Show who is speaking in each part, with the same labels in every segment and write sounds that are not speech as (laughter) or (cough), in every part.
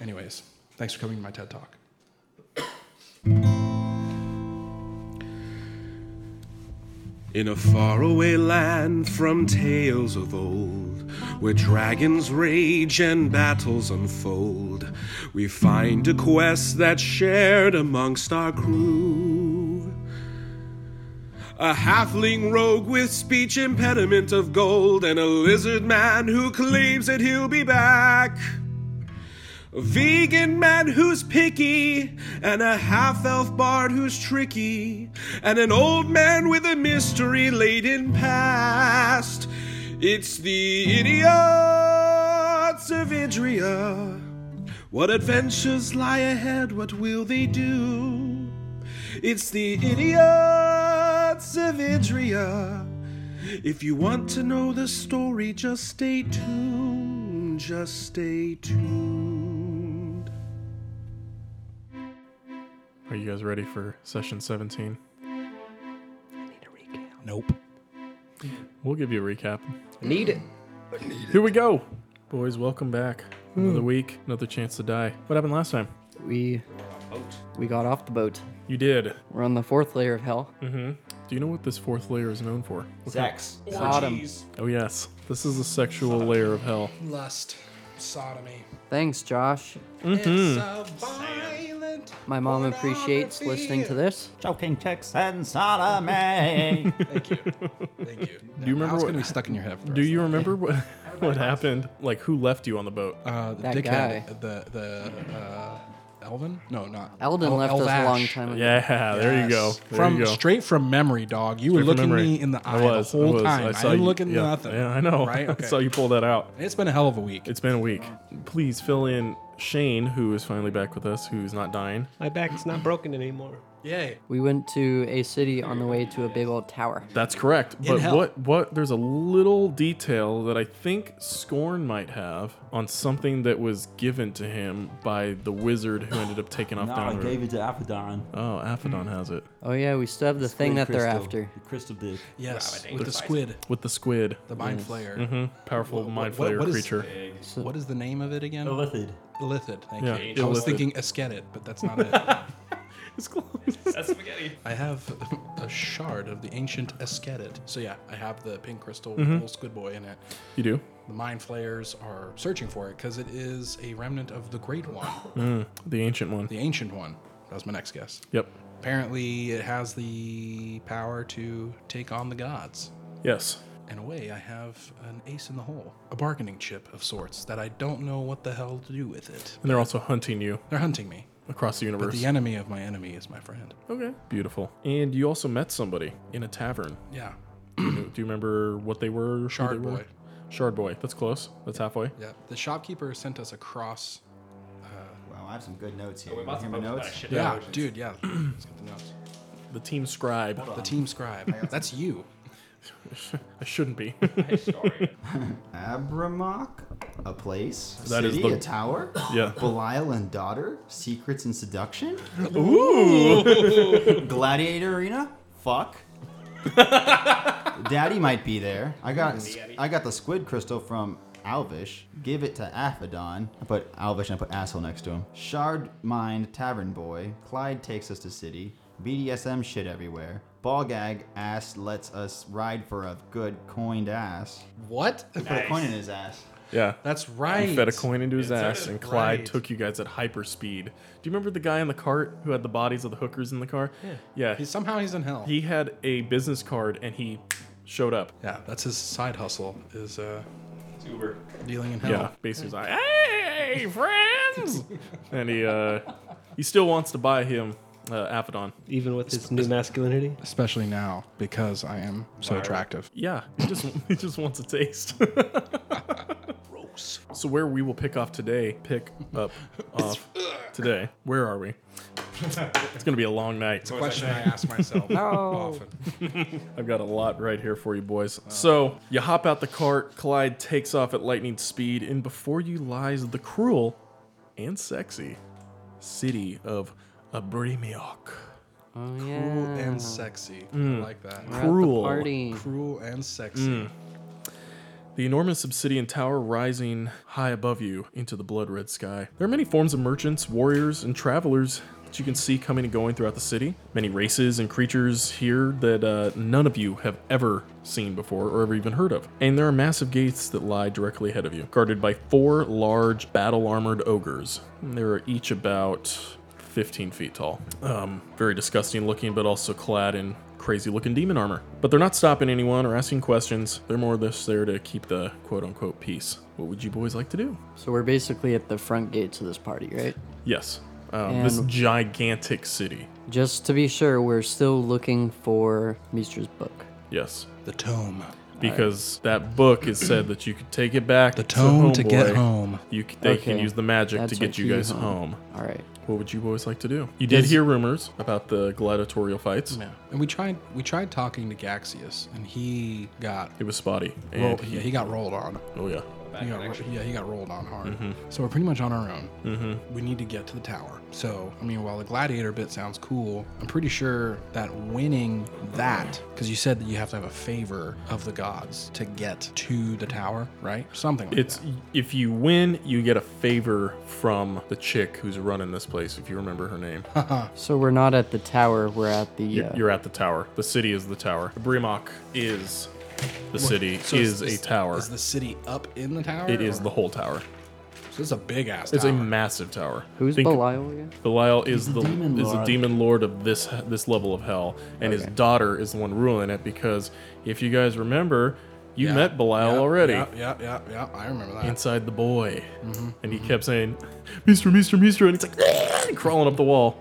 Speaker 1: Anyways, thanks for coming to my TED Talk.
Speaker 2: In a faraway land from tales of old, where dragons rage and battles unfold, we find a quest that's shared amongst our crew. A halfling rogue with speech impediment of gold, and a lizard man who claims that he'll be back. A vegan man who's picky, and a half elf bard who's tricky, and an old man with a mystery laden past. It's the idiots of Idria. What adventures lie ahead? What will they do? It's the idiots of Idria. If you want to know the story, just stay tuned. Just stay tuned.
Speaker 3: Are you guys ready for session 17?
Speaker 1: Nope.
Speaker 3: We'll give you a recap.
Speaker 4: Need it.
Speaker 3: Here we go. Boys, welcome back. Another week, another chance to die. What happened last time?
Speaker 4: Hmm. We we got off the boat.
Speaker 3: You did. Mm-hmm.
Speaker 4: We're on the fourth layer of hell.
Speaker 3: Do you know what this fourth layer is known for?
Speaker 5: Zax.
Speaker 4: Sodom.
Speaker 3: Oh, yes. This is the sexual layer of hell.
Speaker 1: Lust, sodomy.
Speaker 4: Thanks, Josh. Mm-hmm.
Speaker 1: It's a violent.
Speaker 4: My mom appreciates listening to this.
Speaker 5: Choking chicks and
Speaker 3: (laughs)
Speaker 5: sodomy.
Speaker 1: Thank you. Thank you. Do
Speaker 3: you remember
Speaker 1: It's
Speaker 3: what-
Speaker 1: gonna be stuck in your head.
Speaker 3: (laughs)
Speaker 1: For
Speaker 3: Do you remember what, what (laughs) happened? Like, who left you on the boat?
Speaker 1: Uh, the
Speaker 4: That
Speaker 1: dickhead.
Speaker 4: guy.
Speaker 1: The the uh, Elvin? No, not
Speaker 4: Eldon
Speaker 1: El-
Speaker 4: left us
Speaker 1: Elvash.
Speaker 4: a long time ago.
Speaker 3: Yeah, there you go.
Speaker 1: Yes.
Speaker 3: There
Speaker 1: from
Speaker 3: you go.
Speaker 1: straight from memory, dog. You were
Speaker 3: Straight from
Speaker 1: looking
Speaker 3: memory.
Speaker 1: me in the
Speaker 3: I
Speaker 1: eye
Speaker 3: was,
Speaker 1: the
Speaker 3: I
Speaker 1: whole
Speaker 3: was.
Speaker 1: time. I,
Speaker 3: I saw
Speaker 1: didn't
Speaker 3: you.
Speaker 1: look into
Speaker 3: yeah.
Speaker 1: nothing.
Speaker 3: Yeah, I know.
Speaker 1: Right?
Speaker 3: (laughs)
Speaker 1: Okay.
Speaker 3: I saw you pull that out.
Speaker 1: It's been a hell of a week.
Speaker 3: It's been a week. Please fill in Shane, who is finally back with us, who's not dying.
Speaker 6: My back's not broken anymore.
Speaker 1: Yay.
Speaker 4: We went to a city on the way to a big old tower.
Speaker 3: That's correct. But
Speaker 1: hell.
Speaker 3: what what there's a little detail that I think Scorn might have on something that was given to him by the wizard who ended up taking off
Speaker 5: no, I
Speaker 3: down the
Speaker 5: gave
Speaker 3: road.
Speaker 5: it to Mm. Apodon.
Speaker 3: Oh, Aphodon has it.
Speaker 4: (laughs) Oh yeah, we still have the thing that they're after.
Speaker 5: The crystal dick.
Speaker 1: Yes. With the squid,
Speaker 3: With the squid.
Speaker 1: the mind flayer.
Speaker 3: Mhm. Powerful mind
Speaker 1: what-
Speaker 3: flayer
Speaker 1: what is-
Speaker 3: creature.
Speaker 1: What is the name of it again?
Speaker 5: Illithid.
Speaker 1: Illithid. Thank
Speaker 3: Yeah,
Speaker 1: you. I was
Speaker 3: Illithid.
Speaker 1: thinking Esketit, but that's not it.
Speaker 3: (laughs) It's close.
Speaker 1: I have a shard of the ancient Esketit. So yeah, I have the pink crystal with the
Speaker 3: Mm-hmm.
Speaker 1: little squid boy in it.
Speaker 3: you do?
Speaker 1: The mind flayers are searching for it because it is a remnant of the Great One,
Speaker 3: Mm, The ancient one.
Speaker 1: the ancient one. That was my next guess.
Speaker 3: Yep.
Speaker 1: Apparently, it has the power to take on the gods.
Speaker 3: Yes.
Speaker 1: In a way, I have an ace in the hole, a bargaining chip of sorts that I don't know what the hell to do with it.
Speaker 3: And they're also hunting you
Speaker 1: They're hunting me.
Speaker 3: across the universe.
Speaker 1: The enemy of my enemy is my friend.
Speaker 3: okay. Beautiful. And you also met somebody in a tavern. (clears throat)
Speaker 1: Yeah.
Speaker 3: Do you remember what they were? who they
Speaker 1: Shard
Speaker 3: were?
Speaker 1: boy.
Speaker 3: Shard boy. That's close. That's halfway.
Speaker 1: Yeah. The shopkeeper sent us across. uh,
Speaker 7: Wow, I have some good notes
Speaker 3: Oh,
Speaker 7: here. You hear my notes?
Speaker 1: Yeah,
Speaker 3: (clears throat)
Speaker 1: dude. Yeah. Let's get the notes.
Speaker 3: The team scribe.
Speaker 1: The
Speaker 3: (laughs)
Speaker 1: team scribe. That's you.
Speaker 3: I shouldn't be. (laughs)
Speaker 7: Abramock, a place, a
Speaker 3: That is
Speaker 7: city,
Speaker 3: the-
Speaker 7: a tower,
Speaker 3: (laughs) yeah.
Speaker 7: Belial and daughter, secrets and seduction. Ooh, (laughs) gladiator arena. Fuck. Daddy might be there. I got I got the squid crystal from Alvish. Give it to Aphodon. I put Alvish and I put asshole next to him. Shard Mind Tavern Boy. Clyde takes us to city. BDSM shit everywhere. Ball gag ass lets us ride for a good coined ass.
Speaker 1: What?
Speaker 7: Put a coin in his ass.
Speaker 3: Yeah.
Speaker 1: That's right.
Speaker 3: He fed a coin into his ass, and Clyde
Speaker 1: right.
Speaker 3: took you guys at hyper speed. Do you remember the guy in the cart who had the bodies of the hookers in the car? Yeah. Yeah.
Speaker 1: He- somehow he's in hell.
Speaker 3: he had a business card, and he showed up.
Speaker 1: yeah, that's his side hustle is uh
Speaker 5: Uber.
Speaker 1: dealing in hell.
Speaker 3: Yeah. Basically, was like, "Hey, friends!" and he uh, he still wants to buy him uh, Aphodon.
Speaker 6: Even (clears throat) with his new masculinity.
Speaker 1: Especially now because I am so attractive.
Speaker 3: Yeah, he just (laughs) he just wants a taste. (laughs) So where we will pick off today, pick
Speaker 1: (laughs)
Speaker 3: up off today. Where are we? It's gonna be a long night.
Speaker 1: Question I
Speaker 4: (laughs)
Speaker 1: ask myself (laughs) often.
Speaker 3: (laughs) I've got (laughs) a lot right here for you boys. So you hop out the cart. Clyde takes off at lightning speed, and before you lies the cruel and sexy city of Abrimioc.
Speaker 4: Oh
Speaker 1: Cruel
Speaker 4: yeah.
Speaker 1: and
Speaker 3: Mm.
Speaker 1: sexy. I like that.
Speaker 4: We're at the
Speaker 3: Cruel. Mm.
Speaker 4: party.
Speaker 1: Cruel and sexy.
Speaker 3: the enormous obsidian tower rising high above you into the blood red sky. There are many forms of merchants, warriors, and travelers that you can see coming and going throughout the city. Many races and creatures here that uh, none of you have ever seen before or ever even heard of. And there are massive gates that lie directly ahead of you, guarded by four large battle armored ogres. There are each about 15 feet tall. Um, very disgusting looking, but also clad in crazy looking demon armor. (laughs) But they're not stopping anyone or asking questions. They're more just there to keep the quote unquote peace. What would you boys like to do?
Speaker 4: So we're basically at the front gates of this party, right?
Speaker 3: Yes. Um, this
Speaker 4: And-
Speaker 3: gigantic city.
Speaker 4: Just to be sure, we're still looking for Mistra's book.
Speaker 3: Yes.
Speaker 1: The tome.
Speaker 3: Because that book is said that you could take it back
Speaker 1: The tome to, get
Speaker 3: homeboy.
Speaker 1: home.
Speaker 3: You, c- they can
Speaker 4: Okay.
Speaker 3: use the magic
Speaker 4: That's
Speaker 3: to get
Speaker 4: what
Speaker 3: you
Speaker 4: you
Speaker 3: guys
Speaker 4: home.
Speaker 3: home.
Speaker 4: All right.
Speaker 3: What would you boys like to do? You did
Speaker 4: Does-
Speaker 3: hear rumors about the gladiatorial fights.
Speaker 1: Yeah. And we tried we tried talking to Gaxius and he got
Speaker 3: It was spotty. And
Speaker 1: rolled, yeah, he got rolled on.
Speaker 3: oh yeah.
Speaker 1: He got, ro- yeah, he got rolled on hard.
Speaker 3: Mm-hmm.
Speaker 1: So we're pretty much on our own. Mm-hmm. We need to get to the tower. So, I mean, while the gladiator bit sounds cool, I'm pretty sure that winning that, because you said that you have to have a favor of the gods to get to the tower, right? Something like
Speaker 3: It's
Speaker 1: that.
Speaker 3: if you win, you get a favor from the chick who's running this place. If you remember her
Speaker 1: (laughs)
Speaker 3: name,
Speaker 4: So we're not at the tower. We're at the.
Speaker 3: You're-
Speaker 4: uh,
Speaker 3: you're at the tower. The city is the tower. Brimok is the city.
Speaker 1: So
Speaker 3: is
Speaker 1: is-
Speaker 3: a tower.
Speaker 1: Is the city up in the tower?
Speaker 3: it is
Speaker 1: or-
Speaker 3: the whole tower.
Speaker 1: So it's a big ass.
Speaker 3: It's a
Speaker 1: tower.
Speaker 3: massive tower.
Speaker 4: who's
Speaker 3: Think-
Speaker 4: Belial again?
Speaker 3: Belial is the
Speaker 5: demon
Speaker 3: is the
Speaker 5: lord.
Speaker 3: demon lord of this this level of hell, and his daughter is the one ruling it. Because if you guys remember, you
Speaker 1: Yeah,
Speaker 3: met Belial
Speaker 1: yeah,
Speaker 3: already.
Speaker 1: Yeah, yeah, yeah, yeah. I remember that.
Speaker 3: inside the boy.
Speaker 8: Mm-hmm.
Speaker 3: And he kept saying, (laughs) Meester, Meester, Meester. And it's like, "Ah," crawling up the wall.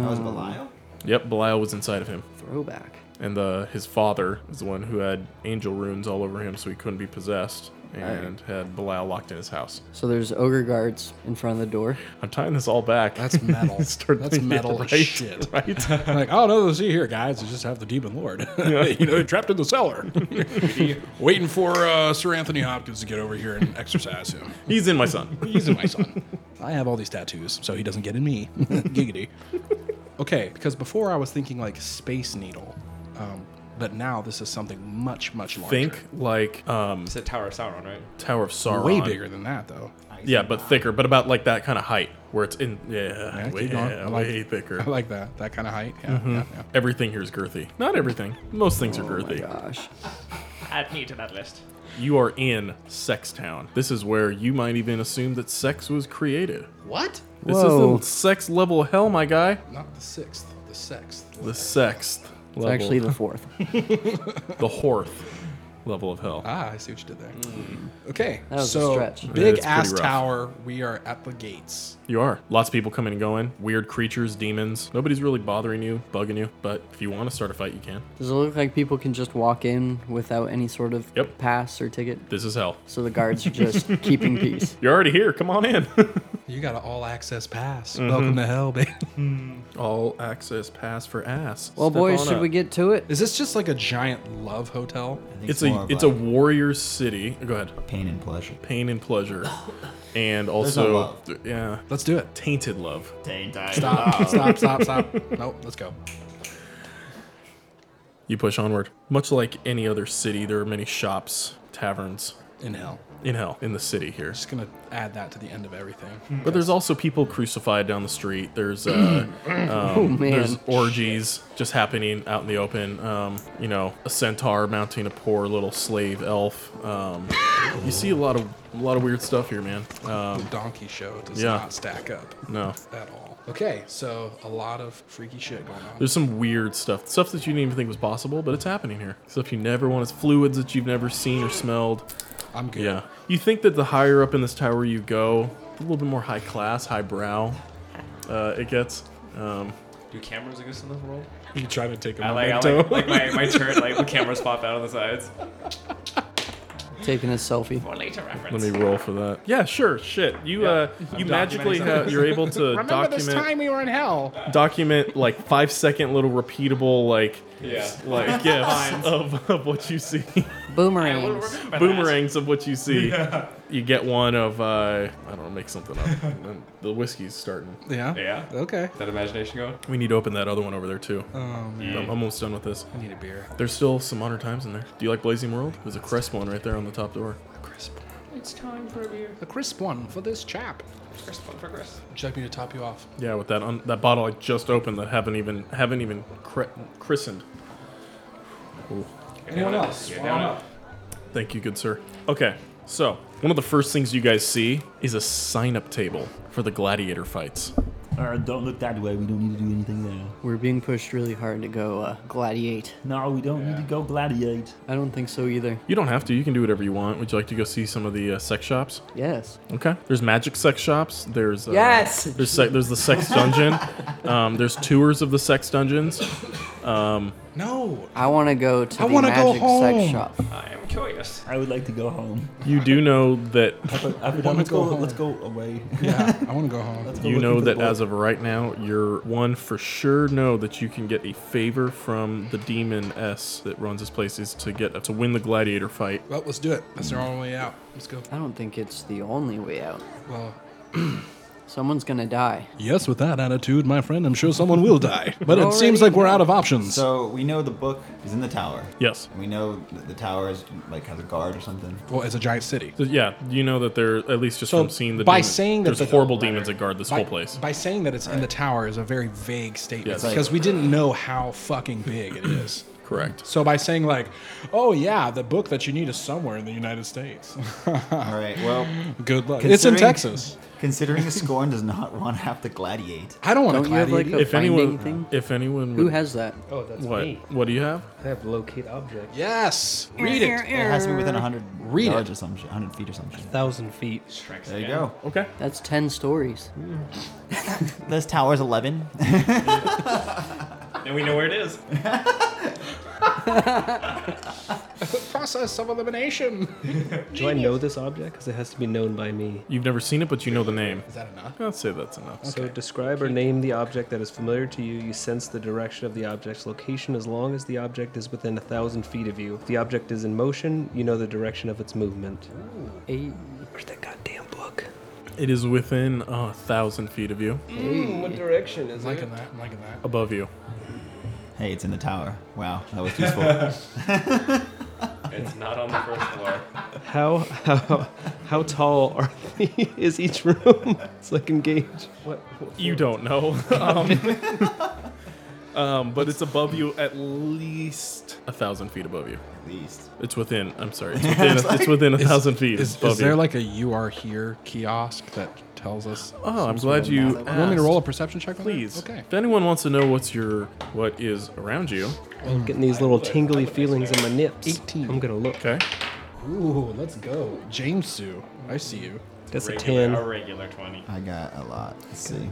Speaker 7: That was
Speaker 4: Oh,
Speaker 7: Belial?
Speaker 3: Yep, Belial was inside of him.
Speaker 4: throwback.
Speaker 3: And the, his father is the one who had angel runes all over him so he couldn't be possessed and had Belial locked in his house.
Speaker 4: So there's ogre guards in front of the door.
Speaker 3: I'm tying this all back.
Speaker 1: That's
Speaker 3: (laughs)
Speaker 1: metal.
Speaker 3: Start
Speaker 1: That's
Speaker 3: thinking,
Speaker 1: metal
Speaker 3: right,
Speaker 1: as (laughs) shit.
Speaker 3: Right?
Speaker 1: I'm like, oh no, see here, guys, you just have the demon lord, (laughs) you know, trapped in the cellar,
Speaker 3: (laughs)
Speaker 1: waiting for uh, Sir Anthony Hopkins to get over here and exercise him.
Speaker 3: (laughs) He's in my son.
Speaker 1: (laughs) He's my son. I have all these tattoos, so he doesn't get in me. (laughs) Giggity. Okay, because before I was thinking like Space Needle, um, but now this is something much, much larger.
Speaker 3: Think like um,
Speaker 8: It's a Tower of Sauron, right?
Speaker 3: Tower of Sauron.
Speaker 1: way bigger than that, though.
Speaker 3: Yeah, but thicker, but about like that kind of height where it's in. Yeah,
Speaker 1: Yeah,
Speaker 3: way,
Speaker 1: keep going. I like-
Speaker 3: way thicker. Mm-hmm.
Speaker 1: I like that. That kind of height. Yeah,
Speaker 4: Mm-hmm.
Speaker 1: yeah, yeah.
Speaker 3: Everything here is girthy. Not everything. Most things are girthy.
Speaker 4: Oh Gosh.
Speaker 8: Add me to that list.
Speaker 3: You are in Sex Town. This is where you might even assume that sex was created.
Speaker 1: What?
Speaker 3: This
Speaker 4: Whoa.
Speaker 3: is the sex level hell, my guy.
Speaker 1: Not the sixth. The sixth.
Speaker 3: The sixth
Speaker 4: It's
Speaker 3: level.
Speaker 4: actually the fourth.
Speaker 3: (laughs) the fourth level of hell.
Speaker 1: Ah, I see what you did there. Okay,
Speaker 4: Mm. That was a
Speaker 1: so
Speaker 4: stretch.
Speaker 3: Yeah,
Speaker 1: big
Speaker 3: it's pretty
Speaker 1: ass
Speaker 3: rough.
Speaker 1: tower. We are at the gates.
Speaker 3: You are. Lots of people coming and going. Weird creatures, demons. Nobody's really bothering you, bugging you. But if you want to start a fight, you can.
Speaker 4: Does it look like people can just walk in without any sort of
Speaker 3: Yep.
Speaker 4: pass or ticket?
Speaker 3: This is hell.
Speaker 4: So the guards are
Speaker 3: (laughs)
Speaker 4: just keeping peace.
Speaker 3: You're already here. Come on in.
Speaker 1: You got an all access pass.
Speaker 3: Mm-hmm.
Speaker 1: Welcome to hell, baby.
Speaker 3: Hmm. All access pass for ass.
Speaker 4: Well,
Speaker 3: Step
Speaker 4: boys,
Speaker 3: on
Speaker 4: should
Speaker 3: up.
Speaker 4: we get to it?
Speaker 1: Is this just like a giant love hotel?
Speaker 7: I think
Speaker 3: It's
Speaker 7: more
Speaker 3: a
Speaker 7: of
Speaker 3: it's a warrior's city. Go ahead.
Speaker 7: pain and pleasure.
Speaker 3: Pain and
Speaker 1: (laughs)
Speaker 3: pleasure, and
Speaker 7: no
Speaker 3: also
Speaker 7: love.
Speaker 3: yeah,
Speaker 1: Let's do it.
Speaker 3: tainted love. (laughs)
Speaker 1: Stop, stop, stop, (laughs) stop. Nope, let's go.
Speaker 3: You push onward. Much like any other city, there are many shops, taverns
Speaker 1: In hell.
Speaker 3: in hell, in the city here.
Speaker 1: Just gonna add that to the end of everything.
Speaker 3: But there's also people crucified down the street. There's
Speaker 1: (clears throat)
Speaker 3: uh,
Speaker 4: Oh man,
Speaker 3: there's orgies just happening out in the open. Um, you know, a centaur mounting a poor little slave elf. Um, you see a lot of a lot of weird stuff here, man. Uh,
Speaker 1: the donkey show does
Speaker 3: yeah.
Speaker 1: not stack up
Speaker 3: no,
Speaker 1: at all. Okay, so a lot of freaky shit going on.
Speaker 3: There's some weird stuff. Stuff that you didn't even think was possible, but it's happening here. Stuff you never want. It's fluids that you've never seen or smelled.
Speaker 1: I'm good.
Speaker 3: Yeah. You think that the higher up in this tower you go, a little bit more high class, high brow uh, it gets. Um,
Speaker 8: Do cameras exist in this world?
Speaker 1: You trying to take a
Speaker 8: I like, I like, like my,
Speaker 1: (laughs)
Speaker 8: my turn, like the cameras pop out on the sides.
Speaker 4: taking a selfie.
Speaker 8: For later reference.
Speaker 3: let me roll for that. Yeah, sure. Shit. You uh, you
Speaker 8: I'm
Speaker 3: magically
Speaker 8: documenting
Speaker 3: have,
Speaker 8: something.
Speaker 3: you're able
Speaker 1: (laughs)
Speaker 3: to
Speaker 1: Remember
Speaker 3: document
Speaker 1: this time we were in hell?
Speaker 3: document like five second little repeatable like
Speaker 8: (laughs)
Speaker 3: uh,
Speaker 8: Yeah.
Speaker 3: like gifs of, of what you see.
Speaker 4: Boomerangs.
Speaker 3: boomerangs of what you see. You get one of uh, I don't know, make something up. (laughs) And then the whiskey's starting.
Speaker 1: Yeah.
Speaker 8: Yeah.
Speaker 1: Okay.
Speaker 8: That imagination going?
Speaker 3: We need to open that other one over there too.
Speaker 1: Um,
Speaker 3: I'm almost done with this.
Speaker 1: I need a beer.
Speaker 3: There's still some modern times in there. Do you like Blazing World? There's a crisp one right there on the top door.
Speaker 1: A crisp one. It's time for a beer. A crisp one for this chap.
Speaker 8: Crisp on progress.
Speaker 1: Would you like me to top you off?
Speaker 3: Yeah, with that un- that bottle I just opened that haven't even haven't even cri- christened.
Speaker 1: Anyone else?
Speaker 8: Yeah, down up.
Speaker 3: Thank you, good sir. Okay, so one of the first things you guys see is a sign-up table for the gladiator fights.
Speaker 5: Or don't look that way. We don't need to do anything there.
Speaker 4: We're being pushed really hard to go uh, gladiate.
Speaker 5: No, we don't need to go gladiate.
Speaker 4: I don't think so either.
Speaker 3: You don't have to. You can do whatever you want. Would you like to go see some of the uh, sex shops?
Speaker 4: Yes.
Speaker 3: Okay. There's magic sex shops. There's uh,
Speaker 4: Yes!
Speaker 3: There's se- there's the sex dungeon. um, there's tours of the sex dungeons. Um,
Speaker 1: No.
Speaker 4: I want to go to
Speaker 1: I
Speaker 4: the
Speaker 1: wanna go
Speaker 4: magic
Speaker 1: home.
Speaker 3: Hmm.
Speaker 4: sex shop.
Speaker 8: I am curious.
Speaker 5: I would like to go home.
Speaker 3: You do know
Speaker 1: (laughs)
Speaker 3: that
Speaker 1: wanna
Speaker 5: let's go.
Speaker 1: go home.
Speaker 5: Let's go away. (laughs)
Speaker 1: Yeah. I want to go home.
Speaker 5: Let's go
Speaker 3: you
Speaker 5: look
Speaker 3: know
Speaker 5: into the
Speaker 3: that as
Speaker 5: book.
Speaker 3: of right now, you're one for sure know that you can get a favor from the demon S that runs this place is to get to win the gladiator fight.
Speaker 1: Well, let's do it. That's our only way out. Let's go.
Speaker 4: I don't think it's the only way out.
Speaker 1: Well.
Speaker 4: (clears throat) Someone's gonna die.
Speaker 1: Yes, with that attitude, my friend, I'm sure someone will (laughs) die. But it seems
Speaker 4: Already
Speaker 1: like we're out of options.
Speaker 7: So we know the book is in the tower.
Speaker 3: Yes.
Speaker 7: And we know that the tower is like has a guard or something.
Speaker 1: well, it's a giant city.
Speaker 3: So, yeah, you know that there at least just
Speaker 1: So,
Speaker 3: from seeing the
Speaker 1: by
Speaker 3: demon-
Speaker 1: saying that
Speaker 3: there's
Speaker 1: the-
Speaker 3: horrible demons that guard this whole place.
Speaker 1: By saying that it's in the tower is a very vague statement
Speaker 3: Yes.
Speaker 1: because we didn't know how fucking big it is.
Speaker 3: Correct.
Speaker 1: So by saying like, "Oh yeah, the book that you need is somewhere in the United States." (laughs)
Speaker 7: All right. Well,
Speaker 1: Good luck. It's in
Speaker 7: Considering-
Speaker 1: Texas. (laughs)
Speaker 7: considering Scorn does not want to have to gladiate.
Speaker 1: I don't want
Speaker 4: Don't
Speaker 1: to
Speaker 4: you have like
Speaker 1: gladiate.
Speaker 4: a
Speaker 3: If
Speaker 4: finding
Speaker 3: anyone,
Speaker 4: thing?
Speaker 3: if anyone,
Speaker 4: Who
Speaker 3: would-
Speaker 4: has that?
Speaker 6: Oh, that's
Speaker 3: what?
Speaker 6: me.
Speaker 3: What do you have?
Speaker 6: I have locate object.
Speaker 1: yes, read it.
Speaker 7: It has to be within 100
Speaker 1: Read
Speaker 7: yards
Speaker 1: it.
Speaker 7: or some shit, 100 feet or some shit.
Speaker 6: Thousand feet.
Speaker 8: Strikes
Speaker 7: There you
Speaker 8: again.
Speaker 7: go.
Speaker 3: Okay.
Speaker 4: That's ten stories.
Speaker 7: This tower's 11.
Speaker 8: And we know where it is.
Speaker 1: Process of (laughs) elimination.
Speaker 6: (laughs) Do I know this object? Because it has to be known by me.
Speaker 3: You've never seen it, but you know the name.
Speaker 1: Is that enough?
Speaker 3: I'd say that's enough.
Speaker 6: So describe or name the object that is familiar to you. You sense the direction of the object's location as long as the object is within a thousand feet of you. If the object is in motion, you know the direction of its movement.
Speaker 4: Eight.
Speaker 6: Where's that goddamn book?
Speaker 3: It is within uh, a thousand feet of you,
Speaker 1: Hmm,
Speaker 6: what direction is
Speaker 1: I'm liking that. I'm liking that.
Speaker 3: above you.
Speaker 7: hey, it's in the tower. Wow, that
Speaker 1: (laughs)
Speaker 7: was useful.
Speaker 8: (laughs) It's not on the first floor.
Speaker 6: How how how tall are the, (laughs) is each room? (laughs) It's like engaged. What?
Speaker 3: You don't know. (laughs) um, (laughs) um, but it's above you at least a thousand feet above you.
Speaker 7: At least.
Speaker 3: It's within. I'm sorry. (laughs) It's within. it's, within a thousand feet
Speaker 1: Is,
Speaker 3: above
Speaker 1: is there
Speaker 3: you.
Speaker 1: like a "You Are Here" kiosk that tells us?
Speaker 3: oh, I'm glad you.
Speaker 1: You want me to
Speaker 3: asked.
Speaker 1: roll a perception check? on that?
Speaker 3: Please.
Speaker 1: Okay.
Speaker 3: If anyone wants to know what's your what is around you,
Speaker 6: I'm getting these little tingly feelings in my nips.
Speaker 1: 18.
Speaker 6: I'm gonna look.
Speaker 3: okay.
Speaker 1: Ooh, let's go, James Sue. I see you.
Speaker 6: That's a
Speaker 8: Regular,
Speaker 6: ten.
Speaker 8: A regular 20.
Speaker 7: I got a lot. Let's see.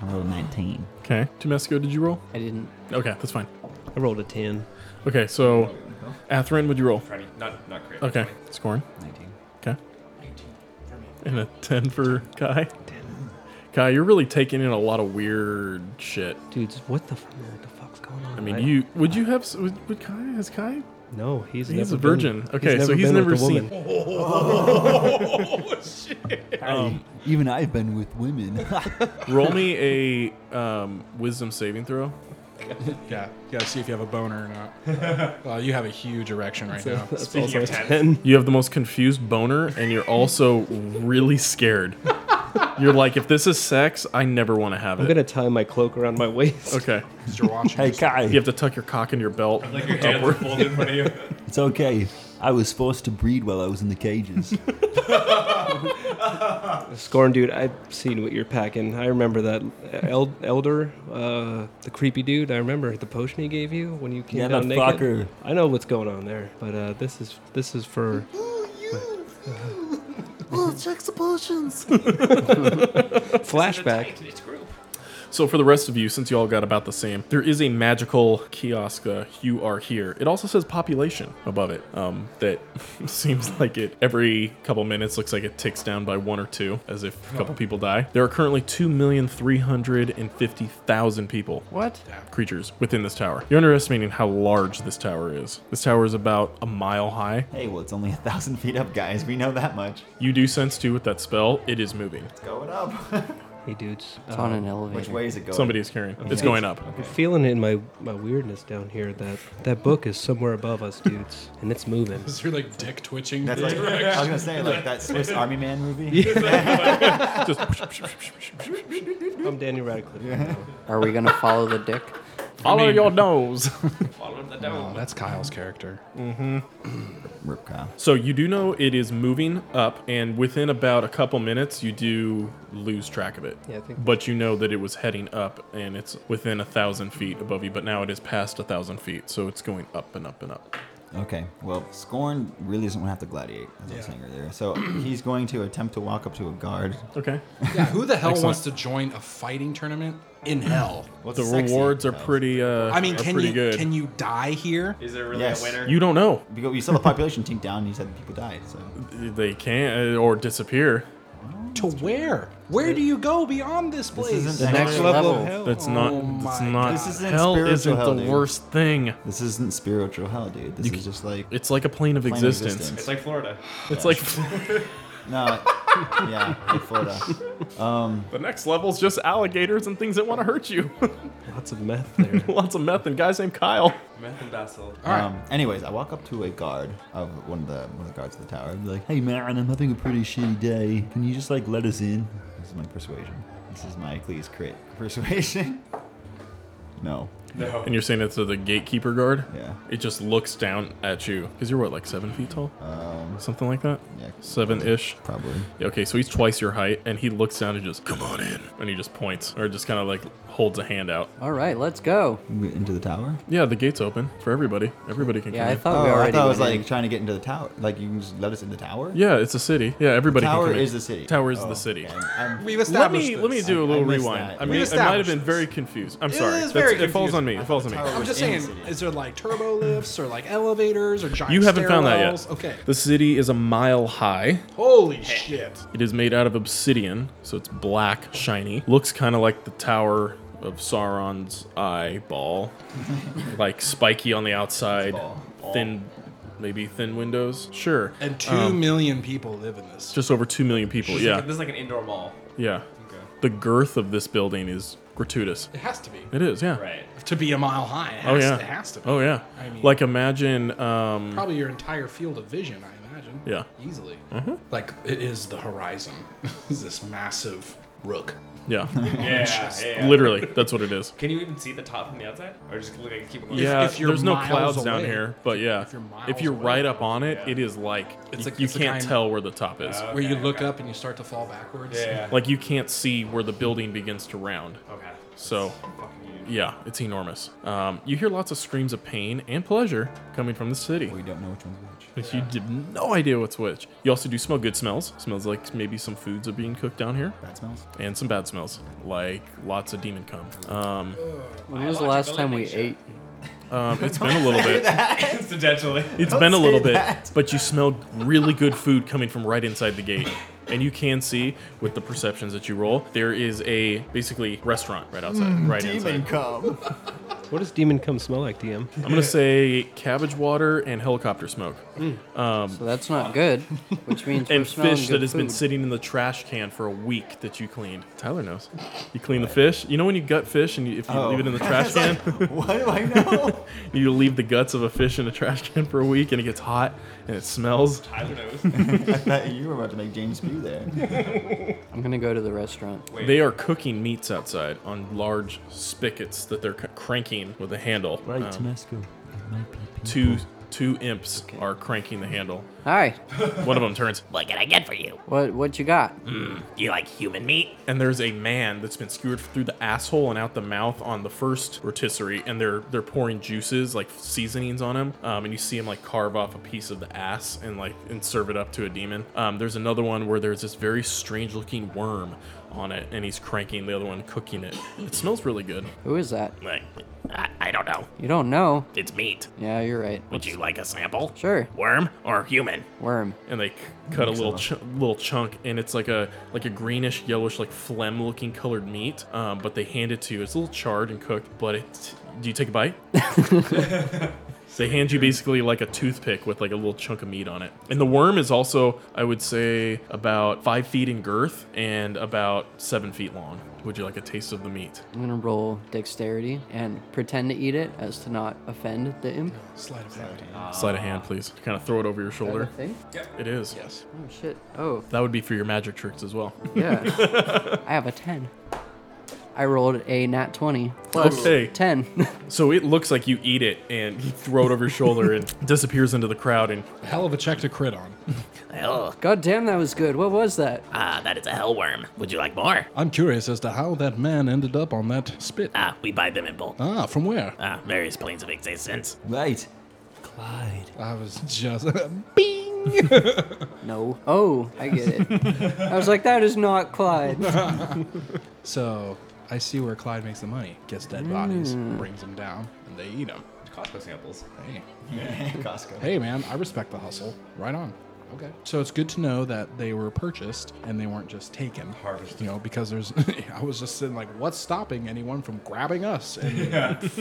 Speaker 7: I rolled a 19.
Speaker 3: Okay. Tomesco, did you roll?
Speaker 4: I didn't.
Speaker 3: Okay, that's fine.
Speaker 6: I rolled a ten.
Speaker 3: Okay, so Atherin, would you roll?
Speaker 8: 20. Not, not great.
Speaker 3: Okay. Scorn.
Speaker 7: 19.
Speaker 3: Okay. And a 10 for Kai. Kai, you're really taking in a lot of weird shit.
Speaker 6: Dudes, what the, f- what the fuck's going on?
Speaker 3: I mean, you would you have s- would, would Kai has Kai?
Speaker 6: No,
Speaker 5: (laughs)
Speaker 6: he's
Speaker 3: uh, He's
Speaker 6: never
Speaker 3: a virgin.
Speaker 6: been-
Speaker 3: okay, so he's
Speaker 6: been
Speaker 3: never
Speaker 6: with a
Speaker 3: seen.
Speaker 6: woman.
Speaker 8: (laughs) Oh,
Speaker 5: Oh,
Speaker 8: Um,
Speaker 7: Even I've been with
Speaker 5: (laughs)
Speaker 7: women.
Speaker 3: Roll me a um, wisdom saving
Speaker 6: (laughs)
Speaker 3: throw.
Speaker 1: Yeah. You gotta see if you have a boner or not.
Speaker 7: (laughs)
Speaker 1: well, you have a huge erection right now.
Speaker 6: That's
Speaker 8: Speaking
Speaker 6: also
Speaker 8: of
Speaker 6: a
Speaker 8: ten.
Speaker 6: ten.
Speaker 3: You have the most confused boner, and you're also really scared. You're like, if this is sex, I never want to have it.
Speaker 6: I'm gonna tie my cloak around my waist.
Speaker 3: Okay.
Speaker 1: You're watching.
Speaker 5: Hey, Kai.
Speaker 3: You have to tuck your cock into your belt.
Speaker 8: Like your hands are folded in front
Speaker 3: (laughs)
Speaker 8: of you.
Speaker 5: It's okay. I was forced to breed while I was in the
Speaker 3: (laughs)
Speaker 5: cages.
Speaker 6: Scorn, dude, I've seen what you're packing. I remember that El- elder, uh, the creepy dude. I remember the potion he gave you when you came
Speaker 5: Yeah,
Speaker 6: down
Speaker 5: that
Speaker 6: naked.
Speaker 5: fucker.
Speaker 6: I know what's going on there, but uh, this is this is for.
Speaker 1: Oh,
Speaker 7: check the potions.
Speaker 1: (laughs)
Speaker 6: flashback.
Speaker 8: It's group.
Speaker 3: So for the rest of you, since you all got about the same, there is a magical kiosk. Uh, you are here. It also says population above it. Um, that (laughs) seems like it every couple minutes looks like it ticks down by one or two, as if a
Speaker 7: Oh.
Speaker 3: couple people die. There are currently two million three hundred and fifty thousand people
Speaker 4: What?
Speaker 3: creatures within this tower. You're underestimating how large this tower is. This tower is about a mile high.
Speaker 7: Hey, well, it's only a thousand feet up, guys. We know that much.
Speaker 3: You do sense too with that spell, it is moving.
Speaker 7: It's going up.
Speaker 6: Hey, dudes. uh,
Speaker 4: It's on an elevator.
Speaker 7: Which way is it going?
Speaker 3: Somebody is carrying. It's going up.
Speaker 6: I'm feeling it in my, my weirdness down here that that book is somewhere above us, dudes, and it's moving.
Speaker 1: (laughs) Is your like dick twitching?
Speaker 7: That's like, I was gonna say like that
Speaker 6: (laughs)
Speaker 1: (laughs)
Speaker 7: Swiss Army Man movie. (laughs)
Speaker 3: (laughs) Just
Speaker 6: I'm Danny Radcliffe.
Speaker 4: (laughs) Are we gonna follow the dick?
Speaker 3: follow your (laughs) nose.
Speaker 8: (laughs) Follow the devil.
Speaker 1: oh, that's
Speaker 7: (laughs)
Speaker 1: Kyle's character.
Speaker 7: Mm. (clears throat) Rip Kyle.
Speaker 3: so you do know it is moving up, and within about a couple minutes, you do lose track of it.
Speaker 4: Yeah, I think-
Speaker 3: But you know that it was heading up, and it's within a thousand feet above you. But now it is past a thousand feet, so it's going up and up and up.
Speaker 7: Okay, well, Scorn really doesn't want to have to gladiate, as I was saying earlier. So (clears throat) he's going to attempt to walk up to a guard.
Speaker 3: Okay.
Speaker 1: Yeah, who the hell wants to join a fighting tournament
Speaker 7: (clears throat)
Speaker 1: in hell?
Speaker 7: What's
Speaker 3: The
Speaker 7: sexy?
Speaker 3: rewards are
Speaker 7: Kyle's-
Speaker 3: pretty. Uh,
Speaker 1: I mean,
Speaker 3: are
Speaker 1: can
Speaker 3: pretty
Speaker 1: you
Speaker 3: good.
Speaker 1: can you die here?
Speaker 8: Is there really
Speaker 7: Yes.
Speaker 8: a winner?
Speaker 3: You don't know.
Speaker 7: Because we saw the population (laughs) tick down, and he said people died. So
Speaker 3: They can or disappear.
Speaker 1: To where? Where do you go beyond this place? Oh
Speaker 7: isn't
Speaker 4: The next
Speaker 7: Next
Speaker 4: level.
Speaker 3: That's not. that's not.
Speaker 7: This isn't
Speaker 3: hell
Speaker 7: spiritual
Speaker 3: isn't
Speaker 7: hell,
Speaker 3: the
Speaker 7: dude.
Speaker 3: worst thing.
Speaker 7: this isn't spiritual hell, dude. This is just like
Speaker 3: It's like a plane of
Speaker 7: plain
Speaker 3: existence.
Speaker 8: It's like Florida.
Speaker 3: It's like
Speaker 7: No, yeah, like Florida. Um,
Speaker 3: the next level's just alligators and things that want to hurt you.
Speaker 6: Lots of meth there.
Speaker 3: (laughs) Lots of meth and guys named Kyle.
Speaker 8: Meth and basil.
Speaker 1: All right.
Speaker 7: Um, anyways, I walk up to a guard of one of the one of the guards of the tower. and be like,
Speaker 5: Hey man, I'm having a pretty shitty day. Can you just like let us in?
Speaker 7: "This is my persuasion. This is my Cleese crit persuasion." no,
Speaker 8: No.
Speaker 3: And you're saying it's to the gatekeeper guard?
Speaker 7: Yeah.
Speaker 3: It just looks down at you. Because you're what, like seven feet tall? Um, Something like that?
Speaker 7: yeah.
Speaker 3: Seven ish.
Speaker 7: probably.
Speaker 3: Yeah, okay, so he's twice your height, and he looks down and just, come on in. And he just points, or just kind of like holds a hand out.
Speaker 4: All right, let's go.
Speaker 7: We get Into the tower.
Speaker 3: Yeah, the gate's open for everybody. Everybody can
Speaker 4: Yeah,
Speaker 3: come
Speaker 4: I
Speaker 3: in.
Speaker 4: thought we
Speaker 7: Oh,
Speaker 4: already.
Speaker 7: I thought it was
Speaker 4: went
Speaker 7: like
Speaker 4: in.
Speaker 7: trying to get into the tower. Like you can just let us in the tower.
Speaker 3: yeah, it's a city. Yeah, everybody
Speaker 7: Tower
Speaker 3: can come in.
Speaker 7: is the city.
Speaker 3: Tower is
Speaker 7: Oh,
Speaker 3: the city.
Speaker 7: okay. I'm-
Speaker 1: We've
Speaker 3: Let
Speaker 1: established.
Speaker 3: me let me
Speaker 1: this.
Speaker 3: do a little
Speaker 7: missed
Speaker 3: rewind.
Speaker 7: that.
Speaker 3: I
Speaker 7: We
Speaker 3: mean, I might have
Speaker 1: established
Speaker 3: been
Speaker 1: this.
Speaker 3: very confused. I'm sorry. That's-
Speaker 1: is very
Speaker 3: it falls
Speaker 1: confusing.
Speaker 3: on me. It falls on me.
Speaker 7: Tower
Speaker 1: I'm
Speaker 7: was
Speaker 1: just
Speaker 7: in the
Speaker 1: saying,
Speaker 7: city.
Speaker 1: is there like turbo lifts or like elevators or giant
Speaker 3: You haven't found that
Speaker 1: stairwells?
Speaker 3: yet.
Speaker 1: Okay.
Speaker 3: The city is a mile high.
Speaker 1: Holy shit.
Speaker 3: It is made out of obsidian, so it's black, shiny. Looks kind of like the tower of Sauron's
Speaker 1: (laughs)
Speaker 3: eyeball, like spiky on the outside, thin, maybe thin windows. Sure. Um,
Speaker 1: And two million people live in this.
Speaker 3: Oh. Just over two million people.
Speaker 8: This is
Speaker 3: Yeah,
Speaker 8: Like, this is like an indoor mall.
Speaker 3: yeah. The girth of this building is gratuitous.
Speaker 1: It has to be.
Speaker 3: It is, yeah.
Speaker 8: Right.
Speaker 1: To be a mile high. It
Speaker 3: Oh
Speaker 1: has,
Speaker 3: yeah.
Speaker 1: It has to be.
Speaker 3: Oh yeah.
Speaker 1: I mean-
Speaker 3: like imagine, um,
Speaker 1: Probably your entire field of vision, I imagine.
Speaker 3: Yeah. Mm-hmm.
Speaker 1: Easily. Like, it is the horizon. (laughs) It's this massive rook. (laughs)
Speaker 3: yeah,
Speaker 8: Yeah. yeah.
Speaker 3: literally. That's what it is.
Speaker 8: Can you even see the top from the outside, or just look like keep going?
Speaker 3: Yeah,
Speaker 1: if you're
Speaker 3: there's no
Speaker 1: miles
Speaker 3: clouds down
Speaker 1: away.
Speaker 3: here, but yeah, if
Speaker 1: If
Speaker 3: you're,
Speaker 1: you're miles away.
Speaker 3: right up on it, it is like it's
Speaker 1: like-
Speaker 3: you
Speaker 1: it's the
Speaker 3: can't
Speaker 1: kind-
Speaker 3: tell where the top is.
Speaker 8: Oh.
Speaker 1: Where you
Speaker 8: Okay,
Speaker 1: look
Speaker 8: okay.
Speaker 1: up and you start to fall backwards.
Speaker 8: Yeah.
Speaker 3: Like you can't see where the building begins to round.
Speaker 8: Okay.
Speaker 3: So
Speaker 8: Fucking you.
Speaker 3: yeah, it's enormous. Um, you hear lots of screams of pain and pleasure coming from the city.
Speaker 7: We don't know which one's which.
Speaker 3: But you have no idea what's which. You also do smell good smells. Smells like maybe some foods are being cooked down here,
Speaker 7: Bad smells.
Speaker 3: and some bad smells, like lots of demon cum. Um,
Speaker 4: When was the last time we ate?
Speaker 3: um,
Speaker 4: (laughs)
Speaker 3: it's been a
Speaker 8: (laughs)
Speaker 3: little bit.
Speaker 8: Incidentally.
Speaker 3: It's been a little
Speaker 7: say
Speaker 3: bit,
Speaker 7: that.
Speaker 3: but you smell really good food coming from right inside the gate. And you can see with the perceptions that you roll, there is a basically restaurant right outside,
Speaker 7: Mm,
Speaker 3: right inside. (laughs)
Speaker 7: come.
Speaker 6: What does demon cum smell like, DM?
Speaker 3: I'm gonna say cabbage water and helicopter smoke,
Speaker 7: Mm.
Speaker 3: Um,
Speaker 4: So that's not good. Which means we're
Speaker 3: and
Speaker 4: smelling
Speaker 3: fish
Speaker 4: good
Speaker 3: that has been
Speaker 4: food.
Speaker 3: sitting in the trash can for a week that you cleaned. Tyler knows. You clean the fish. You know when you gut fish and you, if you leave it in
Speaker 7: (laughs)
Speaker 3: the trash can,
Speaker 7: Oh. What do I know?
Speaker 3: (laughs) you leave the guts of a fish in a trash can for a week and it gets hot and it smells.
Speaker 8: Tyler
Speaker 7: (laughs)
Speaker 8: knows.
Speaker 7: I thought you were about to make James spew there.
Speaker 1: (laughs)
Speaker 4: I'm gonna go to the restaurant.
Speaker 3: They are cooking meats outside on large spigots that they're c- cranking with a handle.
Speaker 5: (laughs) Right,
Speaker 3: Um,
Speaker 5: Tomesco. It might be
Speaker 3: two two imps are cranking the handle.
Speaker 4: All right.
Speaker 3: One of them turns,
Speaker 9: What can I get for you?
Speaker 4: What what you got?
Speaker 9: Do Hmm, you like human meat?
Speaker 3: and there's a man that's been skewered through the asshole and out the mouth on the first rotisserie, and they're they're pouring juices like seasonings on him, um, and you see him like carve off a piece of the ass and like and serve it up to a demon. Um, there's another one where there's this very strange looking worm on it, and he's cranking the other one, cooking it. It smells really good.
Speaker 4: Who is that?
Speaker 9: Like, I, I don't know.
Speaker 4: You don't know.
Speaker 9: It's meat.
Speaker 4: Yeah, you're right.
Speaker 9: Would you like a sample?
Speaker 4: Sure.
Speaker 9: Worm or human?
Speaker 4: Worm.
Speaker 3: and they c- cut a little ch- little chunk, and it's like a like a greenish yellowish like phlegm looking colored meat. Um, but they hand it to you. It's a little charred and cooked, but it. Do you take
Speaker 4: (laughs)
Speaker 3: a bite? They hand you basically like a toothpick with like a little chunk of meat on it. And the worm is also, I would say, about five feet in girth and about seven feet long. Would you like a taste of the meat?
Speaker 4: I'm gonna roll dexterity and pretend to eat it as to not offend the imp.
Speaker 1: Sleight of hand.
Speaker 9: Uh,
Speaker 3: Slide a
Speaker 4: Ah.
Speaker 3: hand, please. Kind of throw it over your shoulder.
Speaker 4: Thing?
Speaker 3: It is.
Speaker 1: Yes.
Speaker 4: Oh shit. Oh
Speaker 3: That would be for your magic tricks as well.
Speaker 4: yeah.
Speaker 3: (laughs)
Speaker 4: (laughs) I have a ten. I rolled a nat twenty plus
Speaker 3: Okay.
Speaker 4: ten. (laughs)
Speaker 3: So it looks like you eat it and you throw it over your shoulder
Speaker 4: (laughs)
Speaker 3: and disappears into the crowd and
Speaker 1: Hell of a check to crit on.
Speaker 9: Hell,
Speaker 4: God damn, that was good. What was that?
Speaker 9: ah, that is a hell worm. Would you like more?
Speaker 1: I'm curious as to how that man ended up on that spit.
Speaker 9: Ah, we buy them in bulk.
Speaker 1: Ah, from where?
Speaker 9: Ah, various planes of existence.
Speaker 5: Right. Clyde.
Speaker 1: I was just. (laughs)
Speaker 4: No. Oh, I get it.
Speaker 1: (laughs)
Speaker 4: I was like, that is not Clyde.
Speaker 1: so I see where Clyde makes the money. Gets (laughs)
Speaker 4: Mm.
Speaker 1: dead bodies,
Speaker 3: Mm.
Speaker 1: brings them down, and they eat them.
Speaker 8: Costco samples. (laughs)
Speaker 1: Hey.
Speaker 7: Costco.
Speaker 1: Hey, man, I respect the hustle. Right on. Okay. So it's good to know that they were purchased and they weren't just taken. Harvested. You know, because there's. (laughs) I was just sitting like, what's stopping anyone from grabbing us and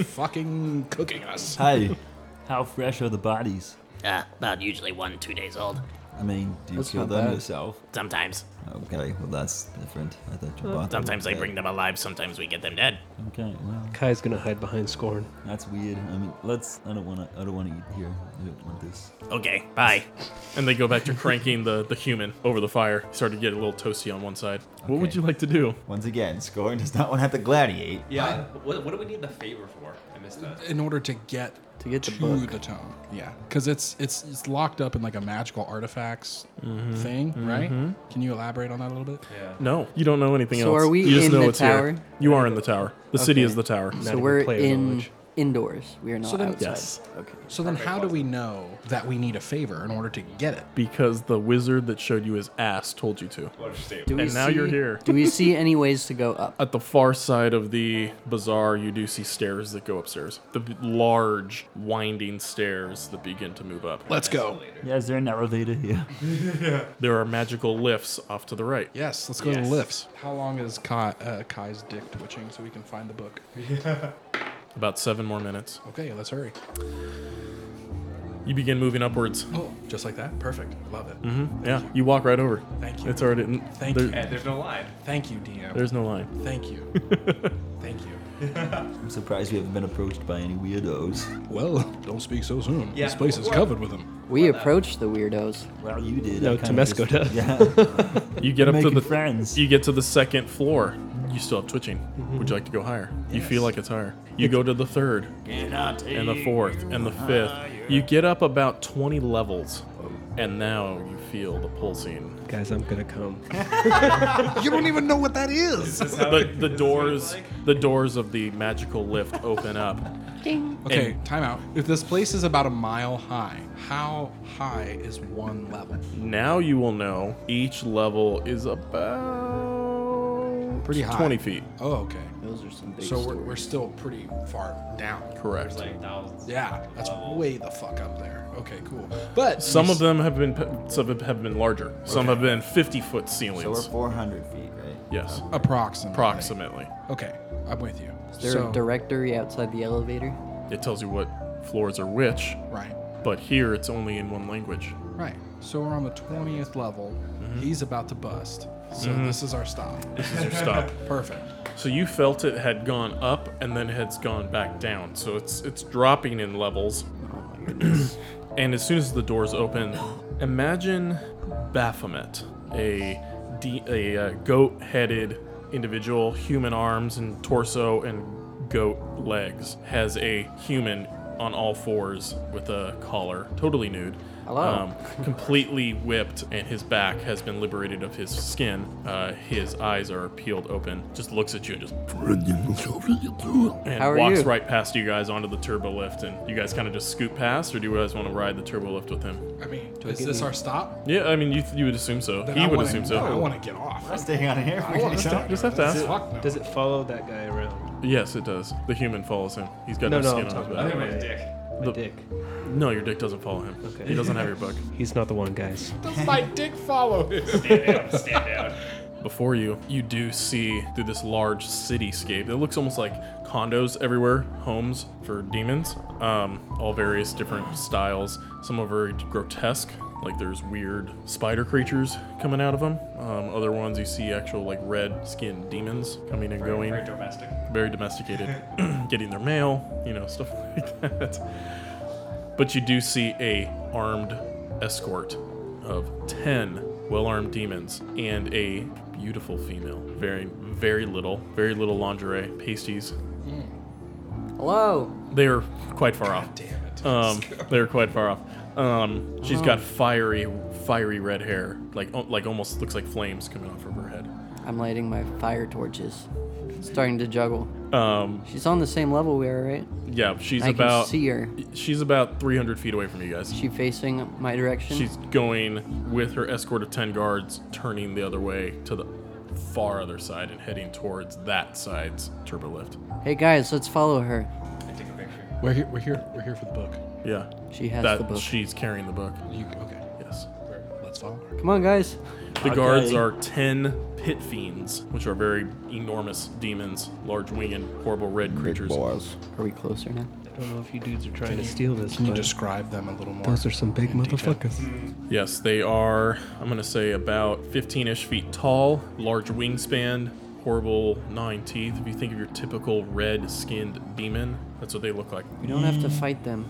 Speaker 1: fucking cooking us?
Speaker 5: Hey, (laughs) how fresh are the bodies?
Speaker 9: Ah, about usually one, two days old.
Speaker 5: I mean, do you
Speaker 4: That's
Speaker 5: kill
Speaker 4: not
Speaker 5: them
Speaker 4: bad.
Speaker 5: yourself?
Speaker 9: Sometimes.
Speaker 5: Okay, well that's different. I thought you bought them.
Speaker 9: Sometimes they bring them alive, sometimes we get them dead.
Speaker 5: Okay, well
Speaker 6: Kai's gonna hide behind Scorn.
Speaker 5: that's weird. I mean, let's. I don't want to. I don't want to eat here. I don't want this.
Speaker 9: Okay, bye.
Speaker 3: (laughs) And they go back to cranking the, the human over the fire. Started to get a little toasty on one side. What would
Speaker 5: Okay.
Speaker 3: you like to do?
Speaker 7: Once again, Scorn does not want to have to gladiate.
Speaker 8: Yeah. What, what do we need the favor for? I missed that.
Speaker 1: in order to get
Speaker 4: To get the
Speaker 1: to
Speaker 4: book.
Speaker 1: the tome. Yeah, because it's it's it's locked up in like a magical artifacts
Speaker 4: Mm-hmm.
Speaker 1: thing, right? Can you elaborate on that a little bit?
Speaker 3: No, you don't know anything
Speaker 4: So
Speaker 3: else.
Speaker 4: are we
Speaker 3: you just
Speaker 4: in
Speaker 3: know
Speaker 4: the
Speaker 3: it's
Speaker 4: tower?
Speaker 3: Here. You are in the tower. The city
Speaker 4: Okay.
Speaker 3: is the tower.
Speaker 4: so
Speaker 6: even
Speaker 4: we're
Speaker 6: player
Speaker 4: in
Speaker 6: knowledge.
Speaker 4: indoors. We are not
Speaker 1: then-
Speaker 4: outside.
Speaker 3: Yes.
Speaker 4: Okay.
Speaker 1: So then, how do we know that we need a favor in order to get it?
Speaker 3: Because the wizard that showed you his ass told you to.
Speaker 4: Do we
Speaker 3: And now you're
Speaker 4: see-
Speaker 3: here.
Speaker 4: Do we see any ways to go up?
Speaker 3: At the far side of the bazaar, you do see stairs that go upstairs. The b- large, winding stairs that begin to move up.
Speaker 1: Let's
Speaker 5: (laughs)
Speaker 1: go.
Speaker 5: Yeah, is there an elevator here? (laughs)
Speaker 3: There are magical lifts off to the right.
Speaker 1: Yes, let's go to the lifts. How long is Kai, uh, Kai's dick twitching so we can find the
Speaker 3: (laughs)
Speaker 1: book?
Speaker 3: About seven more minutes.
Speaker 1: Okay, let's hurry.
Speaker 3: You begin moving upwards.
Speaker 1: Oh, just like that. Perfect. Love it.
Speaker 3: Mm-hmm. Yeah, you walk right over.
Speaker 1: Thank you.
Speaker 3: It's already.
Speaker 1: Thank
Speaker 3: there-
Speaker 1: you.
Speaker 8: And there's no line.
Speaker 1: Thank you, DM.
Speaker 3: There's no line.
Speaker 1: Thank you.
Speaker 3: (laughs)
Speaker 1: Thank you.
Speaker 5: I'm surprised we haven't been approached by any weirdos.
Speaker 1: Well, don't speak so soon.
Speaker 8: Yeah.
Speaker 1: This place is covered with them.
Speaker 4: We approach the weirdos.
Speaker 5: Well, you did.
Speaker 6: No,
Speaker 5: I kinda
Speaker 6: Temesco does.
Speaker 5: Yeah,
Speaker 3: You get up to
Speaker 5: making
Speaker 3: the
Speaker 5: friends.
Speaker 3: You get to the second floor. You still have twitching. Would you like to go higher? You feel like it's higher. You go to the third, and the fourth, and the fifth. You get up about 20 levels, and now you feel the pulsing.
Speaker 6: Guys, I'm gonna come.
Speaker 1: (laughs) You don't even know what that is.
Speaker 3: The, the doors, the doors of the magical lift open up.
Speaker 1: Okay, time out. If this place is about a mile high, how high is one level?
Speaker 3: Now you will know each level is about
Speaker 1: Pretty high.
Speaker 3: 20 feet.
Speaker 1: Oh, okay.
Speaker 4: Those are some big
Speaker 1: So we're, we're still pretty far down.
Speaker 3: Correct.
Speaker 1: Yeah, that's way the fuck up there. Okay, cool. But
Speaker 3: Some of them have been pe- some have been larger. Some have been 50 foot ceilings.
Speaker 7: So we're 400 feet, right?
Speaker 3: yes,
Speaker 1: approximately.
Speaker 3: approximately.
Speaker 1: Okay, I'm with you.
Speaker 4: Is there
Speaker 1: so,
Speaker 4: a directory outside the elevator?
Speaker 3: It tells you what floors are which,
Speaker 1: right,
Speaker 3: but here it's only in one language.
Speaker 1: right. So we're on the twentieth level. He's about to bust. So this is our stop.
Speaker 3: Mm-hmm. This
Speaker 1: (laughs)
Speaker 3: is your stop.
Speaker 1: Mm-hmm. Perfect.
Speaker 3: So you felt it had gone up and then has gone back down. So it's it's dropping in levels.
Speaker 4: Oh,
Speaker 3: (clears throat) and as soon as the doors open, imagine Baphomet, a de- a uh, goat-headed individual, human arms and torso and goat legs, has a human on all fours with a collar, totally nude. Um,
Speaker 4: Hello.
Speaker 3: completely whipped, and his back has been liberated of his skin. Uh, his eyes are peeled open. Just looks at you and just and
Speaker 4: How are
Speaker 3: walks
Speaker 4: you?
Speaker 3: right past you guys onto the turbo lift. And you guys kind of just scoot past, or do you guys want to ride the turbo lift with him?
Speaker 1: I mean, is this our stop?
Speaker 3: Yeah, I mean, you, you would assume so.
Speaker 1: Then
Speaker 3: he
Speaker 1: I
Speaker 3: would
Speaker 1: wanna-
Speaker 3: assume so.
Speaker 1: I want to get off.
Speaker 7: I'm staying out of here.
Speaker 1: I wanna stay-
Speaker 3: Just have to ask.
Speaker 1: Fuck no.
Speaker 6: Does it follow that guy around?
Speaker 3: Yes, it does. The human follows him. He's got
Speaker 6: No,
Speaker 3: no,
Speaker 6: no, I'm
Speaker 3: skin on his
Speaker 6: talking
Speaker 3: back.
Speaker 6: about
Speaker 8: My dick.
Speaker 6: My dick.
Speaker 3: No, your dick doesn't follow him. He doesn't have your book.
Speaker 6: (laughs) He's not the one, guys.
Speaker 1: (laughs) Does my dick follow him?
Speaker 8: Stand down.
Speaker 3: Before you, you do see through this large cityscape that looks almost like condos everywhere, homes for demons, um, all various different styles. Some are very grotesque, like there's weird spider creatures coming out of them. Um, other ones you see actual like red skinned demons coming and going.
Speaker 8: Very domestic.
Speaker 3: very domesticated,
Speaker 8: (laughs)
Speaker 3: (clears throat) getting their mail, you know, stuff (laughs) like that. But you do see a armed escort of 10 well-armed demons and a beautiful female. Very very little, very little lingerie, pasties.
Speaker 4: Hello.
Speaker 3: They are quite far off. Damn it.
Speaker 8: (laughs)
Speaker 3: Um, they are quite far off. Um, she's got fiery fiery red hair, like oh, like almost looks like flames coming off of her head.
Speaker 4: I'm lighting my fire torches. Starting to juggle. Um, She's on the same level we are, right?
Speaker 3: Yeah, she's
Speaker 4: I
Speaker 3: about
Speaker 4: can see her.
Speaker 3: she's about 300 feet away from you guys.
Speaker 4: She facing my direction.
Speaker 3: She's going with her escort of 10 guards, turning the other way to the far other side and heading towards that side's turbo lift.
Speaker 4: hey guys, let's follow her.
Speaker 8: I take a picture.
Speaker 1: We're here. We're here. We're here for the book.
Speaker 3: Yeah.
Speaker 4: She has
Speaker 3: that
Speaker 4: the book.
Speaker 3: she's carrying the book.
Speaker 1: You, okay.
Speaker 3: Yes.
Speaker 1: Let's follow her.
Speaker 4: Come on, guys.
Speaker 3: The guards are 10 pit fiends, which are very enormous demons, large winged, horrible red creatures.
Speaker 4: Are we closer now?
Speaker 6: I don't know if you dudes are trying to steal this,
Speaker 1: Can you
Speaker 6: but
Speaker 1: describe them a little more?
Speaker 6: those are some big
Speaker 1: in detail?
Speaker 6: motherfuckers.
Speaker 3: Yes, they are, I'm going to say, about 15 ish feet tall, large wingspan, horrible nine teeth. If you think of your typical red skinned demon, that's what they look like.
Speaker 4: We don't have to fight them.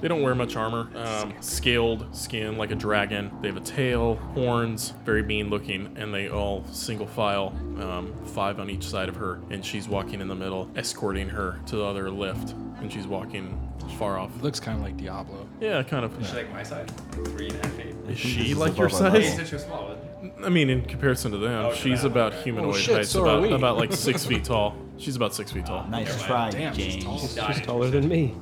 Speaker 3: They don't wear much armor. Um, scaled skin like a dragon. They have a tail, horns, very mean looking, and they all single file, um, five on each side of her. And she's walking in the middle, escorting her to the other lift. And she's walking far off.
Speaker 1: Looks kind of like Diablo.
Speaker 3: Yeah, kind of.
Speaker 8: She like my size? Three and a half feet.
Speaker 3: Is she
Speaker 5: is
Speaker 3: like your
Speaker 5: above our
Speaker 8: She
Speaker 3: size?
Speaker 8: said she was small. but
Speaker 3: I mean, in comparison to them,
Speaker 8: Oh,
Speaker 3: she's
Speaker 8: yeah.
Speaker 3: about humanoid
Speaker 1: Oh, shit,
Speaker 3: height,
Speaker 1: so are
Speaker 3: about,
Speaker 1: we.
Speaker 3: about like six feet tall. She's about six feet tall.
Speaker 5: Nice try,
Speaker 1: Damn, she's tall.
Speaker 5: James.
Speaker 1: as
Speaker 6: She's taller than
Speaker 1: (laughs)
Speaker 6: me.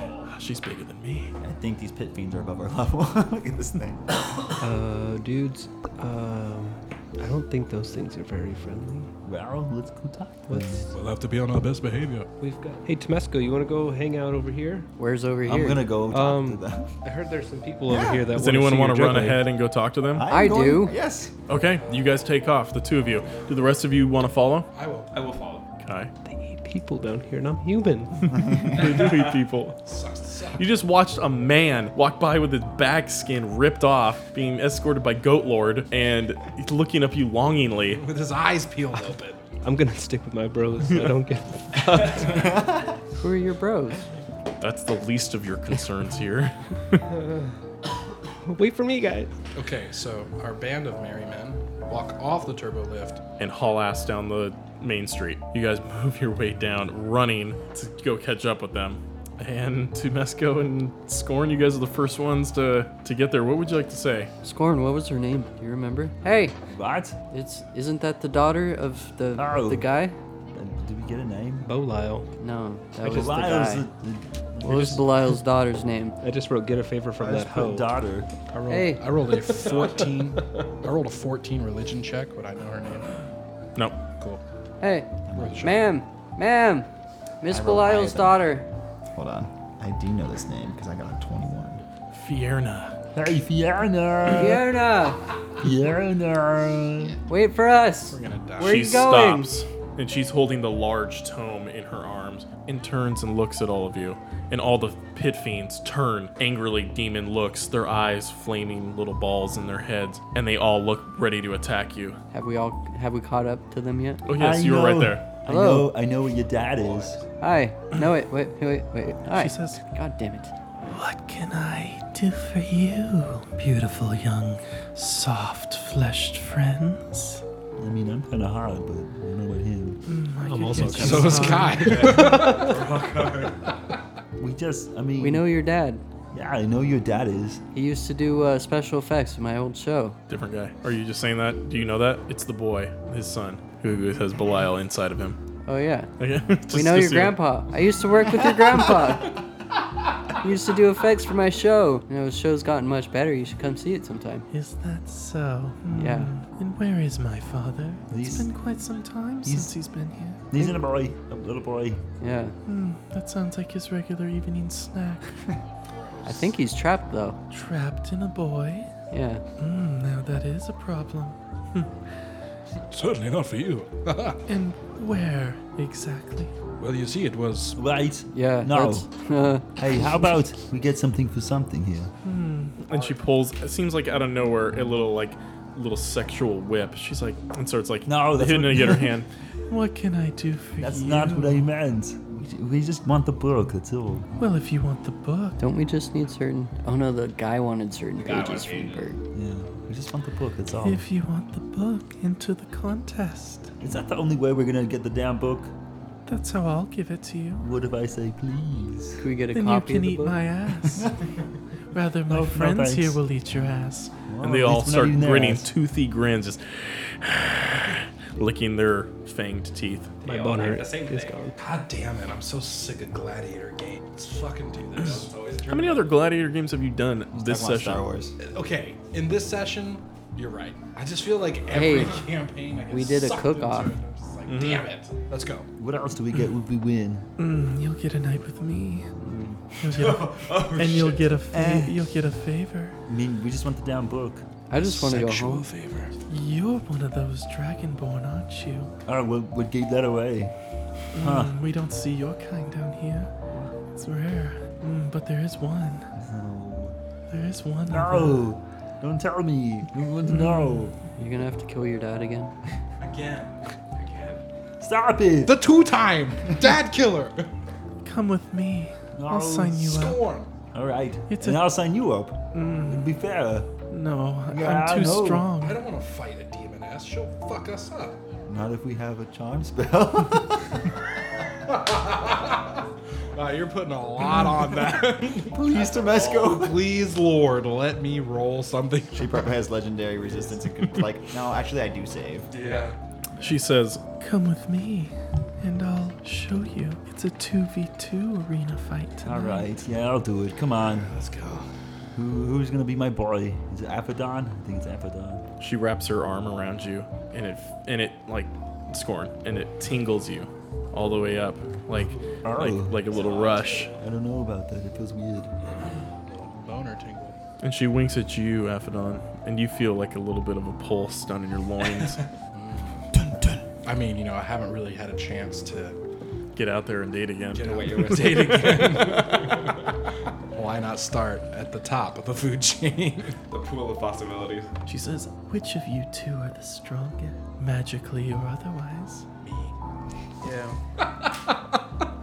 Speaker 1: Ah,
Speaker 3: She's bigger than me.
Speaker 5: I think these pit fiends are above our level. (laughs) Look at this thing.
Speaker 6: Uh, dudes, um, I don't think those things are very friendly.
Speaker 5: Well, let's go talk to
Speaker 6: Let's.
Speaker 5: them.
Speaker 1: We'll have to be on our best behavior.
Speaker 6: We've got. Hey, Temesco, you want to go hang out over here?
Speaker 4: Where's over here?
Speaker 5: I'm gonna go talk
Speaker 6: Um,
Speaker 5: to them.
Speaker 6: I heard there's some people over here that.
Speaker 3: Does
Speaker 6: wanna
Speaker 3: anyone
Speaker 6: see
Speaker 3: want to
Speaker 6: your
Speaker 3: run
Speaker 6: juggling.
Speaker 3: ahead and go talk to them?
Speaker 5: I'm
Speaker 4: I
Speaker 5: going-
Speaker 4: do.
Speaker 5: Yes.
Speaker 3: Okay, you guys take off, the two of you. Do the rest of you want to follow?
Speaker 1: I will.
Speaker 8: I will
Speaker 5: (laughs)
Speaker 8: follow.
Speaker 3: Okay.
Speaker 6: They eat people down here, and I'm human.
Speaker 3: (laughs) They do eat people. You just watched a man walk by with his back skin ripped off, being escorted by Goat Lord, and he's looking up you longingly.
Speaker 1: With his eyes peeled open.
Speaker 6: I'm gonna (laughs) stick with my bros. so I don't get.
Speaker 4: Who are your bros?
Speaker 3: (laughs) That's the least of your concerns here.
Speaker 4: Uh, (coughs)
Speaker 6: Wait for me, guys.
Speaker 1: Okay, so our band of merry men walk off the turbo lift.
Speaker 3: And haul ass down the main street. You guys (laughs) move your way down, running to go catch up with them. And Tumesco and Scorn, you guys are the first ones to, to get there. What would you like to say?
Speaker 4: Scorn, what was her name? Do you remember? Hey,
Speaker 5: What?
Speaker 4: it's isn't that the daughter of the
Speaker 5: Oh.
Speaker 4: the guy?
Speaker 5: Uh, Did we get a name?
Speaker 6: Bo Lyle.
Speaker 4: No, that
Speaker 5: Like
Speaker 4: was the
Speaker 5: Lyle's
Speaker 4: guy.
Speaker 5: the- the-
Speaker 4: What was Belial's daughter's name?
Speaker 6: I just wrote get a favor from
Speaker 5: Lyle's
Speaker 6: that hoe.
Speaker 5: daughter.
Speaker 1: I rolled,
Speaker 4: Hey.
Speaker 1: I rolled
Speaker 4: (laughs)
Speaker 1: a 14. I rolled a 14 religion check. Would I know her name?
Speaker 3: Nope.
Speaker 1: Cool.
Speaker 4: Hey,
Speaker 1: Really sure.
Speaker 4: ma'am, ma'am, Miss
Speaker 5: I rolled
Speaker 4: Belial's
Speaker 5: high, then.
Speaker 4: daughter.
Speaker 5: Hold on. I do know this name because I got a 21.
Speaker 3: Fierna.
Speaker 5: Hey, Fiona.
Speaker 4: Fiona,
Speaker 5: Fiona.
Speaker 4: wait for us.
Speaker 1: We're gonna die.
Speaker 4: Where are
Speaker 3: she
Speaker 4: you going?
Speaker 3: stops and she's holding the large tome in her arms and turns and looks at all of you and all the pit fiends turn angrily demon looks their eyes flaming little balls in their heads and they all look ready to attack you
Speaker 4: Have we all have we caught up to them yet?
Speaker 3: oh yes
Speaker 5: I
Speaker 3: you were right
Speaker 5: know-
Speaker 3: there
Speaker 5: I
Speaker 4: Hello.
Speaker 5: know, I know what your dad is.
Speaker 4: Hi. No wait wait wait wait. Hi.
Speaker 3: says-
Speaker 4: God damn it.
Speaker 10: What can I do for you, beautiful young, soft fleshed friends?
Speaker 5: I mean, I'm kind of hard, but I know about him.
Speaker 6: I'm also kind
Speaker 1: So is Kai.
Speaker 6: (laughs)
Speaker 1: (laughs)
Speaker 5: We just, I mean,
Speaker 4: We know your dad.
Speaker 5: Yeah, I know your dad is.
Speaker 4: He used to do uh, special effects in my old show.
Speaker 3: Different guy. Are you just saying that? Do you know that? It's the boy, his son, who has Belial inside of him.
Speaker 4: Oh yeah.
Speaker 3: Okay.
Speaker 10: (laughs)
Speaker 4: we
Speaker 3: Just
Speaker 4: know your
Speaker 3: assume.
Speaker 4: grandpa. I used to work with your grandpa. He used to do effects for my show. You know, the show's gotten much better. You should come see it sometime.
Speaker 10: Is that so?
Speaker 4: Yeah.
Speaker 10: Hmm. And where is my father?
Speaker 5: He's-
Speaker 10: it's been quite some time
Speaker 5: he's-
Speaker 10: since he's been here.
Speaker 5: He's in a boy, a little boy.
Speaker 4: Yeah.
Speaker 10: Hmm, that sounds like his regular
Speaker 5: (laughs)
Speaker 10: evening snack.
Speaker 4: I think he's trapped though.
Speaker 10: Trapped in a boy.
Speaker 4: Yeah.
Speaker 10: Hmm, now that is
Speaker 5: (laughs)
Speaker 10: a problem.
Speaker 1: Certainly not for you.
Speaker 10: And where exactly?
Speaker 1: well, you see, it was.
Speaker 5: Right.
Speaker 4: Yeah.
Speaker 5: No.
Speaker 4: that's- uh,
Speaker 5: (laughs) hey,
Speaker 4: (laughs)
Speaker 5: how
Speaker 1: (laughs)
Speaker 5: about we get something for something here?
Speaker 10: Hmm,
Speaker 3: And she pulls. It seems like out of nowhere a little like little sexual whip. She's like and starts like
Speaker 5: No, that's
Speaker 3: hitting
Speaker 5: what-
Speaker 3: it get her
Speaker 5: (laughs)
Speaker 3: hand.
Speaker 10: What can I do for
Speaker 5: That's
Speaker 10: you?
Speaker 5: not what I meant. We- We just want the book, that's all.
Speaker 10: Well, if you want the book,
Speaker 4: Don't we just need certain? Oh no, the guy wanted certain pages from Bert.
Speaker 5: Yeah. We just want the book, that's all.
Speaker 10: if you want the book, into the contest.
Speaker 5: Is that the only way we're gonna get the damn book?
Speaker 10: That's how I'll give it to you.
Speaker 5: What if I say please?
Speaker 4: Can we get a
Speaker 10: Then you
Speaker 4: copy
Speaker 10: can
Speaker 4: of the
Speaker 10: eat
Speaker 4: book?
Speaker 10: my
Speaker 5: (laughs)
Speaker 10: ass. Rather, my
Speaker 5: No, no
Speaker 10: friends here
Speaker 5: thanks.
Speaker 10: will eat your ass.
Speaker 5: Well,
Speaker 3: And they
Speaker 5: at
Speaker 3: all
Speaker 5: least we're not
Speaker 3: start
Speaker 5: eating their
Speaker 3: grinning,
Speaker 5: ass.
Speaker 3: toothy grins, just (sighs) licking their fanged teeth.
Speaker 6: My
Speaker 8: all
Speaker 6: boner
Speaker 8: think the same
Speaker 6: is
Speaker 8: thing.
Speaker 6: gone.
Speaker 1: God damn it! I'm so sick of gladiator games. Let's fucking do this.
Speaker 3: How many other gladiator games have you done this
Speaker 7: Talking about Star
Speaker 3: session?
Speaker 7: Wars.
Speaker 1: okay, in this session, you're right. I just feel like
Speaker 4: Hey,
Speaker 1: every campaign I get
Speaker 4: we did a
Speaker 1: sucked
Speaker 4: cook-off. Mm-hmm.
Speaker 1: into it. I'm just like, damn it, let's go.
Speaker 5: What else do we get if we win?
Speaker 10: Mm, you'll get a night with me.
Speaker 5: Mm.
Speaker 10: You'll
Speaker 5: (laughs)
Speaker 10: get a,
Speaker 5: Oh,
Speaker 10: and you'll get a
Speaker 5: Eh.
Speaker 10: fa- you'll get a favor.
Speaker 5: I mean, we just want the damn book.
Speaker 4: I just want to go home.
Speaker 1: favor.
Speaker 10: You're one of those dragonborn, aren't you?
Speaker 5: Alright, we'll, we'll give that away. Huh.
Speaker 10: Mm, we don't see your kind down here. It's rare. Mm, but there is one.
Speaker 5: No.
Speaker 10: There is one. around.
Speaker 5: No! Don't tell me! No one wants to know!
Speaker 4: You're gonna have to kill your dad again.
Speaker 1: Again, again.
Speaker 5: Stop it!
Speaker 1: The two-time
Speaker 3: Uh,
Speaker 1: dad killer.
Speaker 10: Come with me.
Speaker 5: No,
Speaker 10: I'll sign you up.
Speaker 1: Scorn.
Speaker 5: Alright,
Speaker 10: It's
Speaker 5: and
Speaker 10: a- Mm.
Speaker 5: i I'll sign you up. It'd be fair.
Speaker 10: No,
Speaker 5: Yeah,
Speaker 10: I'm too
Speaker 5: no.
Speaker 1: I
Speaker 10: strong.
Speaker 1: don't want to fight a demoness. She'll fuck us up.
Speaker 5: Not if we have a charm spell.
Speaker 1: Wow, you're putting a lot on that.
Speaker 5: Please, Tomesco!
Speaker 1: Please, Lord, let me roll something.
Speaker 7: Oh, She probably has legendary resistance and could, like, no, actually, I do save.
Speaker 1: Yeah.
Speaker 3: She says,
Speaker 10: Come with me, and I'll show you. It's a two v two arena fight. tonight.
Speaker 5: Alright, yeah, I'll do it. Come on.
Speaker 1: Let's go.
Speaker 5: Who, who's gonna be my boy? Is it Aphodon? I think it's Aphodon.
Speaker 3: she wraps her arm around you, and it and it like scorn, and it tingles you all the way up, like
Speaker 5: Oh.
Speaker 3: like like a little rush.
Speaker 5: I don't know about that. It feels weird.
Speaker 1: Boner tingle.
Speaker 3: And she winks at you, Aphodon, and you feel like a little bit of a pulse down in your
Speaker 1: (laughs)
Speaker 3: loins.
Speaker 1: I mean, you know, I haven't really had a chance to
Speaker 3: Get out there and date again.
Speaker 1: get away with it again. (laughs) Why not start at the top of the food chain?
Speaker 8: The pool of possibilities.
Speaker 10: She says, Which of you two are the stronger, magically or otherwise? Me. Yeah.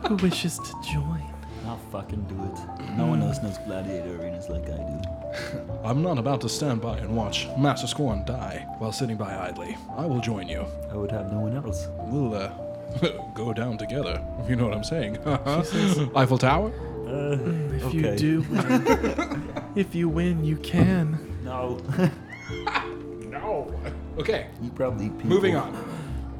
Speaker 10: Who wishes to join?
Speaker 5: I'll fucking do it. No one else knows gladiator arenas like I do.
Speaker 1: Hmm. (laughs) I'm not about to stand by and watch Master Scorn die while sitting by idly. I will join you.
Speaker 5: I would have no one else.
Speaker 1: We'll uh, (laughs) go down together. You know what I'm saying? (laughs) Uh-huh. Eiffel Tower?
Speaker 5: Uh,
Speaker 10: "Hmm, If
Speaker 5: okay. (laughs)
Speaker 10: you do win,
Speaker 3: (laughs)
Speaker 10: if you win, you can.
Speaker 5: No.
Speaker 1: No. (laughs) Okay.
Speaker 5: you probably people.
Speaker 1: Moving on.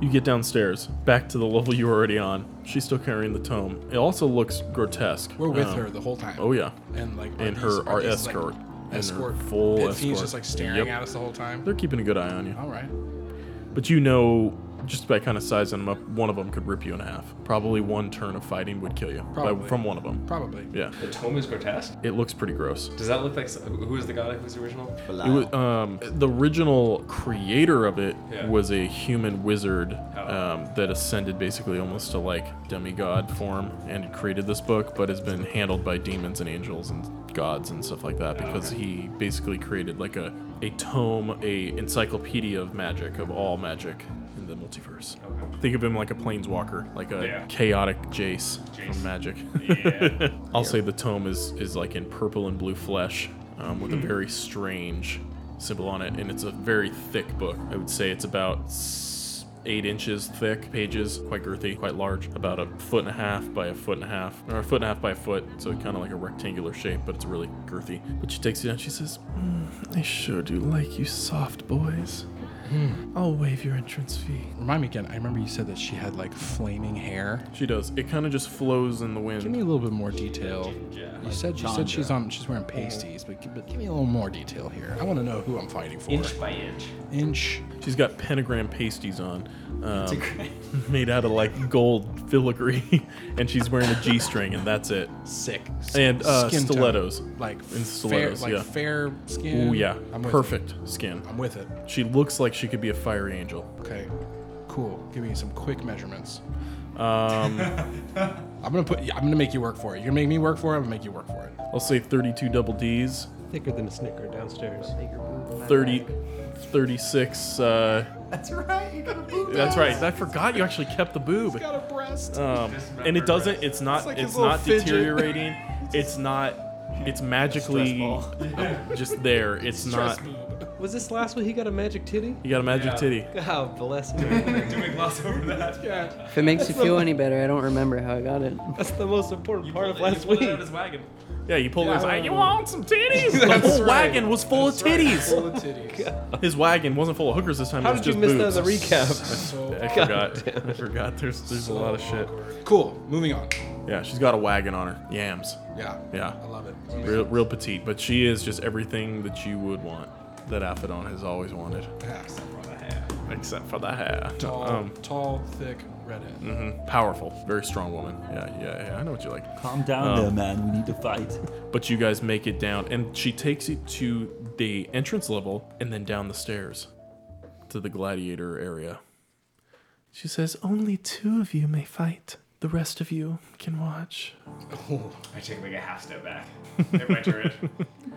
Speaker 3: You get downstairs, back to the level you were already on. She's still carrying the tome. It also looks grotesque.
Speaker 1: We're with
Speaker 3: Um,
Speaker 1: her the whole time.
Speaker 3: Oh yeah,
Speaker 1: And like
Speaker 3: and
Speaker 1: these-
Speaker 3: her our
Speaker 1: these, like,
Speaker 3: escort, and her
Speaker 1: escort.
Speaker 3: full
Speaker 1: and
Speaker 3: escort.
Speaker 1: He's just like staring
Speaker 3: Yep.
Speaker 1: at us the whole time.
Speaker 3: They're keeping a good eye on you,
Speaker 1: All right.
Speaker 3: but you know, just by kind of sizing them up, one of them could rip you in half. Probably one turn of fighting would kill you. By-
Speaker 1: Probably.
Speaker 3: from one of them.
Speaker 1: Probably.
Speaker 3: Yeah,
Speaker 8: The tome is grotesque.
Speaker 3: it looks pretty gross.
Speaker 8: Does that look like who is the god? Who's the original?
Speaker 3: It was, um, the original creator of it
Speaker 8: Yeah.
Speaker 3: was a human wizard
Speaker 8: Oh.
Speaker 3: um, that ascended basically almost to like demigod form and created this book, but has been handled by demons and angels and gods and stuff like that because he basically created like a, a tome, a encyclopedia of magic of all magic in the multiverse. Think of him like a planeswalker, like a
Speaker 8: Yeah.
Speaker 3: chaotic Jace, from Magic.
Speaker 8: Yeah.
Speaker 3: (laughs) I'll say the tome is is like in purple and blue flesh, um,
Speaker 8: Hmm.
Speaker 3: with a very strange symbol on it, and it's a very thick book. I would say it's about s- eight inches thick pages, quite girthy, quite large, about a foot and a half by a foot and a half, or a foot and a half by a foot, so kind of like a rectangular shape, but it's really girthy. But she takes it out, she says,
Speaker 10: Mm, I sure do like you soft boys.
Speaker 1: Hmm.
Speaker 10: I'll waive your entrance fee.
Speaker 1: Remind me again. I remember you said that she had like flaming hair.
Speaker 3: She does. It kind of just flows in the wind.
Speaker 1: Give me a little bit more detail. You said you said she's on. She's wearing pasties, but give, but give me a little more detail here. I want to know who I'm fighting for.
Speaker 8: Inch by inch.
Speaker 1: Inch.
Speaker 3: She's got pentagram pasties on, um, (laughs) made out of like gold filigree, (laughs) and she's wearing a G-string, and that's it.
Speaker 1: Sick.
Speaker 3: And uh,
Speaker 1: Skin tone.
Speaker 3: stilettos,
Speaker 1: Like
Speaker 3: and stilettos,
Speaker 1: fair,
Speaker 3: yeah.
Speaker 1: like fair skin.
Speaker 3: Ooh, yeah,
Speaker 1: I'm with it.
Speaker 3: perfect skin.
Speaker 1: I'm with it.
Speaker 3: She looks like she could be a fiery angel.
Speaker 1: Okay, cool. Give me some quick measurements.
Speaker 8: (laughs)
Speaker 3: Um,
Speaker 1: I'm gonna put. I'm gonna make you work for it. You're gonna make me work for it. I'm gonna make you work for it.
Speaker 3: I'll say 32 double D's,
Speaker 6: Thicker than a Snicker downstairs.
Speaker 3: 30, 36. Uh,
Speaker 7: That's right. You got a boob.
Speaker 3: that's right. I forgot you actually kept the boob.
Speaker 1: a breast.
Speaker 3: um, and it doesn't it's not it's,
Speaker 1: like his little
Speaker 3: not
Speaker 1: fidget.
Speaker 3: deteriorating it's not it's magically just there it's not
Speaker 6: Was this last week he got a magic titty?
Speaker 3: you got a magic
Speaker 8: Yeah.
Speaker 3: titty
Speaker 6: God bless
Speaker 8: (laughs)
Speaker 6: me.
Speaker 8: Do we gloss over that? Yeah.
Speaker 4: If it makes you feel any better, I don't remember how I got it.
Speaker 6: That's the most important part of
Speaker 8: Pulled it-
Speaker 6: last
Speaker 8: he pulled
Speaker 6: week.
Speaker 8: it out of his wagon.
Speaker 3: yeah you pull his
Speaker 8: Like, you want some
Speaker 6: (laughs)
Speaker 8: titties?
Speaker 3: the whole
Speaker 6: right.
Speaker 3: wagon was full of
Speaker 6: (laughs)
Speaker 3: titties
Speaker 1: The
Speaker 3: (laughs)
Speaker 1: titties.
Speaker 3: his wagon wasn't full of hookers this time
Speaker 6: How
Speaker 3: it was
Speaker 6: did you
Speaker 3: just
Speaker 6: miss
Speaker 3: boobs.
Speaker 6: that as a recap?
Speaker 3: (laughs) I forgot. I forgot. There's there's a lot of shit.
Speaker 1: Cool. Moving on.
Speaker 3: Yeah, she's got a wagon on her. Yams.
Speaker 1: Yeah.
Speaker 3: Yeah.
Speaker 1: I love it.
Speaker 3: Real real petite, but she is just everything that you would want. That Aphodon has always wanted,
Speaker 1: Pass.
Speaker 3: except for the hair.
Speaker 1: Tall,
Speaker 3: Um,
Speaker 1: tall, thick, redhead.
Speaker 3: mhm. powerful, very strong woman. Yeah, yeah, yeah. I know what you like. Um,
Speaker 5: Calm down there, man. We need to fight.
Speaker 3: but you guys make it down and she takes you to the entrance level and then down the stairs to the gladiator area
Speaker 10: She says, Only two of you may fight. The rest of you can watch.
Speaker 8: I take like a half step back. Everybody turn.
Speaker 10: (laughs)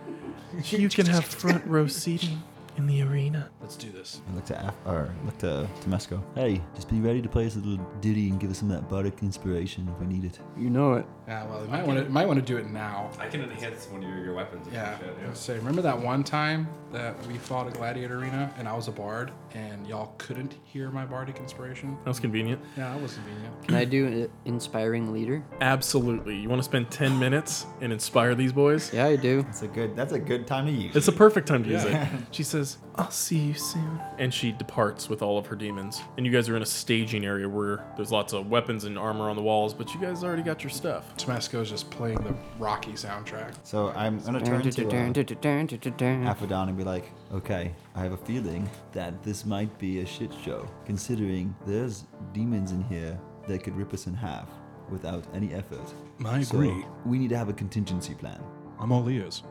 Speaker 10: You can have front row seating in the arena.
Speaker 1: Let's do this.
Speaker 7: I look to Af- or look to Temesco.
Speaker 5: Hey, just be ready to play us a little ditty and give us some of that bardic inspiration if we need it.
Speaker 4: You know it.
Speaker 1: Yeah. Well, you might want to might want to do it now.
Speaker 8: I can enhance one of your, your weapons. if
Speaker 1: Yeah.
Speaker 8: you should,
Speaker 1: Let's Say, remember that one time that we fought a gladiator arena and I was a bard and y'all couldn't hear my bardic inspiration?
Speaker 3: that was convenient
Speaker 1: Yeah, that was convenient.
Speaker 4: Can
Speaker 1: (clears throat)
Speaker 4: I do an inspiring leader?
Speaker 3: absolutely you want to spend 10 minutes and inspire these boys
Speaker 4: Yeah, I do.
Speaker 7: That's a good. That's a good time to use.
Speaker 3: it's the perfect time to use it
Speaker 10: She says, I'll see you soon.
Speaker 3: and she departs with all of her demons and you guys are in a staging area where there's lots of weapons and armor on the walls but you guys already got your stuff
Speaker 1: Tomesco's just playing the Rocky soundtrack.
Speaker 7: so I'm gonna turn to uh, Aphodon and be like, "Okay, I have a feeling
Speaker 5: That this might be a shit show, considering there's demons in here that could rip us in half without any effort.
Speaker 1: I
Speaker 5: So, we need to have a contingency plan.
Speaker 1: I'm all ears.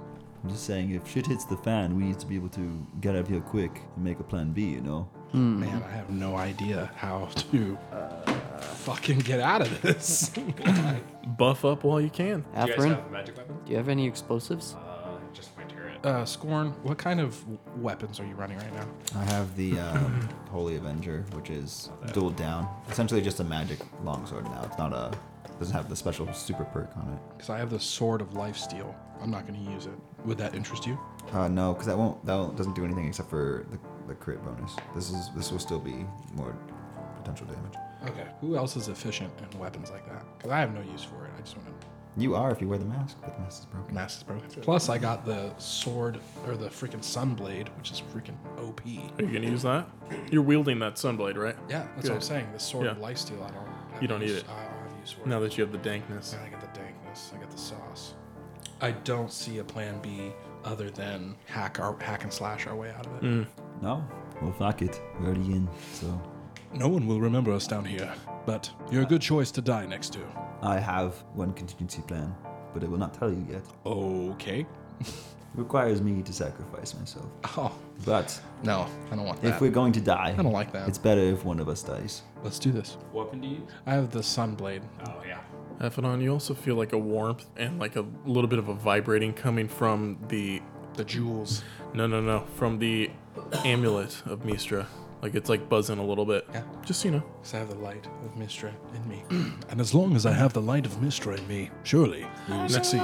Speaker 5: I'm just saying, if shit hits the fan, we need to be able to get out of here quick and make a plan B, you know?
Speaker 4: Hmm.
Speaker 1: Man, I have no idea how to uh, fucking get out of this.
Speaker 3: (laughs) buff up while you can
Speaker 8: yeah. Do you guys
Speaker 4: Afrin,
Speaker 8: have magic weapons?
Speaker 4: do you have any explosives?
Speaker 8: Uh, just my turret.
Speaker 1: uh, Scorn, what kind of weapons are you running right now?
Speaker 7: I have the um, (clears throat) Holy Avenger, which is dual down. Essentially, just a magic longsword now. It's not a doesn't have the special super perk on it.
Speaker 1: Because I have the Sword of Lifesteal. I'm not going to use it. Would that interest you?
Speaker 7: Uh, no, because that won't that won't, doesn't do anything except for the, the crit bonus. This is this will still be more potential damage.
Speaker 1: Okay. Who else is efficient in weapons like that? Because I have no use for it. I just want to
Speaker 7: You are if you wear the mask, but the mask is broken.
Speaker 1: Mask is broken. Plus, I got the sword or the freaking sunblade, which is freaking OP.
Speaker 3: are you gonna use that you're wielding that sunblade right
Speaker 1: Yeah, that's what I'm saying. The sword of
Speaker 3: Yeah.
Speaker 1: lifesteal. I don't. Have
Speaker 3: You don't need
Speaker 1: use-
Speaker 3: it.
Speaker 1: I don't have use for
Speaker 3: now
Speaker 1: it.
Speaker 3: that you have the dankness
Speaker 1: I got the dankness. I got the sauce. I don't see a plan B other than hack our hack and slash our way out of it.
Speaker 3: Mm.
Speaker 5: No? Well, fuck it. We're already in, so.
Speaker 1: No one will remember us down here, but you're a good choice to die next to.
Speaker 5: I have one contingency plan, but I will not tell you yet.
Speaker 1: Okay.
Speaker 5: It requires me to sacrifice myself.
Speaker 1: Oh
Speaker 5: But
Speaker 1: no, I don't want
Speaker 5: if
Speaker 1: that.
Speaker 5: we're going to die,
Speaker 1: I don't like that.
Speaker 5: It's better if one of us dies.
Speaker 1: Let's do this.
Speaker 8: What weapon do you use?
Speaker 1: I have the sunblade.
Speaker 8: Oh yeah.
Speaker 3: Ephanon, you also feel like a warmth and like a little bit of a vibrating coming from the
Speaker 1: The jewels.
Speaker 3: no no no from the amulet of Mistra. Like it's like buzzing a little bit.
Speaker 1: Yeah.
Speaker 3: Just you know.
Speaker 1: Because I have the light of Mistra in me. (clears throat) and as long as I have the light of Mistra in me, surely we will succeed.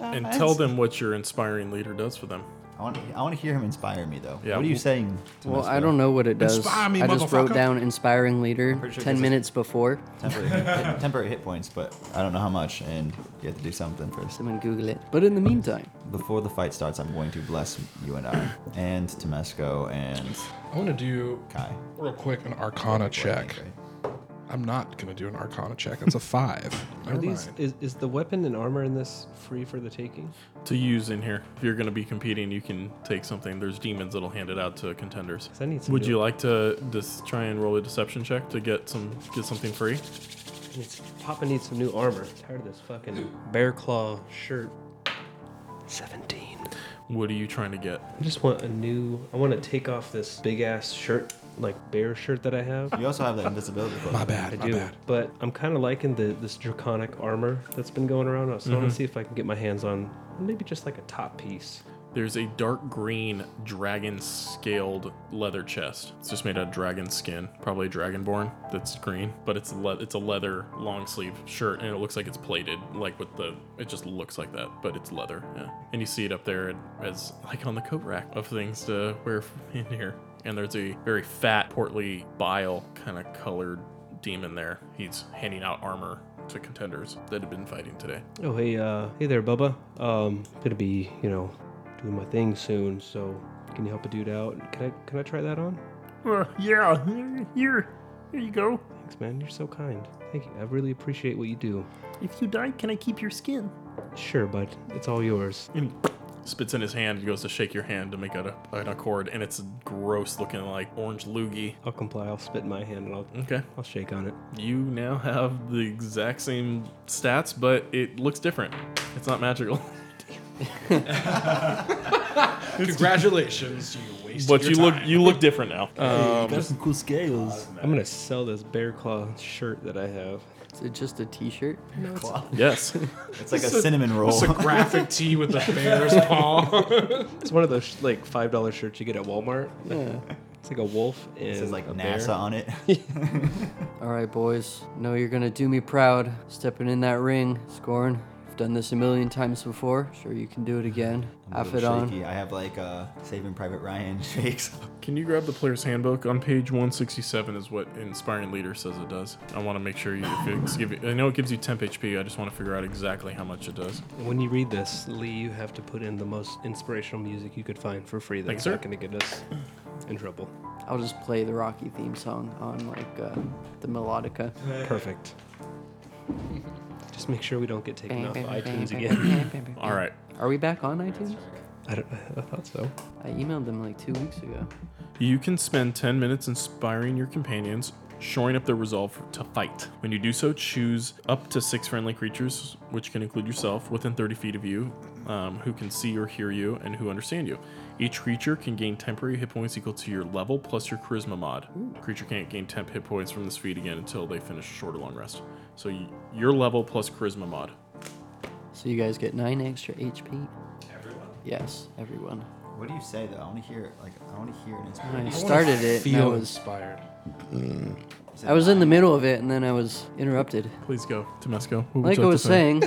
Speaker 3: And tell them what your inspiring leader does for them.
Speaker 7: I I want, I want to hear him inspire me, though.
Speaker 4: Yeah,
Speaker 7: what are you
Speaker 4: well-
Speaker 7: saying? To
Speaker 4: Well,
Speaker 7: Miss
Speaker 4: I
Speaker 7: Will?
Speaker 4: don't know what it does.
Speaker 7: Inspire me,
Speaker 4: I just wrote
Speaker 7: motherfucker.
Speaker 4: down inspiring leader
Speaker 7: pretty sure
Speaker 4: 10
Speaker 7: this is-
Speaker 4: minutes before.
Speaker 7: Temporary
Speaker 4: (laughs)
Speaker 7: hit, temporary hit points, but I don't know how much, and you have to do something first.
Speaker 4: Someone Google it. But in the meantime,
Speaker 7: before the fight starts, I'm going to bless you and I, and Tomesco, and
Speaker 1: I want to do
Speaker 7: Kai.
Speaker 1: real quick an Arcana check. I'm not gonna do an Arcana check. That's a (laughs) five.
Speaker 6: Are
Speaker 1: Never
Speaker 6: these,
Speaker 1: mind.
Speaker 6: is, is the weapon and armor in this free for the taking?
Speaker 3: to use in here. If you're going to be competing, you can take something. There's demons that'll hand it out to contenders.
Speaker 6: I need some
Speaker 3: Would
Speaker 6: new-
Speaker 3: you like to just try and roll a deception check to get some get something free?
Speaker 6: It's, Papa needs some new armor. Tired of this fucking bear claw shirt. Seventeen.
Speaker 3: What are you trying to get?
Speaker 6: I just want a new. I want to take off this big ass shirt, like bear shirt that I have.
Speaker 7: You also have that invisibility cloak. My bad,
Speaker 6: I
Speaker 7: my
Speaker 6: do,
Speaker 7: bad.
Speaker 6: but I'm kind of liking the this draconic armor that's been going around. So I want
Speaker 3: Mhm.
Speaker 6: to see if I can get my hands on maybe just like a top piece.
Speaker 3: There's a dark green dragon scaled leather chest. It's just made out of dragon skin, probably dragonborn. That's green, but it's le- it's a leather long sleeve shirt, and it looks like it's plated, like with the. It just looks like that, but it's leather. Yeah, and you see it up there as like on the coat rack of things to wear (laughs) in here. And there's a very fat, portly, bile kind of colored demon there. He's handing out armor to contenders that have been fighting today.
Speaker 6: Oh hey, uh, hey there, Bubba. Um, gonna be you know doing my thing soon. So can you help a dude out? Can I can I try that on?
Speaker 3: yeah, here, here you go.
Speaker 6: Thanks, man. You're so kind. Thank you. I really appreciate what you do.
Speaker 3: If you die, can I keep your skin?
Speaker 6: Sure, bud. It's all yours.
Speaker 3: Spits in his hand and goes to shake your hand to make out a, an accord, and it's gross looking like orange loogie.
Speaker 6: I'll comply. I'll spit in my hand and I'll
Speaker 3: okay.
Speaker 6: I'll shake on it.
Speaker 3: You now have the exact same stats, but it looks different. It's not magical.
Speaker 1: (laughs)
Speaker 3: (laughs)
Speaker 1: Congratulations, you wasted
Speaker 3: But
Speaker 1: your
Speaker 3: you look
Speaker 1: time.
Speaker 3: you look different now. Um,
Speaker 5: cool scales.
Speaker 6: I'm gonna sell this bear claw shirt that I have.
Speaker 4: Is it just a T-shirt?
Speaker 6: No,
Speaker 7: Claw.
Speaker 4: (laughs)
Speaker 3: Yes.
Speaker 7: It's like a cinnamon roll.
Speaker 1: tee with a bear's paw.
Speaker 6: it's one of those like five dollar shirts you get at Walmart.
Speaker 4: Yeah.
Speaker 6: It's like a wolf and
Speaker 7: It says like
Speaker 6: a
Speaker 7: NASA
Speaker 6: bear. (laughs)
Speaker 7: on it. (laughs)
Speaker 4: All right, boys. Know you're gonna do me proud. Stepping in that ring, scoring. You've done this a million times before. Sure, you can do it again.
Speaker 7: (laughs) I'm a
Speaker 4: Half it
Speaker 7: little
Speaker 4: on.
Speaker 7: shaky. I have like uh, Saving Private Ryan (laughs) shakes.
Speaker 3: Can you grab the player's handbook on page 167? Is what inspiring leader says it does. I want to make sure you. If it's give you I know it gives you temp HP. I just want to figure out exactly how much it does.
Speaker 6: When you read this, Lee, you have to put in the most inspirational music you could find for free.
Speaker 3: Thanks,
Speaker 6: That's
Speaker 3: sir.
Speaker 6: not gonna get us in trouble.
Speaker 4: I'll just play the Rocky theme song on like uh, the melodica.
Speaker 6: Perfect. Just make sure we don't get taken
Speaker 4: Bam,
Speaker 6: off
Speaker 4: bam,
Speaker 6: iTunes
Speaker 4: bam,
Speaker 6: again.
Speaker 4: bam, bam, bam,
Speaker 3: All right.
Speaker 4: Are we back on iTunes?
Speaker 6: I, don't, I thought so.
Speaker 4: I emailed them like two weeks ago.
Speaker 3: You can spend 10 minutes inspiring your companions, shoring up their resolve to fight. When you do so, choose up to six friendly creatures, which can include yourself, within 30 feet of you, um, who can see or hear you and who understand you. Each creature can gain temporary hit points equal to your level plus your charisma mod. Creature can't gain temp hit points from this feat again until they finish a short or long rest. So y- your level plus charisma mod.
Speaker 4: So you guys get nine extra HP. Everyone. Yes, everyone.
Speaker 7: What do you say though? I want to hear like I want to hear an
Speaker 4: When I
Speaker 7: inspiration.
Speaker 4: started it. and I
Speaker 1: feel
Speaker 4: was, Mm.
Speaker 1: inspired.
Speaker 4: I was in the middle of it, and then I was interrupted.
Speaker 3: Please go, Temesco. What would
Speaker 4: Like I
Speaker 3: you to
Speaker 4: was
Speaker 3: say? (laughs)
Speaker 4: saying,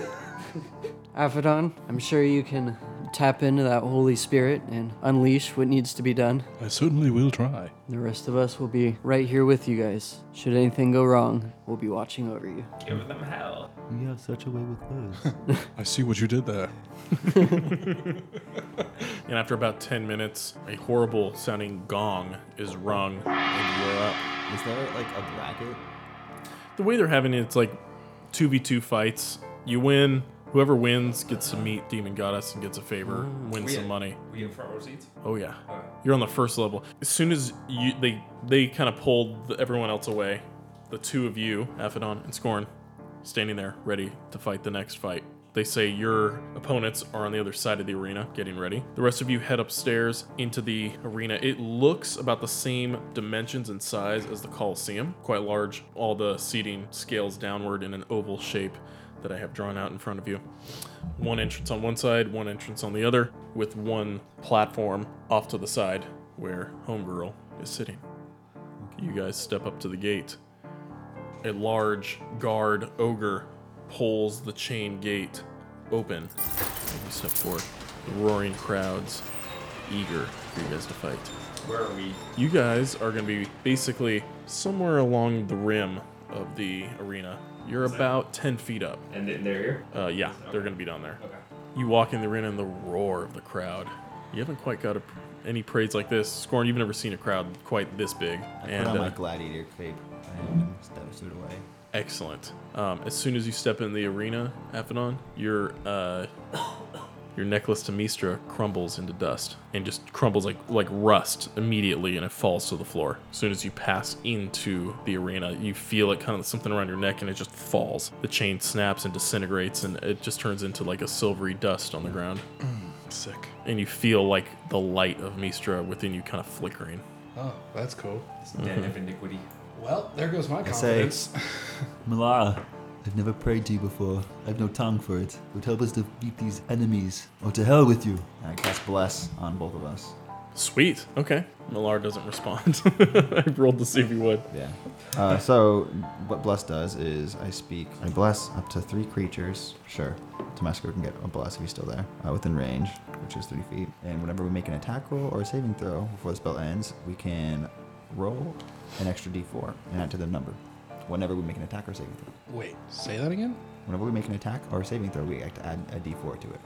Speaker 4: Aphodon, I'm sure you can tap into that Holy Spirit and unleash what needs to be done.
Speaker 1: I certainly will try.
Speaker 4: The rest of us will be right here with you guys. Should anything go wrong, we'll be watching over you.
Speaker 8: Give them hell.
Speaker 5: You have such a way with words.
Speaker 1: (laughs) I see what you did there.
Speaker 3: And after about 10 minutes, a horrible sounding gong is rung and you're up.
Speaker 7: Is there like a bracket?
Speaker 3: The way they're having it, it's like 2v2 fights. You win. Whoever wins gets to meet Demon Goddess and gets a favor, wins some money.
Speaker 8: Mm. We get front row seats.
Speaker 3: Oh yeah, you're on the first level. As soon as you they they kind of pulled the, everyone else away, the two of you, Aphodon and Scorn, standing there ready to fight the next fight. They say your opponents are on the other side of the arena getting ready. The rest of you head upstairs into the arena. It looks about the same dimensions and size as the Coliseum, quite large. All the seating scales downward in an oval shape that I have drawn out in front of you. One entrance on one side, one entrance on the other, with one platform off to the side where Homegirl is sitting. You guys step up to the gate. A large guard ogre pulls the chain gate open. And you step forward. The roaring crowds eager for you guys to fight.
Speaker 8: Where are we?
Speaker 3: You guys are going to be basically somewhere along the rim of the arena. You're about 10 feet up.
Speaker 8: And th- they're here?
Speaker 3: Uh, yeah, they're going to be down there.
Speaker 8: Okay.
Speaker 3: You walk in the arena and the roar of the crowd. You haven't quite got a, any parades like this. Scorn, you've never seen a crowd quite this big.
Speaker 7: I
Speaker 3: and
Speaker 7: put on my
Speaker 3: uh,
Speaker 7: gladiator cape and steps it away.
Speaker 3: Excellent. Um, as soon as you step in the arena, Aphanon, your uh, your necklace to Mistra crumbles into dust and just crumbles like like rust immediately, and it falls to the floor. As soon as you pass into the arena, you feel it kind of something around your neck, and it just falls. The chain snaps and disintegrates, and it just turns into like a silvery dust on the ground.
Speaker 1: Sick.
Speaker 3: And you feel like the light of Mistra within you kind of flickering.
Speaker 1: Oh, that's cool. It's
Speaker 4: Mm-hmm.
Speaker 8: den of iniquity.
Speaker 1: Well, there goes my
Speaker 5: I say, (laughs)
Speaker 1: confidence.
Speaker 5: Malara, I've never prayed to you before. I've no tongue for it. But help us to beat these enemies, or to hell with you.
Speaker 7: And I cast bless on both of us.
Speaker 3: Sweet. Okay. Millar doesn't respond. (laughs) I rolled to see if he would.
Speaker 7: Yeah. Uh, so what bless does is I speak. I bless up to three creatures. Sure. Tomasco can get a bless if he's still there uh, within range, which is three feet. And whenever we make an attack roll or a saving throw before the spell ends, we can roll an extra d4 and add to the number. Whenever we make an attack or saving throw.
Speaker 1: Wait, say that again?
Speaker 7: Whenever we make an attack or a saving throw, we have to add a d4 to it.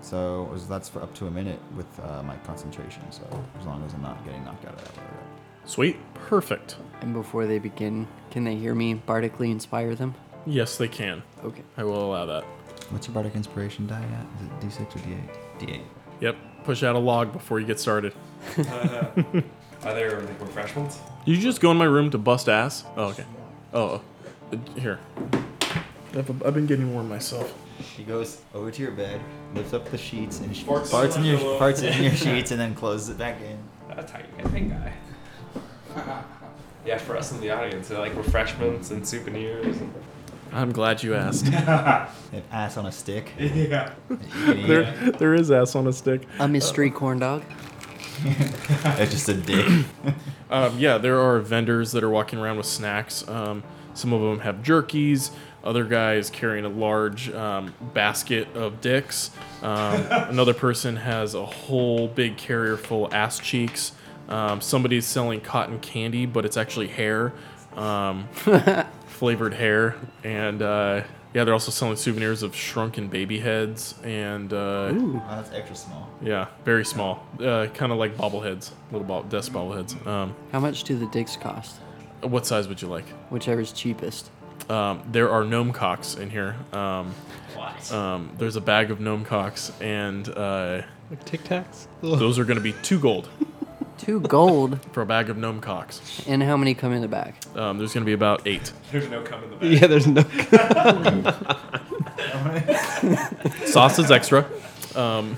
Speaker 7: So as- that's for up to a minute with uh, my concentration. So as long as I'm not getting knocked out of that. area.
Speaker 3: Sweet. Perfect.
Speaker 4: And before they begin, can they hear me bardically inspire them?
Speaker 3: Yes, they can.
Speaker 4: Okay.
Speaker 3: I will allow that.
Speaker 7: What's your bardic inspiration die at? Is it d6 or d8? D8.
Speaker 3: Yep. Push out a log before you get started.
Speaker 8: Are there like refreshments?
Speaker 3: You just go in my room to bust ass. Oh, okay. Oh, uh, here. I've, I've been getting warm myself.
Speaker 7: She goes over to your bed, lifts up the sheets, and she
Speaker 8: Farts
Speaker 7: farts,
Speaker 8: on
Speaker 7: in your
Speaker 8: the wall.
Speaker 7: farts in
Speaker 8: (laughs)
Speaker 7: your sheets, and then closes it back in.
Speaker 8: That's how you get that guy. yeah, for us in the audience, they're like refreshments and souvenirs.
Speaker 6: (laughs)
Speaker 8: And...
Speaker 3: I'm glad
Speaker 7: (laughs)
Speaker 3: you asked.
Speaker 7: An ass on a stick.
Speaker 8: (laughs) Yeah.
Speaker 3: there, there is ass on a stick.
Speaker 4: A mystery corn dog.
Speaker 7: (laughs) That's just a dick.
Speaker 3: (coughs) Um, yeah, there are vendors that are walking around with snacks. Um, some of them have jerkies. Other guys carrying a large um, basket of dicks.
Speaker 7: (laughs)
Speaker 3: Um, another person has a whole big carrier full of ass cheeks. Um, somebody's selling cotton candy, but it's actually hair,
Speaker 7: (laughs)
Speaker 3: um, flavored hair. And uh, yeah, they're also selling souvenirs of shrunken baby heads and uh,
Speaker 7: Oh, that's extra small.
Speaker 3: yeah, very small, uh, kind of like bobbleheads, little bo- desk bobbleheads. Um,
Speaker 4: How much do the dicks cost?
Speaker 3: what size would you like?
Speaker 4: Whichever's cheapest.
Speaker 3: Um, there are gnome cocks in here. Um, um, there's a bag of gnome cocks, and uh,
Speaker 6: Like Tic Tacs?
Speaker 3: (laughs) those are going to be two gold
Speaker 4: Two gold.
Speaker 3: (laughs) for a bag of gnome cocks.
Speaker 4: and how many come in the back?
Speaker 3: Um, there's going to be about eight.
Speaker 8: There's
Speaker 6: (laughs)
Speaker 8: no cum in the back.
Speaker 6: Yeah, there's no. (laughs)
Speaker 8: (laughs)
Speaker 3: Sauce is extra. Um,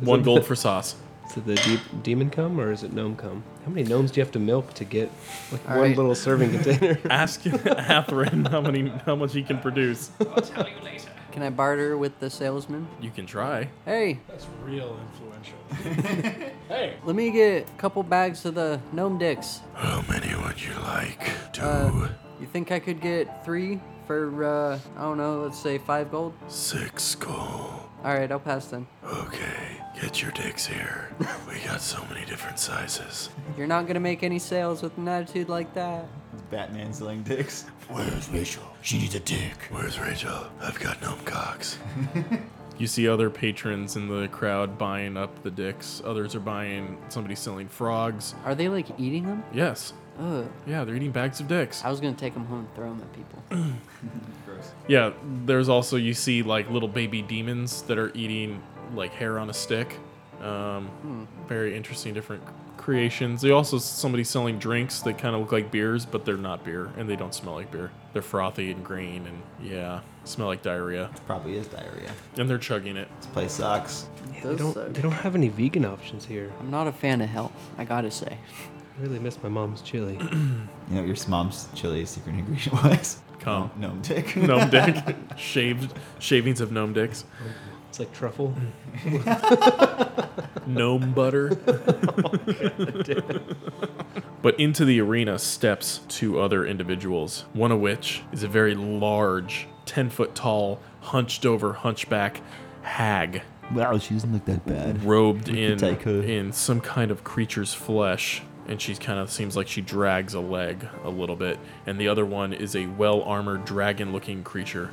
Speaker 3: one gold for sauce.
Speaker 6: Is it the deep demon cum or is it gnome cum? How many gnomes do you have to milk to get like
Speaker 4: All
Speaker 6: one
Speaker 4: right.
Speaker 6: little
Speaker 4: (laughs)
Speaker 6: serving container?
Speaker 3: Ask Atherin how many how much he can produce.
Speaker 8: I'll tell you later.
Speaker 4: Can I barter with the salesman?
Speaker 3: You can try.
Speaker 8: (laughs)
Speaker 4: Hey,
Speaker 1: That's real influential.
Speaker 4: (laughs) let me get a couple bags of the gnome dicks.
Speaker 2: How many would you like? Two,
Speaker 4: Uh, you think I could get three for, uh, I don't know, let's say five gold?
Speaker 2: six gold.
Speaker 4: All right, I'll pass then.
Speaker 2: Okay, get your dicks here. we got so many different sizes.
Speaker 4: You're not gonna make any sales with an attitude like that.
Speaker 7: It's Batman selling dicks.
Speaker 2: Where's Rachel? She needs a dick. Where's Rachel? I've got
Speaker 7: (laughs)
Speaker 2: gnome cocks.
Speaker 3: You see other patrons in the crowd buying up the dicks. Others are buying. Somebody's selling frogs.
Speaker 4: Are they like eating them? Oh,
Speaker 3: Yes.
Speaker 4: Ugh.
Speaker 3: Yeah, they're eating bags of dicks.
Speaker 4: I was gonna take them home and throw them at
Speaker 3: (clears throat)
Speaker 4: people.
Speaker 3: Yeah, there's also you see like little baby demons that are eating like hair on a stick. Um, Very interesting, different creations. They also somebody selling drinks that kind of look like beers, but they're not beer and they don't smell like beer. They're frothy and green and yeah, smell like diarrhea.
Speaker 7: Probably is diarrhea.
Speaker 3: And they're chugging it.
Speaker 7: This place sucks.
Speaker 6: They
Speaker 4: Those
Speaker 6: don't,
Speaker 4: suck.
Speaker 6: they don't have any vegan options here.
Speaker 4: I'm not a fan of health, I gotta say.
Speaker 6: I really miss my mom's
Speaker 3: (clears throat)
Speaker 6: chili.
Speaker 7: You know what your mom's chili's secret ingredient was?
Speaker 3: Cum.
Speaker 7: Gnome, gnome dick.
Speaker 3: (laughs) Gnome dick,
Speaker 7: (laughs)
Speaker 3: shaved shavings of gnome dicks,
Speaker 6: It's like truffle.
Speaker 3: (laughs)
Speaker 6: (laughs)
Speaker 3: gnome butter. But into the arena steps two other individuals, one of which is a very large, 10 foot tall, hunched over, hunchback hag
Speaker 5: Wow, she doesn't look that bad.
Speaker 3: robed
Speaker 5: We could
Speaker 3: in
Speaker 5: take her.
Speaker 3: in some kind of creature's flesh and she kind of seems like she drags a leg a little bit and the other one is a well-armored dragon-looking creature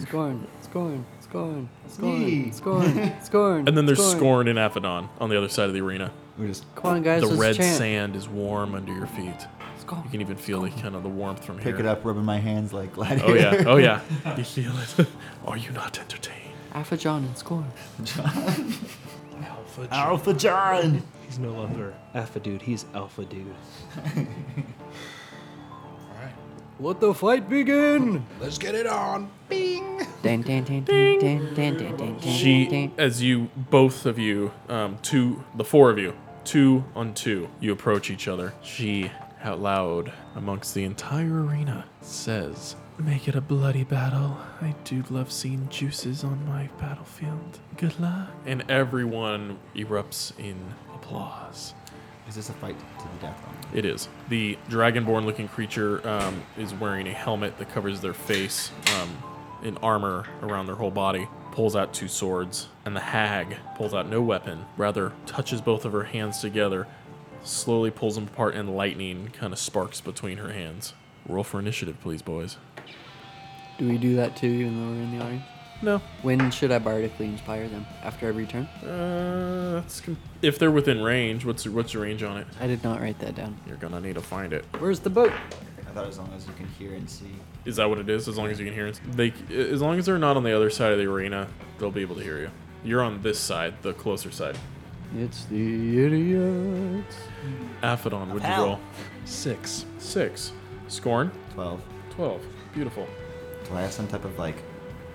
Speaker 4: Scorn, scorn, scorn,
Speaker 7: Me.
Speaker 4: scorn, scorn, scorn.
Speaker 3: and then there's scorn and aphodon on the other side of the arena
Speaker 5: We're just
Speaker 4: Come on, guys,
Speaker 3: the
Speaker 4: let's
Speaker 3: red
Speaker 4: chant.
Speaker 3: sand is warm under your feet
Speaker 4: Scorn.
Speaker 3: you can even feel the kind of the warmth from
Speaker 5: pick
Speaker 3: here
Speaker 5: it up, rubbing my hands like gladiator. (laughs)
Speaker 3: oh yeah oh yeah you feel it (laughs) are you not entertained
Speaker 4: Aphajon and scorn. (laughs)
Speaker 6: Alpha.
Speaker 5: Alpha John.
Speaker 6: (laughs) He's no longer Alpha Dude. He's Alpha
Speaker 4: (laughs)
Speaker 6: Dude.
Speaker 4: Let the fight begin.
Speaker 1: Let's get it on. Bing.
Speaker 4: Dan, dan, dan, dan, dan, dan, dan, dan,
Speaker 3: She,
Speaker 4: dan, dan.
Speaker 3: as you, both of you, um, two, the four of you, two on two, you approach each other. She, out loud amongst the entire arena, says,
Speaker 10: (laughs) Make it a bloody battle. I do love seeing juices on my battlefield. Good luck.
Speaker 3: and everyone erupts in applause.
Speaker 7: Is this a fight to the death? One?
Speaker 3: It is. The dragonborn looking creature um, is wearing a helmet that covers their face, um, in armor around their whole body, pulls out two swords, and the hag pulls out no weapon, rather, touches both of her hands together, slowly pulls them apart, and lightning kind of sparks between her hands. Roll for initiative, please, boys.
Speaker 4: Do we do that too, even though we're in the audience?
Speaker 3: No.
Speaker 4: When should I bardically inspire them? After every turn?
Speaker 3: Uh, that's com- if they're within range, what's your, what's your range on it?
Speaker 4: I did not write that down.
Speaker 3: You're gonna need to find it.
Speaker 4: Where's the boat?
Speaker 7: I thought as long as you can hear and see.
Speaker 3: Is that what it is? As long as you can hear us, they as long as they're not on the other side of the arena, they'll be able to hear you. You're on this side, the closer side.
Speaker 4: It's the idiots.
Speaker 3: Aphodon, would you roll?
Speaker 1: Six.
Speaker 3: Six. Scorn,
Speaker 7: Twelve.
Speaker 3: twelve. Beautiful.
Speaker 7: Do I have some type of like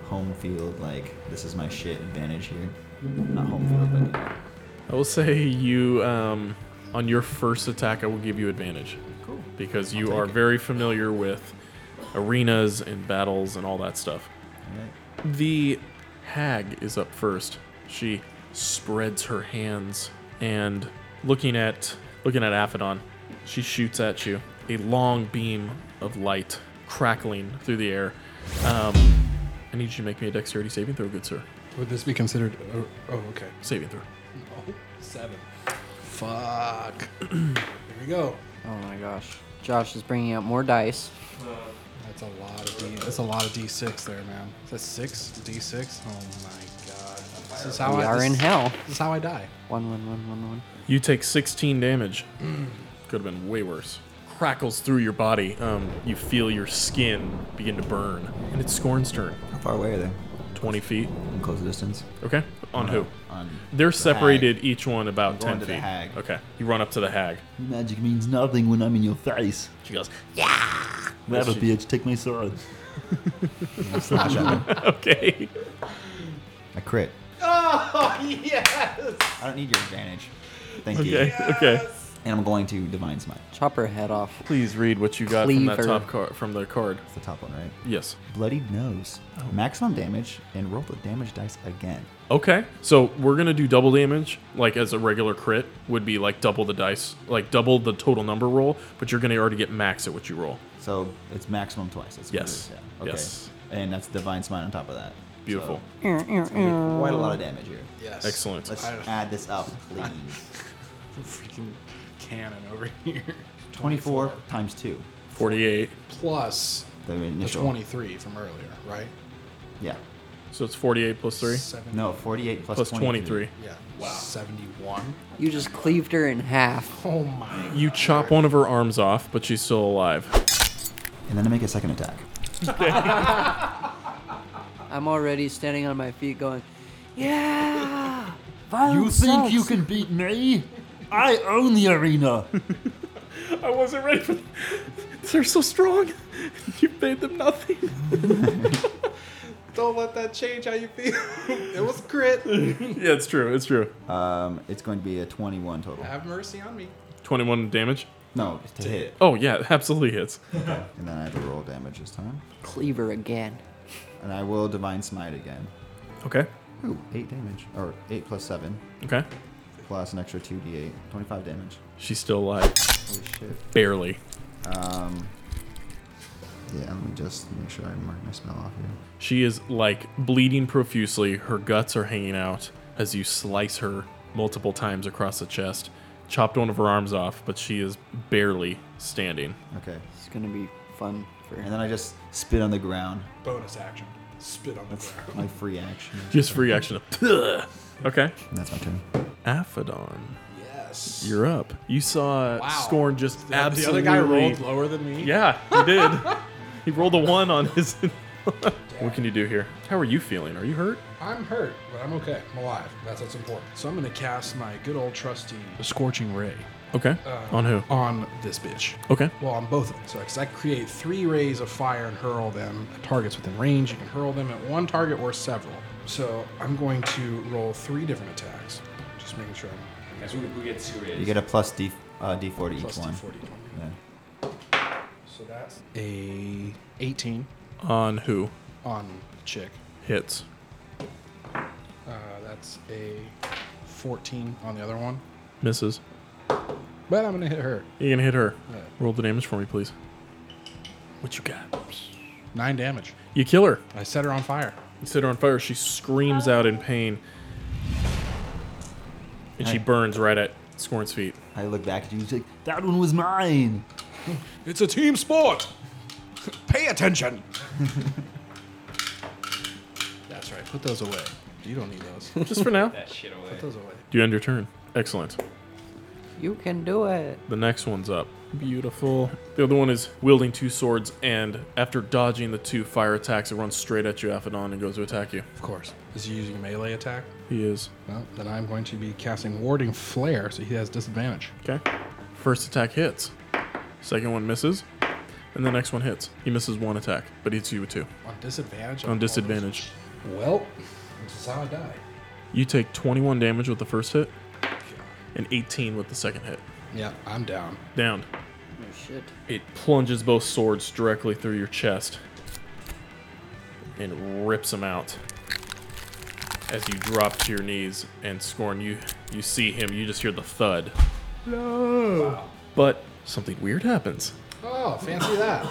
Speaker 7: home field? Like this is my shit advantage here. Not home field, but
Speaker 3: I will say you um, on your first attack, I will give you advantage. Cool. Because you are very familiar with arenas and battles and all that stuff. The hag is up first. She spreads her hands and looking at looking at Aphodon, she shoots at you a long beam of light crackling through the air. Um, I need you to make me a dexterity saving throw, good sir.
Speaker 1: Would this be considered? Oh, oh okay.
Speaker 3: Saving throw.
Speaker 1: Oh, seven. Fuck. (clears throat) Here we go.
Speaker 4: Oh my gosh. Josh is bringing out more dice.
Speaker 1: That's a lot of D. That's a lot of D6 there, man. Is that six? D6? Oh my god. This is how
Speaker 4: we
Speaker 1: I,
Speaker 4: are
Speaker 1: this,
Speaker 4: in hell.
Speaker 1: This is how I die.
Speaker 4: One, one, one, one, one.
Speaker 3: You take 16 damage.
Speaker 1: Mm.
Speaker 3: Could have been way worse. Crackles through your body. Um, you feel your skin begin to burn. And it's Scorn's turn.
Speaker 7: how far away are they?
Speaker 3: 20 feet.
Speaker 7: In close distance.
Speaker 3: Okay. On who?
Speaker 7: On
Speaker 3: They're separated, each one about
Speaker 7: I'm going
Speaker 3: 10
Speaker 7: to
Speaker 3: feet.
Speaker 7: the hag.
Speaker 3: Okay. You run up to the hag.
Speaker 5: Magic means nothing when I'm in your face.
Speaker 9: She goes,
Speaker 5: Whatever, bitch. Take my sword.
Speaker 7: slash at
Speaker 3: (laughs) okay.
Speaker 7: a crit. Oh yes! I don't need your advantage. Thank you.
Speaker 3: Okay. Okay.
Speaker 7: And I'm going to divine smite.
Speaker 4: Chop her head off.
Speaker 3: Please read what you got from that
Speaker 4: Cleaver.
Speaker 3: top card from the card.
Speaker 7: It's the top one, right?
Speaker 3: Yes.
Speaker 7: Bloodied nose. Maximum damage, and roll the damage dice again.
Speaker 3: Okay. So we're gonna do double damage, like as a regular crit would be like double the dice, like double the total number roll, but you're gonna already get max at what you roll.
Speaker 7: So it's maximum twice. That's what it
Speaker 3: Yes.
Speaker 7: is, yeah. Okay.
Speaker 3: Yes.
Speaker 7: And that's divine smite on top of that.
Speaker 3: Beautiful.
Speaker 7: So, it's gonna be quite a lot of damage here.
Speaker 1: Yes.
Speaker 3: Excellent.
Speaker 7: Let's add this up, please.
Speaker 1: Freaking cannon over (laughs) here.
Speaker 7: 24 times two.
Speaker 3: 48.
Speaker 1: Plus
Speaker 7: The
Speaker 1: the
Speaker 7: initial.
Speaker 1: 23 from earlier, right?
Speaker 7: Yeah.
Speaker 3: So it's 48 plus 3?
Speaker 1: Seven,
Speaker 7: No, 48 plus,
Speaker 3: Plus 23.
Speaker 1: Yeah. Wow. 71.
Speaker 4: You just cleaved her in half.
Speaker 1: Oh my.
Speaker 3: You chop one of her arms off, but she's still alive.
Speaker 7: And then I make a second attack.
Speaker 4: I'm already standing on my feet going, (laughs) Yeah! Violence
Speaker 5: You think
Speaker 4: sucks."
Speaker 5: you can beat me? I own the arena.
Speaker 3: (laughs) I wasn't ready for They're so strong. (laughs) You paid them nothing.
Speaker 1: (laughs) Don't let that change how you feel. (laughs) it was a crit.
Speaker 3: (laughs) yeah, it's true. It's true.
Speaker 7: Um, it's going to be a 21 total.
Speaker 1: Have mercy on me.
Speaker 3: 21 damage.
Speaker 7: No, to hit.
Speaker 3: Oh, yeah, it absolutely hits.
Speaker 7: (laughs) And then I have to roll damage this time.
Speaker 4: Cleaver again.
Speaker 7: And I will divine smite again.
Speaker 3: Okay.
Speaker 7: Ooh, 8 damage. Or 8 plus 7.
Speaker 3: Okay.
Speaker 7: Plus an extra 2d8. 25 damage.
Speaker 3: She's still alive.
Speaker 7: Holy shit.
Speaker 3: Barely.
Speaker 7: Um, Yeah, let me just make sure I mark my spell off here.
Speaker 3: She is like bleeding profusely. Her guts are hanging out as you slice her multiple times across the chest. Chopped one of her arms off, but she is barely standing.
Speaker 7: Okay.
Speaker 4: It's gonna be fun for
Speaker 7: And then I just spit on the ground.
Speaker 1: Bonus action. Spit on the ground.
Speaker 7: My free action.
Speaker 3: Just
Speaker 7: (laughs)
Speaker 3: free
Speaker 1: (laughs)
Speaker 3: action. Ugh. okay.
Speaker 7: That's my turn.
Speaker 3: Aphodon. Yes. You're up. You saw Scorn just
Speaker 1: The- the
Speaker 3: absolutely.
Speaker 1: other guy rolled lower than me?
Speaker 3: Yeah, he
Speaker 1: (laughs)
Speaker 3: did. he rolled a one on his. what can you do here? How are you feeling? Are you hurt?
Speaker 1: I'm hurt, but I'm okay. I'm alive. That's what's important. So I'm going to cast my good old trusty Scorching Ray.
Speaker 3: Okay.
Speaker 1: Uh,
Speaker 3: on who?
Speaker 1: On this bitch.
Speaker 3: Okay.
Speaker 1: Well, on both of them. So, because I create three rays of fire and hurl them at targets within range. You can hurl them at one target or several. So I'm going to roll three different attacks. Just making sure I'm.
Speaker 8: Guys, we, we get two rays.
Speaker 7: You get a plus D, uh, D4 to
Speaker 1: Plus
Speaker 7: each one.
Speaker 1: D4 to each one.
Speaker 7: Yeah.
Speaker 1: So that's a 18
Speaker 3: On who?
Speaker 1: on chick.
Speaker 3: Hits.
Speaker 1: Uh, that's a 14 on the other one.
Speaker 3: Misses.
Speaker 1: But I'm going to hit her.
Speaker 3: You gonna hit her?
Speaker 1: Yeah.
Speaker 3: Roll the damage for me, please. What you got?
Speaker 1: Nine damage.
Speaker 3: You kill her.
Speaker 1: I set her on fire.
Speaker 3: You set her on fire. She screams out in pain, and she burns right at Scorn's feet.
Speaker 5: I look back at you. He's like, that one was mine.
Speaker 1: It's a team sport. Pay attention. That's right. Put those away. You don't need those.
Speaker 3: Just for now.
Speaker 8: that shit away.
Speaker 1: Put those away.
Speaker 3: You end your turn. Excellent.
Speaker 4: You can do it.
Speaker 3: The next one's up. Beautiful. The other one is wielding two swords, and after dodging the two fire attacks, it runs straight at you, Aphodon, and goes to attack you.
Speaker 1: Of course. Is he using a melee attack?
Speaker 3: He is.
Speaker 1: Well, then I'm going to be casting Warding Flare, so he has disadvantage.
Speaker 3: Okay. First attack hits. Second one misses. And the next one hits. He misses one attack, but hits you with two.
Speaker 1: On disadvantage?
Speaker 3: On disadvantage.
Speaker 1: Well, this is how I die.
Speaker 3: You take 21 damage with the first hit and 18 with the second hit.
Speaker 1: Yeah, I'm down.
Speaker 3: Down.
Speaker 4: Oh shit.
Speaker 3: It plunges both swords directly through your chest and rips them out. As you drop to your knees and scorn, you you see him. You just hear the thud. No. Oh. But something weird happens.
Speaker 1: Oh, fancy that.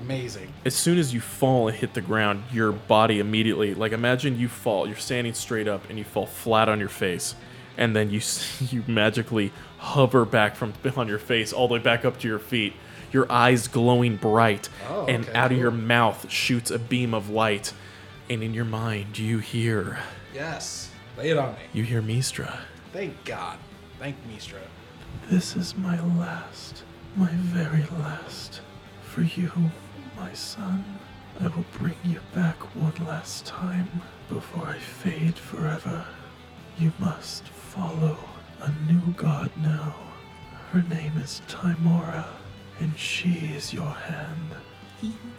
Speaker 1: Amazing.
Speaker 3: As soon as you fall and hit the ground, your body immediately like imagine you fall. You're standing straight up and you fall flat on your face, and then you (laughs) s- you magically hover back from on your face all the way back up to your feet. Your eyes glowing bright,
Speaker 1: Oh,
Speaker 3: and
Speaker 1: okay,
Speaker 3: out of
Speaker 1: cool.
Speaker 3: your mouth shoots a beam of light, and in your mind you hear
Speaker 1: Yes. Lay it on me.
Speaker 3: you hear Mistra.
Speaker 1: Thank God. Thank Mistra.
Speaker 10: This is my last, my very last. For you, my son, I will bring you back one last time before I fade forever. You must follow a new god now. Her name is Timora, and she is your hand.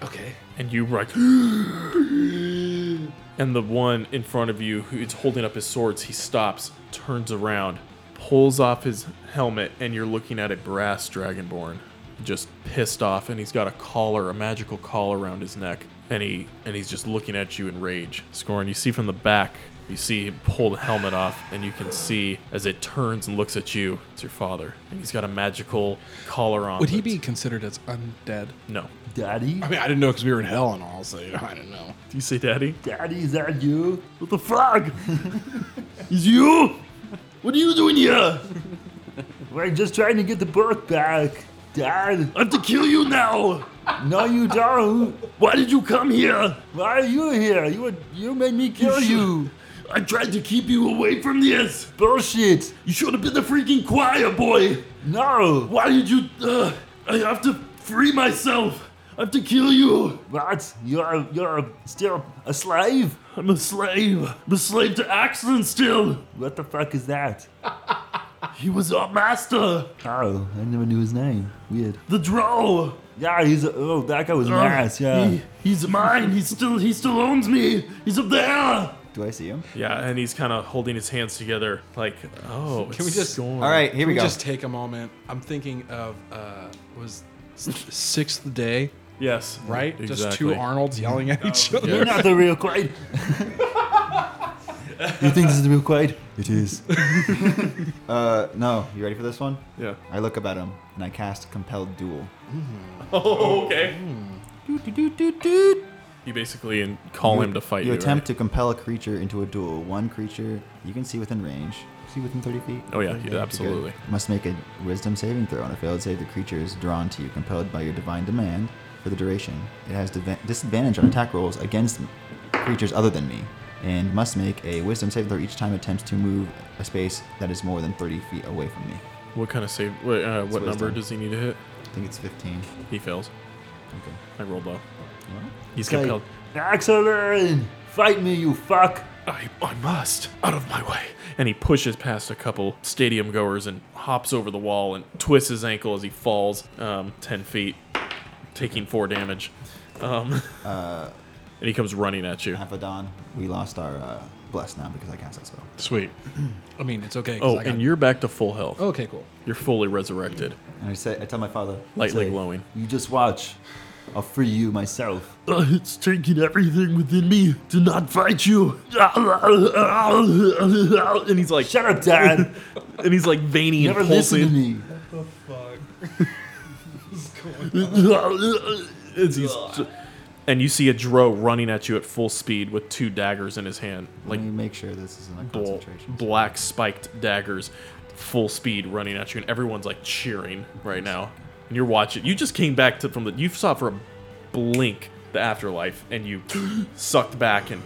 Speaker 1: Okay.
Speaker 3: and you like (gasps) and the one in front of you who is holding up his swords he stops turns around pulls off his helmet and you're looking at a brass dragonborn just pissed off and he's got a collar a magical collar around his neck and he and he's just looking at you in rage scorn you see from the back you see him pull the helmet off and you can see as it turns and looks at you it's your father and he's got a magical collar on
Speaker 1: Would he
Speaker 3: that's-
Speaker 1: be considered as undead?
Speaker 3: no
Speaker 5: Daddy?
Speaker 1: I mean, I didn't know because we were in hell and all, so (laughs) you know, I didn't know.
Speaker 3: do you say daddy
Speaker 5: Daddy, is that you? What the fuck? (laughs) is you? What are you doing here? We're just trying to get the birth back. Dad. I have to kill you now. No, you don't. Why did you come here? Why are you here? You were, you made me kill you. I tried to keep you away from this. Bullshit. You should have been the freaking choir boy. No. Why did you? Uh, I have to free myself. I have to kill you. What? You're you're still a slave? I'm a slave. I'm a slave to Axon still. What the fuck is that? (laughs) he was our master. Oh, I never knew his name. Weird.
Speaker 10: The draw!
Speaker 5: Yeah, he's a, oh that guy was an ass. Yeah.
Speaker 10: He, he's mine. He still he still owns me. He's up there.
Speaker 7: Do I see him?
Speaker 3: Yeah, and he's kind of holding his hands together, like, oh,
Speaker 1: Can we just-
Speaker 3: Scorn.
Speaker 7: All right, here we
Speaker 1: Can
Speaker 7: go.
Speaker 1: Just take a moment. I'm thinking of uh, was s- sixth day,
Speaker 3: Yes,
Speaker 1: right? Just two
Speaker 3: Exactly.
Speaker 1: Arnolds yelling at each other.
Speaker 5: You're not the real Quaid. you think this is the real Quaid? It is.
Speaker 7: (laughs) Uh, no. You ready for this one?
Speaker 3: Yeah.
Speaker 7: I look up at him and I cast Compelled Duel.
Speaker 3: Oh, okay. You basically in, call
Speaker 7: You-
Speaker 3: him to fight
Speaker 7: You
Speaker 3: you.
Speaker 7: attempt to compel a creature into a duel. One creature you can see within range. See within 30 feet.
Speaker 3: Oh, yeah,
Speaker 7: you
Speaker 3: yeah, absolutely.
Speaker 7: Must make a wisdom saving throw. On a failed save, the creature is drawn to you, compelled by your divine demand for the duration. It has diva- disadvantage on attack rolls against m- creatures other than me, and must make a wisdom saving throw each time it attempts to move a space that is more than 30 feet away from me.
Speaker 3: right? What kind of save? What, uh,
Speaker 7: It's
Speaker 3: what number
Speaker 7: wisdom.
Speaker 3: does he need to hit?
Speaker 7: I think it's 15.
Speaker 3: He fails.
Speaker 7: Okay.
Speaker 3: I rolled low. He's
Speaker 5: It's like,
Speaker 3: compelled.
Speaker 5: Axelin, fight me, you fuck.
Speaker 3: I, I must out of my way. And he pushes past a couple stadium goers and hops over the wall and twists his ankle as he falls um, 10 feet, taking four damage. Um, (laughs) and he comes running at you.
Speaker 7: Aphodon, Uh, we lost our uh, bless now because I cast that spell.
Speaker 3: Sweet.
Speaker 1: (laughs) (clears throat) I mean, it's okay. 'cause
Speaker 3: Oh,
Speaker 1: I got-
Speaker 3: and you're back to full health.
Speaker 1: okay, cool.
Speaker 3: You're fully resurrected.
Speaker 7: And I say, I tell my father,
Speaker 3: Lightly
Speaker 7: say,
Speaker 3: glowing.
Speaker 7: You just watch. I'll free you myself.
Speaker 5: Uh, it's taking everything within me to not fight you. And
Speaker 3: he's like,
Speaker 5: Shut up, Dad.
Speaker 3: (laughs) And he's like veiny
Speaker 5: Never
Speaker 3: and
Speaker 5: listen to
Speaker 3: pulsing
Speaker 7: me.
Speaker 3: (laughs)
Speaker 10: (laughs)
Speaker 3: as he's. And you see a Dro running at you at full speed with two daggers in his hand, like
Speaker 7: Let me make sure this isn't a
Speaker 3: bl-
Speaker 7: concentration.
Speaker 3: black spiked daggers, full speed running at you, and everyone's like cheering right now. And you're watching. You just came back to from the. You saw for a blink the afterlife, and you (gasps) sucked back and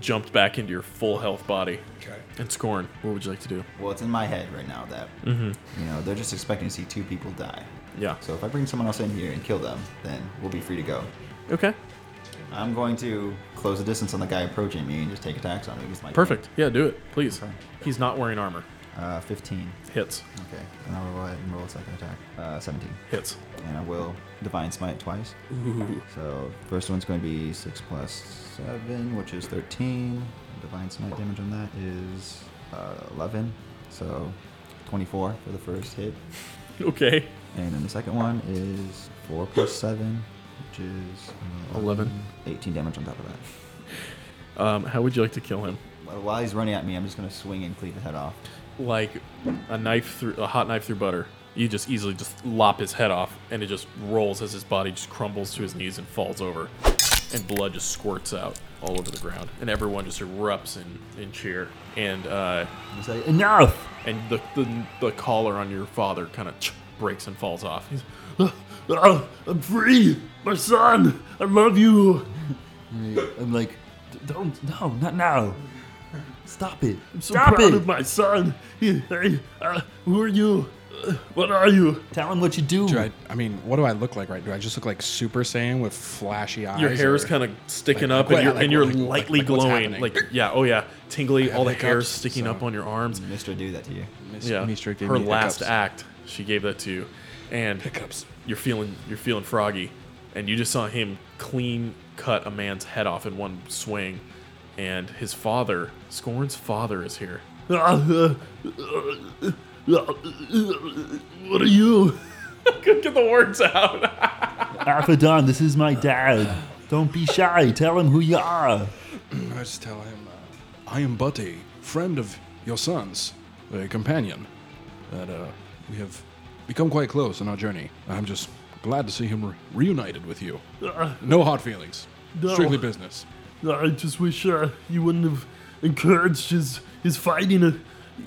Speaker 3: jumped back into your full health body.
Speaker 1: Okay.
Speaker 3: And scorn. What would you like to do?
Speaker 7: Well, it's in my head right now that you know they're just expecting to see two people die.
Speaker 3: Mm-hmm. Yeah.
Speaker 7: So if I bring someone else in here and kill them, then we'll be free to go.
Speaker 3: Okay.
Speaker 7: I'm going to close the distance on the guy approaching me and just take attacks on him. with my
Speaker 3: Perfect. Yeah, do it, please. He's not wearing armor.
Speaker 7: Uh, 15.
Speaker 3: Hits.
Speaker 7: Okay. And I'll roll ahead and roll a second attack. Uh, 17.
Speaker 3: Hits.
Speaker 7: And I will divine smite twice.
Speaker 3: Ooh.
Speaker 7: So first one's going to be six plus seven, which is thirteen. Divine smite damage on that is uh, eleven. So twenty-four for the first hit,
Speaker 3: (laughs) Okay.
Speaker 7: and then the second one is four plus seven, which is uh,
Speaker 3: 11.
Speaker 7: 18 damage on top of that.
Speaker 3: Um, how would you like to kill him?
Speaker 7: Well, While he's running at me, I'm just going to swing and cleave the head off.
Speaker 3: like a knife through a hot knife through butter. You just easily just lop his head off, and it just rolls as his body just crumbles to his knees and falls over, and blood just squirts out all over the ground, and everyone just erupts in, in cheer. And uh,
Speaker 7: You say,
Speaker 5: Enough.
Speaker 3: and the, the the collar on your father kind of breaks and falls off. He's,
Speaker 5: Uh, I'm free, my son. I love you.
Speaker 7: I'm like,
Speaker 5: D- Don't. No, not now. Stop it. I'm
Speaker 10: so
Speaker 5: Stop it.
Speaker 10: proud of
Speaker 5: my son. Hey, uh, who are you? Uh, what are you? Tell him what you do.
Speaker 1: Do I, I mean, what do I look like right? Do I just look like Super Saiyan with flashy eyes?
Speaker 3: your hair is
Speaker 1: or-
Speaker 3: kind of sticking
Speaker 1: like-
Speaker 3: up, and
Speaker 1: like-
Speaker 3: you're,
Speaker 1: like-
Speaker 3: and you're
Speaker 1: like- like-
Speaker 3: lightly
Speaker 1: like what's
Speaker 3: glowing,
Speaker 1: happening.
Speaker 3: like yeah, oh yeah,
Speaker 7: (laughs)
Speaker 3: tingly. All the hair's
Speaker 1: hiccups,
Speaker 3: sticking
Speaker 1: so-
Speaker 3: up on your arms.
Speaker 7: Mr. Do that to you.
Speaker 1: Miss-
Speaker 3: yeah,
Speaker 1: Mister gave
Speaker 3: her
Speaker 1: me
Speaker 3: last
Speaker 1: hiccups.
Speaker 3: act, she gave that to you, and
Speaker 1: Hiccups.
Speaker 3: you're feeling you're feeling froggy, and you just saw him clean cut a man's head off in one swing, and his father, Scorn's father,
Speaker 7: (laughs)
Speaker 3: is here.
Speaker 5: Uh, What are you?
Speaker 3: (laughs) Couldn't get the words out. (laughs)
Speaker 5: Aphodon, this is my dad. Don't be shy. Tell him who you are.
Speaker 1: I just tell him, uh, I am but a friend of your son's, a companion, that uh, we have become quite close on our journey. I'm just glad to see him re- reunited with you.
Speaker 5: Uh,
Speaker 1: No hard feelings.
Speaker 5: No.
Speaker 1: Strictly business.
Speaker 5: I just wish uh, you wouldn't have encouraged his his fighting. Uh,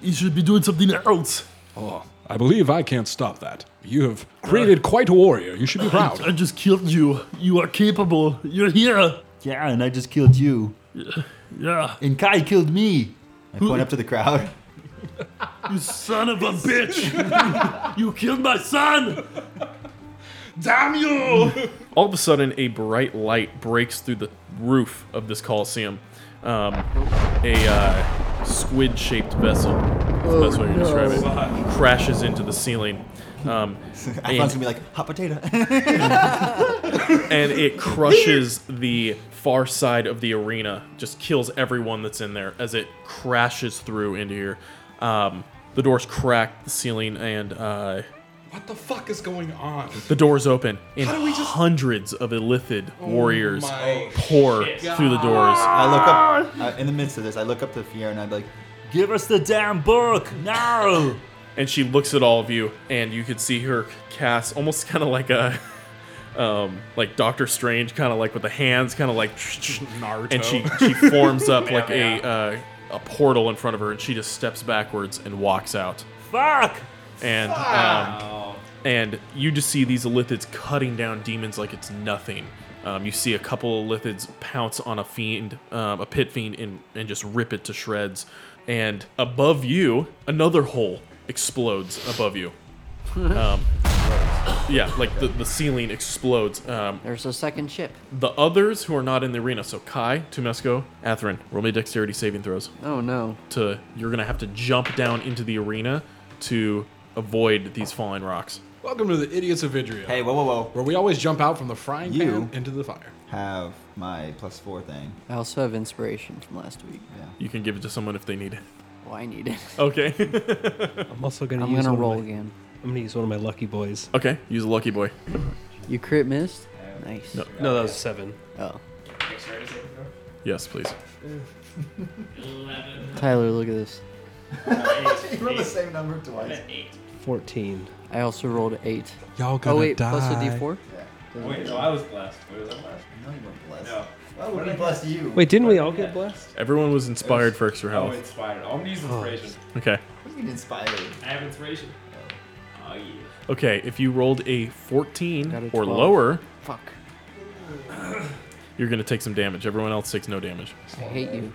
Speaker 5: he should be doing something else.
Speaker 1: Oh, I believe I can't stop that. You have created quite a warrior. You should be proud.
Speaker 5: I just killed you. You are capable. You're here.
Speaker 7: Yeah, and I just killed you.
Speaker 5: Yeah,
Speaker 7: And Kai killed me. I point up to the crowd. (laughs)
Speaker 5: you son of a bitch! (laughs) you killed my son.
Speaker 1: Damn you!
Speaker 3: All of a sudden, a bright light breaks through the roof of this coliseum. Um, a uh, squid-shaped vessel, that's the best way
Speaker 7: Oh,
Speaker 3: to describe it, crashes into the ceiling. Um,
Speaker 7: (laughs) I thought it was gonna be like hot potato. (laughs)
Speaker 3: (laughs) and it crushes the far side of the arena, just kills everyone that's in there as it crashes through into here. Um, the doors crack the ceiling, and uh,
Speaker 1: what the fuck is going on?
Speaker 3: the doors open, and
Speaker 1: do we just- Oh
Speaker 3: hundreds of illithid warriors
Speaker 1: my
Speaker 3: pour through the doors.
Speaker 7: I look up uh, in the midst of this. I look up to Fier and I'm like,
Speaker 5: Give us the damn book now.
Speaker 3: And she looks at all of you, and you can see her cast almost kind of like a. um, like Doctor Strange, kind of like with the hands, kind of like
Speaker 1: Naruto.
Speaker 3: and she she forms up
Speaker 1: Yeah,
Speaker 3: like a
Speaker 1: yeah.
Speaker 3: uh, a portal in front of her, and she just steps backwards and walks out.
Speaker 5: Fuck!
Speaker 3: And um, and you just see these lithids cutting down demons like it's nothing. Um, you see a couple of lithids pounce on a fiend, um, a pit fiend, and, and just rip it to shreds. And above you, another hole explodes above you. Um, yeah, like the, the ceiling explodes. Um,
Speaker 4: There's a second ship.
Speaker 3: the others who are not in the arena, so Kai, Tumesco, Atherin, roll me dexterity saving throws.
Speaker 4: Oh no.
Speaker 3: To you're gonna have to jump down into the arena to avoid these falling rocks.
Speaker 1: Welcome to the Idiots of Idria. Hey,
Speaker 7: whoa, whoa, whoa.
Speaker 1: Where we always jump out from the frying
Speaker 7: You-
Speaker 1: pan into the fire.
Speaker 7: Have my plus four thing.
Speaker 4: I also have inspiration from last week.
Speaker 7: Yeah.
Speaker 3: You can give it to someone if they need it.
Speaker 4: Well, I need it. (laughs)
Speaker 3: Okay. (laughs)
Speaker 6: I'm also gonna.
Speaker 4: I'm
Speaker 6: use one
Speaker 4: gonna
Speaker 6: of
Speaker 4: roll
Speaker 6: my-
Speaker 4: again.
Speaker 6: I'm gonna use one of my lucky boys.
Speaker 3: Okay, use a lucky boy.
Speaker 4: You crit missed? Nice.
Speaker 3: No.
Speaker 6: No, that was seven.
Speaker 4: Oh.
Speaker 3: Yes,
Speaker 1: (laughs)
Speaker 3: please.
Speaker 4: Tyler, look at this.
Speaker 7: you rolled the same number twice.
Speaker 6: Fourteen.
Speaker 4: I also rolled an eight.
Speaker 1: Y'all
Speaker 4: oh
Speaker 1: gonna
Speaker 4: wait, plus a
Speaker 1: die.
Speaker 4: d4?
Speaker 8: Wait, no, I was blessed. Wait, was I blessed?
Speaker 7: No, you weren't blessed.
Speaker 8: No.
Speaker 7: Well, we blessed you.
Speaker 6: Wait, didn't we all get blessed?
Speaker 3: Everyone was inspired for extra
Speaker 8: Oh,
Speaker 3: health.
Speaker 8: inspired. Oh, I'm gonna use inspiration.
Speaker 3: Okay.
Speaker 7: What do you mean inspired?
Speaker 8: I have inspiration. Oh yeah.
Speaker 3: Okay, if you rolled a 14
Speaker 4: Got a
Speaker 3: or
Speaker 4: 12.
Speaker 3: lower,
Speaker 4: Fuck.
Speaker 3: you're gonna take some damage. Everyone else takes no damage.
Speaker 4: I hate you.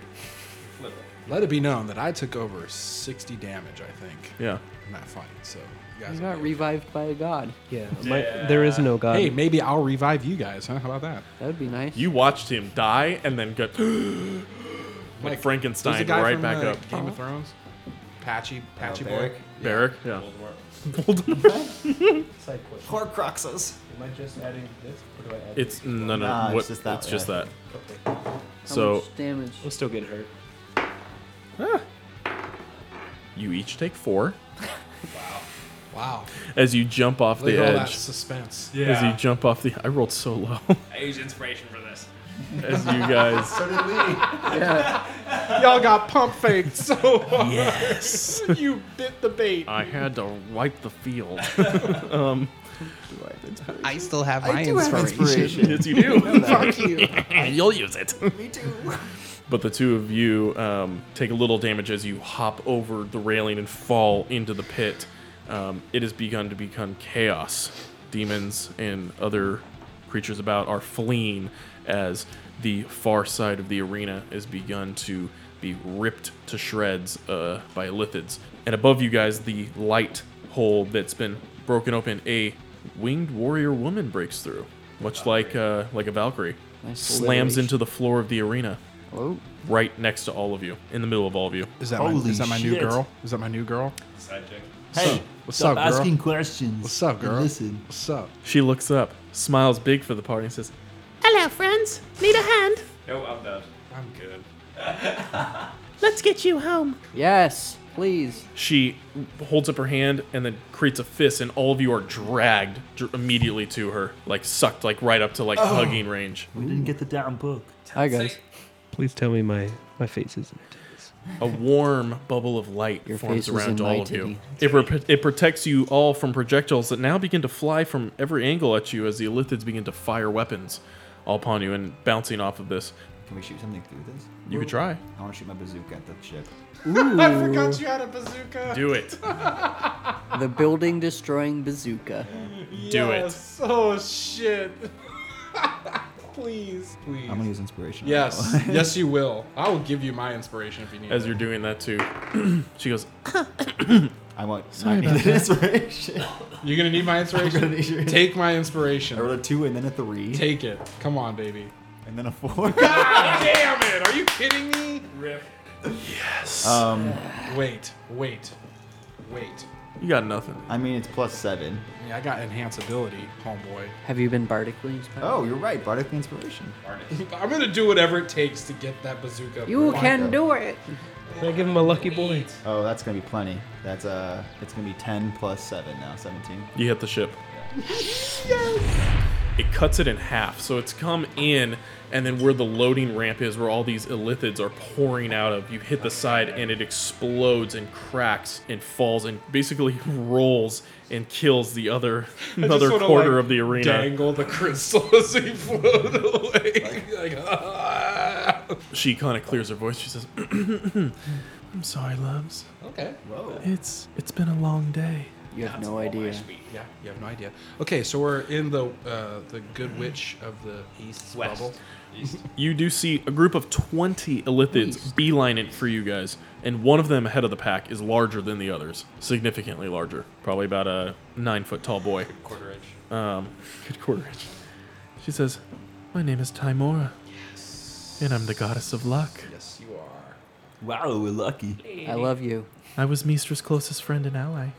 Speaker 1: Let it be known that I took over 60 damage, I think,
Speaker 3: Yeah.
Speaker 1: in that fight. So, you
Speaker 4: You
Speaker 1: guys.
Speaker 4: got revived
Speaker 1: (laughs)
Speaker 4: by a god.
Speaker 6: Yeah. My, there is no god.
Speaker 1: Hey, maybe I'll revive you guys, huh? How about that?
Speaker 4: That would be nice.
Speaker 3: You watched him die and then got (gasps) like,
Speaker 1: Like, Who's
Speaker 3: Frankenstein right
Speaker 1: from,
Speaker 3: back
Speaker 1: uh,
Speaker 3: up. (laughs)
Speaker 1: Game
Speaker 4: Uh-huh.
Speaker 1: of Thrones? Patchy, Patchy boy.
Speaker 7: Beric?
Speaker 3: Barrack? Yeah.
Speaker 7: Horcruxes.
Speaker 6: Am I just adding this? Or do I add
Speaker 3: It's no, no.
Speaker 7: Nah,
Speaker 3: what,
Speaker 7: it's just that
Speaker 3: It's
Speaker 7: way,
Speaker 3: just
Speaker 7: I
Speaker 3: that.
Speaker 4: How
Speaker 3: So
Speaker 4: much damage.
Speaker 6: We'll still get hurt.
Speaker 3: you each take four (laughs)
Speaker 1: Wow.
Speaker 3: as you jump off
Speaker 1: Look
Speaker 3: the
Speaker 1: at all that
Speaker 3: edge.
Speaker 1: suspense.
Speaker 3: As you jump off the, I rolled so low.
Speaker 8: I used inspiration for this.
Speaker 3: as you
Speaker 7: (laughs)
Speaker 3: guys,
Speaker 7: So
Speaker 4: (laughs)
Speaker 7: did we.
Speaker 1: (laughs) Y'all got pump faked so hard.
Speaker 3: yes,
Speaker 1: (laughs) you bit the
Speaker 3: (laughs)
Speaker 1: bait.
Speaker 3: I had to wipe the (laughs) field. Um,
Speaker 11: I still have my
Speaker 7: I do have inspiration.
Speaker 3: yes, you do.
Speaker 11: Fuck you.
Speaker 3: (laughs)
Speaker 9: You'll use it.
Speaker 7: Me too.
Speaker 3: But the two of you um, take a little damage as you hop over the railing and fall into the pit. Um, it has begun to become chaos. Demons and other creatures about are fleeing as the far side of the arena has begun to be ripped to shreds uh, by lithids. And above you guys, the light hole that's been broken open, a winged warrior woman breaks through, much like uh, like a Valkyrie,
Speaker 4: Nice
Speaker 3: slams
Speaker 4: alliteration.
Speaker 3: into the floor of the arena
Speaker 4: Oh,
Speaker 3: right next to all of you, in the middle of all of you.
Speaker 1: Is that, my,
Speaker 5: Holy
Speaker 1: is that my new
Speaker 5: shit.
Speaker 1: girl? Is that my new girl?
Speaker 8: Side check.
Speaker 7: Hey,
Speaker 1: What's
Speaker 5: Stop
Speaker 1: up, girl?
Speaker 5: asking questions.
Speaker 1: What's up,
Speaker 5: and
Speaker 1: girl?
Speaker 5: Listen.
Speaker 1: What's up?
Speaker 3: She looks up, smiles big for the party, and says,
Speaker 9: Hello, friends. Need a hand?
Speaker 8: No, I'm done.
Speaker 1: I'm good.
Speaker 8: (laughs)
Speaker 9: Let's get you home.
Speaker 4: yes, please.
Speaker 3: She holds up her hand and then creates a fist, and all of you are dragged dr- immediately to her, like sucked, like right up to like
Speaker 5: Oh.
Speaker 3: hugging range.
Speaker 5: We didn't get the damn book.
Speaker 4: Hi guys.
Speaker 6: Please tell me my my face isn't.
Speaker 3: A warm bubble of light
Speaker 4: Your
Speaker 3: forms
Speaker 4: face was
Speaker 3: around
Speaker 4: in
Speaker 3: all
Speaker 4: my
Speaker 3: of you.
Speaker 4: titty.
Speaker 3: It, pro- it protects you all from projectiles that now begin to fly from every angle at you as the Elithids begin to fire weapons all upon you and bouncing off of this.
Speaker 7: Can we shoot something through this?
Speaker 3: You could try.
Speaker 7: I want to shoot my bazooka at the ship.
Speaker 1: I forgot you had a bazooka.
Speaker 3: Do
Speaker 1: (laughs)
Speaker 3: it.
Speaker 4: The building destroying bazooka.
Speaker 3: Do it.
Speaker 1: Oh shit. (laughs) Please, please.
Speaker 7: I'm gonna use inspiration. on
Speaker 1: Yes,
Speaker 7: that one.
Speaker 1: yes, you will. I will give you my inspiration if you need.
Speaker 3: As
Speaker 1: it.
Speaker 3: you're doing that too, (clears throat) she goes,
Speaker 7: (coughs) I want. Sorry (laughs)
Speaker 3: (laughs)
Speaker 7: about inspiration.
Speaker 1: you're gonna need my
Speaker 7: gonna need your-
Speaker 1: inspiration. Take my
Speaker 7: I
Speaker 1: inspiration.
Speaker 7: rolled a two and then a three
Speaker 1: Take it. Come on, baby.
Speaker 7: and then a four. (laughs)
Speaker 1: God damn it! Are you kidding me?
Speaker 7: um,
Speaker 1: (laughs) Wait, wait, wait.
Speaker 3: You got nothing.
Speaker 7: I mean it's plus seven.
Speaker 1: Yeah, I got enhance ability, homeboy.
Speaker 4: Have you been bardically inspired?
Speaker 7: Oh, you're right. Bardic inspiration.
Speaker 1: I'm gonna do whatever it takes to get that bazooka.
Speaker 4: You
Speaker 1: back
Speaker 4: can
Speaker 1: up.
Speaker 4: do it.
Speaker 6: Can I give him a lucky boy?
Speaker 7: Oh, that's gonna be plenty. That's uh, it's gonna be ten plus seven now, seventeen.
Speaker 3: You hit the ship. it cuts it in half. So it's come in, and then where the loading ramp is, where all these illithids are pouring out of, you hit the side and it explodes and cracks and falls and basically (laughs) rolls and kills the other (laughs) another
Speaker 8: wanna,
Speaker 3: quarter
Speaker 8: like,
Speaker 3: of the arena.
Speaker 8: Dangle the
Speaker 1: (laughs)
Speaker 8: crystal as he float away. Like, ah.
Speaker 3: She kind of clears her voice. She says,
Speaker 10: (clears throat) I'm sorry, loves.
Speaker 1: Okay.
Speaker 10: Whoa. It's it's been a long day.
Speaker 4: You have no idea.
Speaker 1: Yeah, you have no idea. Okay, so we're in the uh, the Good Witch of the East
Speaker 8: West.
Speaker 1: bubble.
Speaker 3: You do see a group of 20 Elithids beeline it for you guys, and one of them ahead of the pack is larger than the others, significantly larger. Probably about a nine foot tall boy.
Speaker 8: Quarter inch.
Speaker 3: Um, (laughs) good quarter inch.
Speaker 10: She says, My name is Timora. And I'm the goddess of luck.
Speaker 1: Yes, you are.
Speaker 5: Wow, we're lucky.
Speaker 4: I love you.
Speaker 10: I was Mistra's closest friend and
Speaker 1: (laughs)
Speaker 10: ally.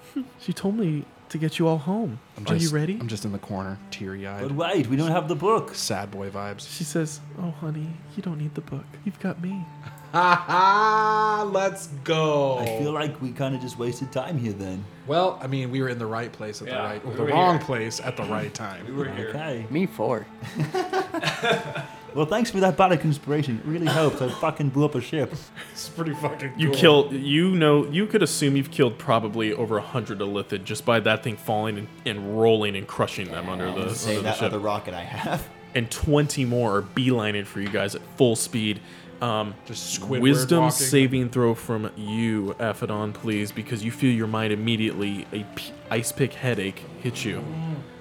Speaker 10: she told me to get you all home.
Speaker 1: I'm
Speaker 10: Are you
Speaker 1: just-
Speaker 10: ready?
Speaker 1: I'm just in the corner, teary eyed,
Speaker 5: But wait, we don't have the book.
Speaker 1: sad boy vibes.
Speaker 10: She says, Oh, honey, you don't need the book. You've got me.
Speaker 1: Ha ha! Let's go.
Speaker 5: I feel like we kind of just wasted time here then.
Speaker 1: well, I mean, we were in the right place at the
Speaker 8: Yeah,
Speaker 1: right,
Speaker 8: we
Speaker 1: the
Speaker 8: were
Speaker 1: wrong
Speaker 8: here.
Speaker 1: place at the
Speaker 5: (laughs)
Speaker 1: right
Speaker 8: We
Speaker 1: time.
Speaker 8: were here.
Speaker 5: Okay.
Speaker 4: Me four.
Speaker 5: (laughs) Well, thanks for that ballot conspiration. It really helped. I fucking blew up a ship.
Speaker 1: It's pretty fucking.
Speaker 3: You
Speaker 1: cool.
Speaker 3: kill, you know, you could assume you've killed probably over 100 Elithid just by that thing falling and, and rolling and crushing them under the, under
Speaker 7: Save
Speaker 3: the
Speaker 7: that
Speaker 3: ship.
Speaker 7: other rocket I have.
Speaker 3: and 20 more are beelining for you guys at full speed. Um,
Speaker 1: Just Squidward
Speaker 3: wisdom
Speaker 1: walking.
Speaker 3: saving throw from you, Aphodon, please, because you feel your mind immediately a p- ice pick headache hits you.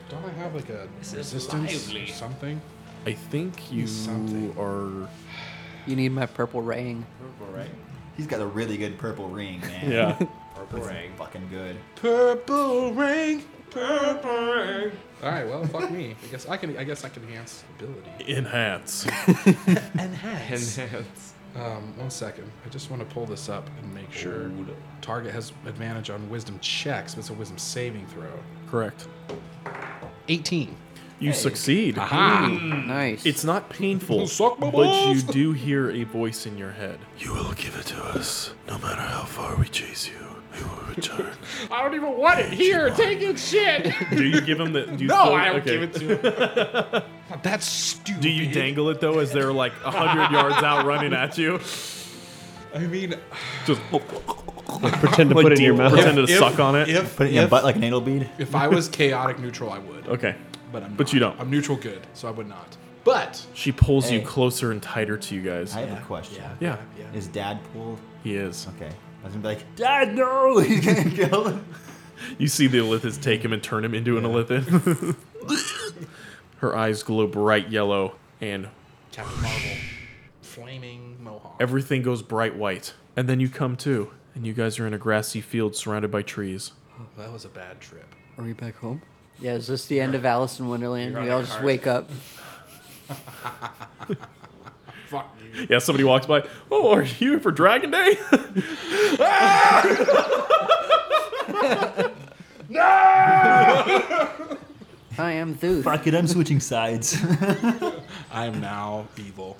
Speaker 1: Don't I have like a resistance or something?
Speaker 3: I think you
Speaker 1: Something.
Speaker 3: are.
Speaker 4: You need my purple ring.
Speaker 7: Purple, right? He's got a really good purple ring, man.
Speaker 3: Yeah.
Speaker 7: (laughs) Purple ring. Fucking good.
Speaker 1: Purple ring. Purple ring. All right. Well, fuck me. I guess I can. I guess I can enhance ability.
Speaker 3: Enhance.
Speaker 1: Um, one second. I just want to pull this up and make sure. Target has advantage on wisdom checks, but it's a wisdom saving throw.
Speaker 3: Correct.
Speaker 1: 18.
Speaker 3: You succeed.
Speaker 4: Nice.
Speaker 3: It's not painful,
Speaker 1: Suck my
Speaker 3: but you
Speaker 1: balls.
Speaker 3: do hear a voice in your head.
Speaker 10: You will give it to us. No matter how far we chase you, we will return.
Speaker 1: (laughs) I don't even want it here. Take it, shit.
Speaker 3: (laughs) Do you give him the? Do you
Speaker 1: no,
Speaker 3: throw-
Speaker 1: I don't
Speaker 3: okay.
Speaker 1: give
Speaker 3: (laughs)
Speaker 1: it to him. That's stupid.
Speaker 3: Do you dangle it though, as they're like hundred yards out running at you?
Speaker 1: I mean, (sighs)
Speaker 3: Just
Speaker 6: Pretend to put it in your mouth.
Speaker 3: Pretend to suck on it.
Speaker 1: If
Speaker 7: Put it in your
Speaker 1: if,
Speaker 7: butt like a needle bead.
Speaker 1: if I was chaotic neutral, I would.
Speaker 3: okay.
Speaker 1: But I'm.
Speaker 3: But
Speaker 1: not.
Speaker 3: you don't.
Speaker 1: I'm neutral good, so I would not. But
Speaker 3: She pulls you
Speaker 7: Hey.
Speaker 3: closer and tighter to you guys.
Speaker 7: I have a question.
Speaker 3: yeah,
Speaker 7: Is dad pool?
Speaker 3: he is.
Speaker 7: Okay. I was gonna be like,
Speaker 5: Dad, no! He's gonna kill him.
Speaker 3: You see the Elithis take him and turn him into an Elithid. (laughs) Her eyes glow bright yellow, and
Speaker 1: Captain Marvel, flaming mohawk.
Speaker 3: everything goes bright white. And then you come to, and you guys are in a grassy field surrounded by trees.
Speaker 1: that was a bad trip.
Speaker 4: Are we back home? Yeah, is this the end of Alice in Wonderland?
Speaker 8: You're on
Speaker 4: We all
Speaker 8: your
Speaker 4: just
Speaker 8: card.
Speaker 4: wake
Speaker 1: (laughs)
Speaker 4: up.
Speaker 1: Fuck you.
Speaker 3: Yeah, somebody walks by. Oh, are you here for Dragon Day? (laughs)
Speaker 4: I am Thuth.
Speaker 5: Fuck it, I'm switching sides.
Speaker 1: (laughs) I am now evil.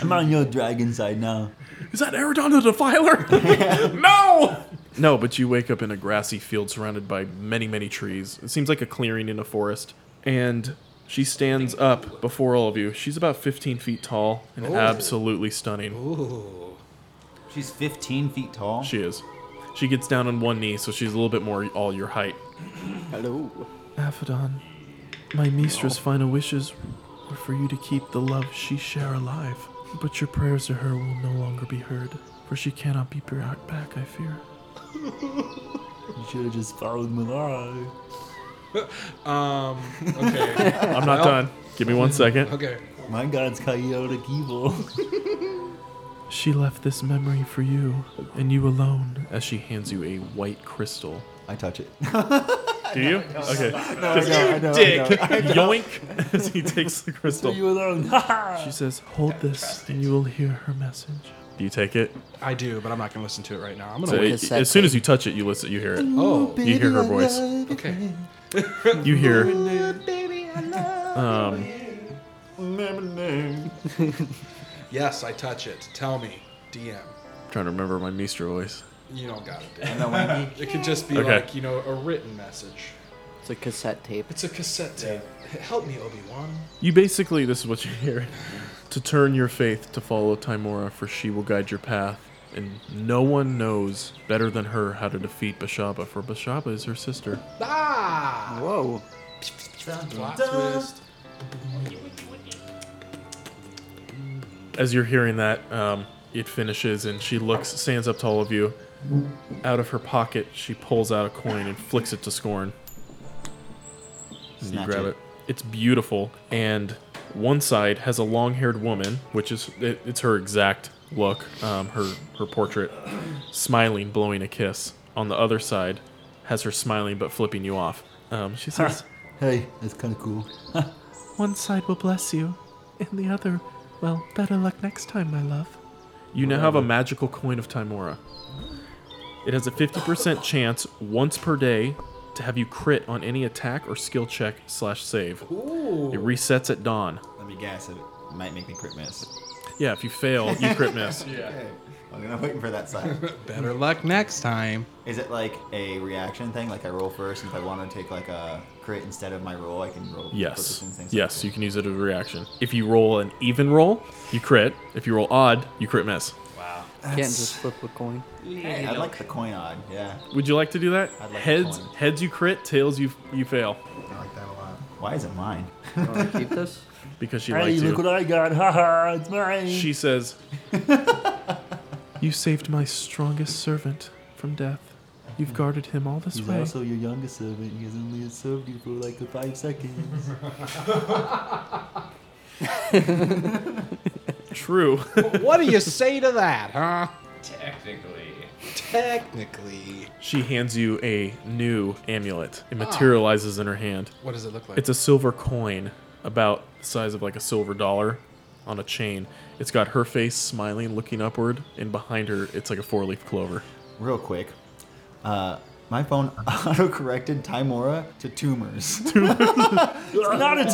Speaker 5: I'm on your dragon side now.
Speaker 3: Is that Aerodon
Speaker 10: (laughs)
Speaker 3: the Defiler? no! No, but you wake up in a grassy field surrounded by many, many trees. It seems like a clearing in a forest. And she stands up before all of you. She's about 15 feet tall and absolutely stunning.
Speaker 1: Ooh.
Speaker 7: Oh. she's 15 feet tall.
Speaker 3: She is. She gets down on one knee, so she's a little bit more all your height.
Speaker 4: Hello.
Speaker 10: Aphodon, my Mistra's final wishes were for you to keep the love she share alive. But your prayers to her will no longer be heard, for she cannot be brought back, I fear.
Speaker 5: You should have (laughs) just followed Malara.
Speaker 1: (laughs) Um. Okay.
Speaker 3: (laughs) I'm not done. Give me one second.
Speaker 1: okay.
Speaker 5: My god's chaotic evil. (laughs)
Speaker 10: She left this memory for you, and you alone, as she hands you a white crystal.
Speaker 7: I touch it.
Speaker 3: Do you?
Speaker 7: (laughs)
Speaker 3: Okay.
Speaker 7: I know, (laughs) I know.
Speaker 3: (laughs) Yoink! As he takes the crystal.
Speaker 7: (laughs)
Speaker 5: you alone.
Speaker 10: She says, Hold this, and you will hear her message.
Speaker 3: (laughs) Do you take it?
Speaker 1: I do, but I'm not gonna listen to it right now. I'm
Speaker 3: So
Speaker 1: gonna wait.
Speaker 3: it- as soon as you touch it, you listen. You hear it.
Speaker 1: Oh.
Speaker 3: You hear her voice.
Speaker 1: Okay.
Speaker 3: (laughs) You hear. Um,
Speaker 7: (laughs)
Speaker 1: (laughs) Yes, I touch it. Tell me, DM.
Speaker 3: trying to remember my Meester voice.
Speaker 1: You don't got (laughs) it. dude. It could just be
Speaker 3: Okay.
Speaker 1: like you know a written message.
Speaker 4: It's a cassette tape.
Speaker 1: It's a cassette tape. Help me, Obi Wan.
Speaker 3: You basically, this is what you're hearing. to turn your faith to follow Timora, for she will guide your path. And no one knows better than her how to defeat Bashaba, for Bashaba is her sister.
Speaker 1: Ah!
Speaker 4: Whoa.
Speaker 1: Plot twist.
Speaker 3: As you're hearing that, um, it finishes and she looks, stands up to all of you. Out of her pocket, she pulls out a coin and flicks it to Scorn. you
Speaker 7: Snatch
Speaker 3: grab
Speaker 7: it.
Speaker 3: it. It's beautiful, and one side has a long-haired woman, which is it, it's her exact look, um, her her portrait, smiling, blowing a kiss. On the other side, has her smiling but flipping you off. Um, she says,
Speaker 5: Hey, that's kind of cool.
Speaker 10: (laughs) One side will bless you, and the other, well, better luck next time, my love.
Speaker 3: "You now have a magical coin of Timora. It has a 50% chance once per day to have you crit on any attack or skill check slash save. It resets at dawn.
Speaker 7: Let me guess. It might make me crit miss.
Speaker 3: Yeah, if
Speaker 7: (laughs)
Speaker 3: you fail, you crit miss.
Speaker 7: Okay. I'm gonna waiting for
Speaker 6: (laughs)
Speaker 7: that sign.
Speaker 1: (laughs) Better luck next time.
Speaker 7: Is it like a reaction thing? Like I roll first, and if I want to take like a crit instead of my roll, I can roll.
Speaker 3: Yes.
Speaker 7: things- things
Speaker 3: Yes, you can use it as a reaction. If you roll an even roll, you crit. If you roll odd, you crit miss.
Speaker 7: Wow.
Speaker 4: Can't just flip a coin.
Speaker 7: Hey, I like the coin odd. Yeah.
Speaker 3: Would you like to do that?
Speaker 7: I'd like
Speaker 3: heads,
Speaker 7: one.
Speaker 3: heads, you crit. Tails, you you fail.
Speaker 7: I like that a lot. Why is it mine?
Speaker 4: You want to keep this?
Speaker 3: Because she
Speaker 5: Hey,
Speaker 3: likes
Speaker 5: look
Speaker 3: you.
Speaker 5: what I got. Haha, it's mine. (laughs)
Speaker 3: She says,
Speaker 10: You saved my strongest servant from death. You've guarded him all this
Speaker 5: He's
Speaker 10: way.
Speaker 5: also your youngest servant. He has only served you for like five seconds.
Speaker 3: "True."
Speaker 1: (laughs) what do you say to that,
Speaker 3: (laughs)
Speaker 1: huh?
Speaker 11: Technically.
Speaker 1: Technically. Oh.
Speaker 3: she hands you a new amulet. It materializes in her hand.
Speaker 1: What does it look like?
Speaker 3: It's a silver coin, about the size of like a silver dollar, on a chain. It's got her face smiling, looking upward, and behind her, it's like a four-leaf clover.
Speaker 7: Real quick. Uh, my phone (laughs) auto-corrected Timora to tumors. (laughs)
Speaker 5: it's not a
Speaker 7: not a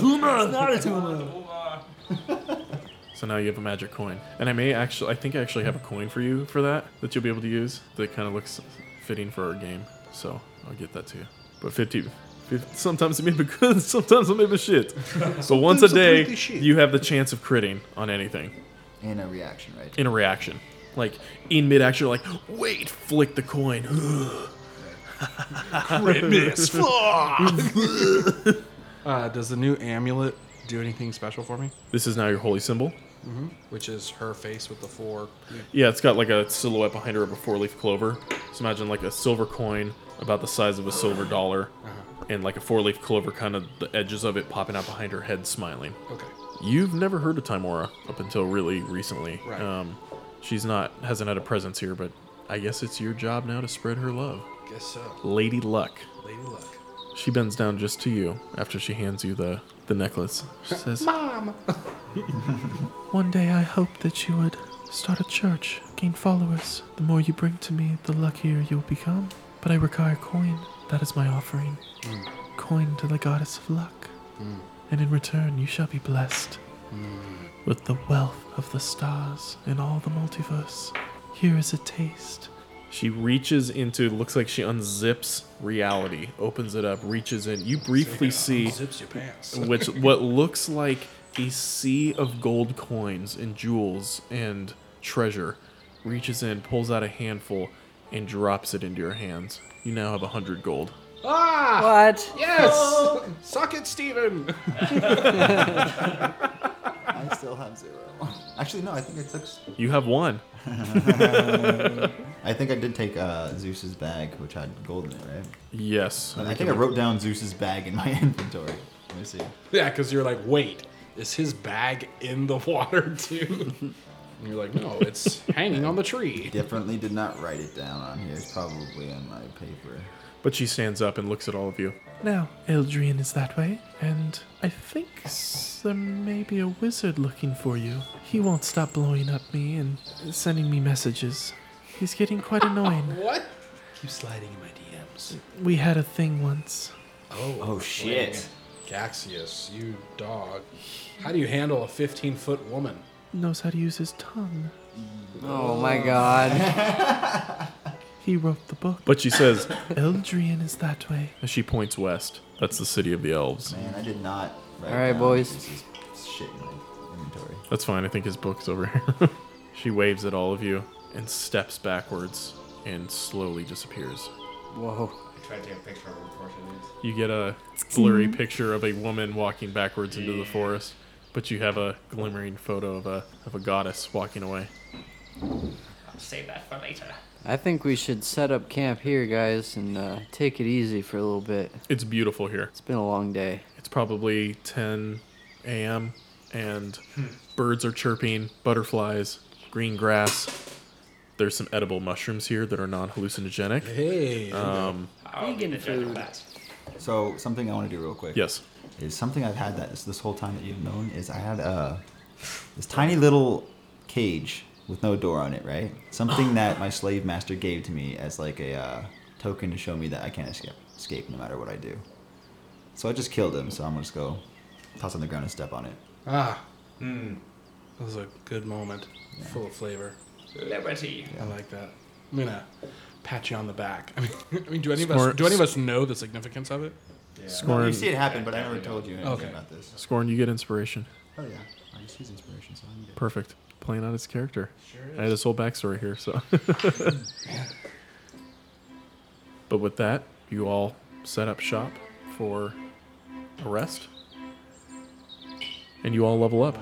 Speaker 5: tumor. It's not a tumor.
Speaker 3: So now you have a magic coin, and I may actually, I think I actually have a coin for you for that that you'll be able to use. That kind of looks fitting for our game, so I'll get that to you. But 50, 50 sometimes it may be good, (laughs) sometimes it may be shit. So once a
Speaker 1: Sometimes it
Speaker 3: day,
Speaker 1: may be shit.
Speaker 3: you have the chance of critting on anything
Speaker 7: In a reaction, right?
Speaker 3: in a reaction, like in mid action, like wait, flick the coin. (laughs)
Speaker 1: Crit miss. Fuck. (laughs) uh, does the new amulet do anything special for me?
Speaker 3: this is now your holy symbol.
Speaker 1: Which is her face with the four.
Speaker 3: Yeah, it's got like a silhouette behind her of a four leaf clover. So imagine like a silver coin about the size of a silver dollar
Speaker 1: Uh-huh.
Speaker 3: and like a four leaf clover, kind of the edges of it popping out behind her head, smiling.
Speaker 1: Okay.
Speaker 3: You've never heard of Timora up until really recently.
Speaker 1: Right.
Speaker 3: Um, she's not, hasn't had a presence here, but I guess it's your job now to spread her love.
Speaker 1: Guess so.
Speaker 3: Lady Luck.
Speaker 1: Lady Luck.
Speaker 3: She bends down just to you after she hands you the, the necklace.
Speaker 10: She
Speaker 1: (laughs)
Speaker 10: says,
Speaker 1: Mom!
Speaker 10: (laughs) One day I hoped that you would start a church, gain followers. The more you bring to me, the luckier you'll become. But I require coin. That is my offering. Coin to the goddess of luck. And in return, you shall be blessed with the wealth of the stars in all the multiverse. Here is a taste.
Speaker 3: She reaches into, looks like she unzips reality, opens it up, reaches in. You briefly see
Speaker 1: Zips your pants.
Speaker 3: which what looks like a sea of gold coins and jewels and treasure reaches in pulls out a handful and drops it into your hands you now have a hundred gold
Speaker 1: Ah!
Speaker 4: What?
Speaker 1: Yes! (laughs) Suck it,
Speaker 4: (laughs)
Speaker 1: Steven! (laughs)
Speaker 7: I still have zero. Actually, no. I think I took. s-
Speaker 3: you
Speaker 5: (laughs)
Speaker 3: have one
Speaker 7: (laughs)
Speaker 3: (laughs)
Speaker 7: I think I did take uh, Zeus's bag, which had gold in it, right?
Speaker 3: yes
Speaker 7: I think I wrote down Zeus's bag in my (laughs) inventory. Let me see.
Speaker 1: (laughs) Yeah, because you're like, wait, is his bag in the (laughs) water too? (laughs) And you're like, no, it's hanging on the tree.
Speaker 7: Definitely did not write it down on here. It's probably on my paper.
Speaker 3: but she stands up and looks at all of you
Speaker 10: Now, Eldrian is that way, and I think s- there may be a wizard looking for you. He won't stop blowing up me and sending me messages. He's getting quite annoying.
Speaker 1: What?
Speaker 11: Keep sliding in my DMs.
Speaker 10: We had a thing once.
Speaker 1: Oh,
Speaker 7: Oh shit!
Speaker 1: Gaxius, you dog. How do you handle a 15 foot woman?
Speaker 10: Knows how to use his tongue.
Speaker 4: Oh my god.
Speaker 10: (laughs) He wrote the book.
Speaker 3: But she says-
Speaker 10: (laughs) Eldrian is that way.
Speaker 3: As she points west, that's the city of the elves.
Speaker 7: Man, I did not. write
Speaker 4: All right,
Speaker 7: down
Speaker 4: boys.
Speaker 7: this Shit in my inventory.
Speaker 3: That's fine. I think his book's over here. (laughs) she waves at all of you and steps backwards and slowly disappears.
Speaker 4: Whoa.
Speaker 11: I tried to take a picture of him before she leaves.
Speaker 3: You get a blurry picture of a woman walking backwards into the forest, but you have a glimmering photo of a of a goddess walking away.
Speaker 11: I'll save that for later.
Speaker 4: I think we should set up camp here, guys, and uh, take it easy for a little bit.
Speaker 3: It's beautiful here.
Speaker 4: It's been a long day.
Speaker 3: It's probably 10 a.m. and birds are chirping, butterflies, green grass. There's some edible mushrooms here that are non-hallucinogenic.
Speaker 1: Hey.
Speaker 3: Um,
Speaker 4: Vegan food.
Speaker 7: So something I want to do real quick.
Speaker 3: Yes.
Speaker 7: Is something I've had that this, this whole time that you've known is I had uh, this tiny little cage with no door on it, right?
Speaker 4: (sighs)
Speaker 7: Something that my slave master gave to me as like a uh, token to show me that I can't escape, escape no matter what I do. So I just killed him. So I'm gonna just go toss it on the ground and step on it.
Speaker 1: Ah. Hmm. That was a good moment. Full of flavor.
Speaker 11: Liberty.
Speaker 1: I like that. I'm gonna pat you on the back. (laughs) I mean, I mean do any of us
Speaker 3: Scorn-
Speaker 1: do any of us know the significance of it?
Speaker 3: Scorn-
Speaker 7: You see it happen, but I never told you anything
Speaker 1: Okay.
Speaker 7: about this.
Speaker 3: Scorn, you get inspiration.
Speaker 7: Oh yeah, I just use inspiration, so I'm good.
Speaker 3: Perfect. Playing out his character.
Speaker 7: Sure
Speaker 3: I
Speaker 7: is.
Speaker 3: had this whole backstory here, so. (laughs) but with that, you all set up shop for a rest, and you all level up.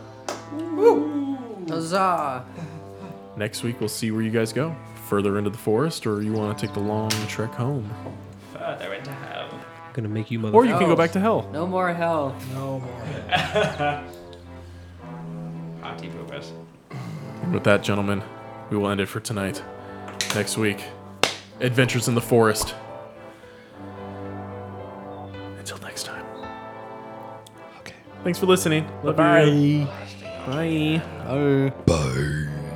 Speaker 4: Huzzah!
Speaker 3: Next week, we'll see where you guys go. Further into the forest, or you want to take the long trek home,
Speaker 11: Further into hell.
Speaker 6: Gonna make you mother.
Speaker 3: or you can go back to hell.
Speaker 4: No more hell.
Speaker 1: No more.
Speaker 11: Party poopers.
Speaker 3: And with that, gentlemen, we will end it for tonight. Next week, Adventures in the Forest. Until next time. Okay. Thanks for listening. Love you. Bye. Bye.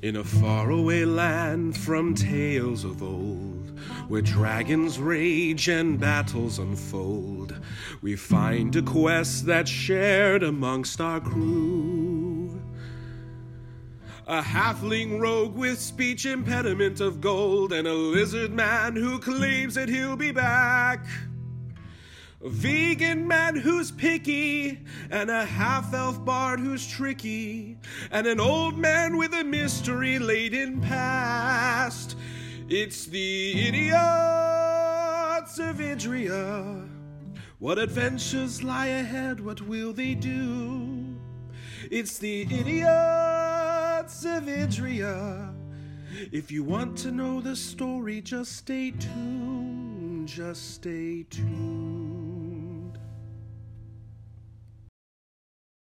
Speaker 2: In a faraway land from tales of old, where dragons rage and battles unfold, we find a quest that's shared amongst our crew. A halfling rogue with speech impediment of gold, and a lizard man who claims that he'll be back. A vegan man who's picky, and a half elf bard who's tricky, and an old man with a mystery laden past. It's the idiots of Idria. What adventures lie ahead? What will they do? It's the idiots of Idria. If you want to know the story, just stay tuned. Just stay tuned.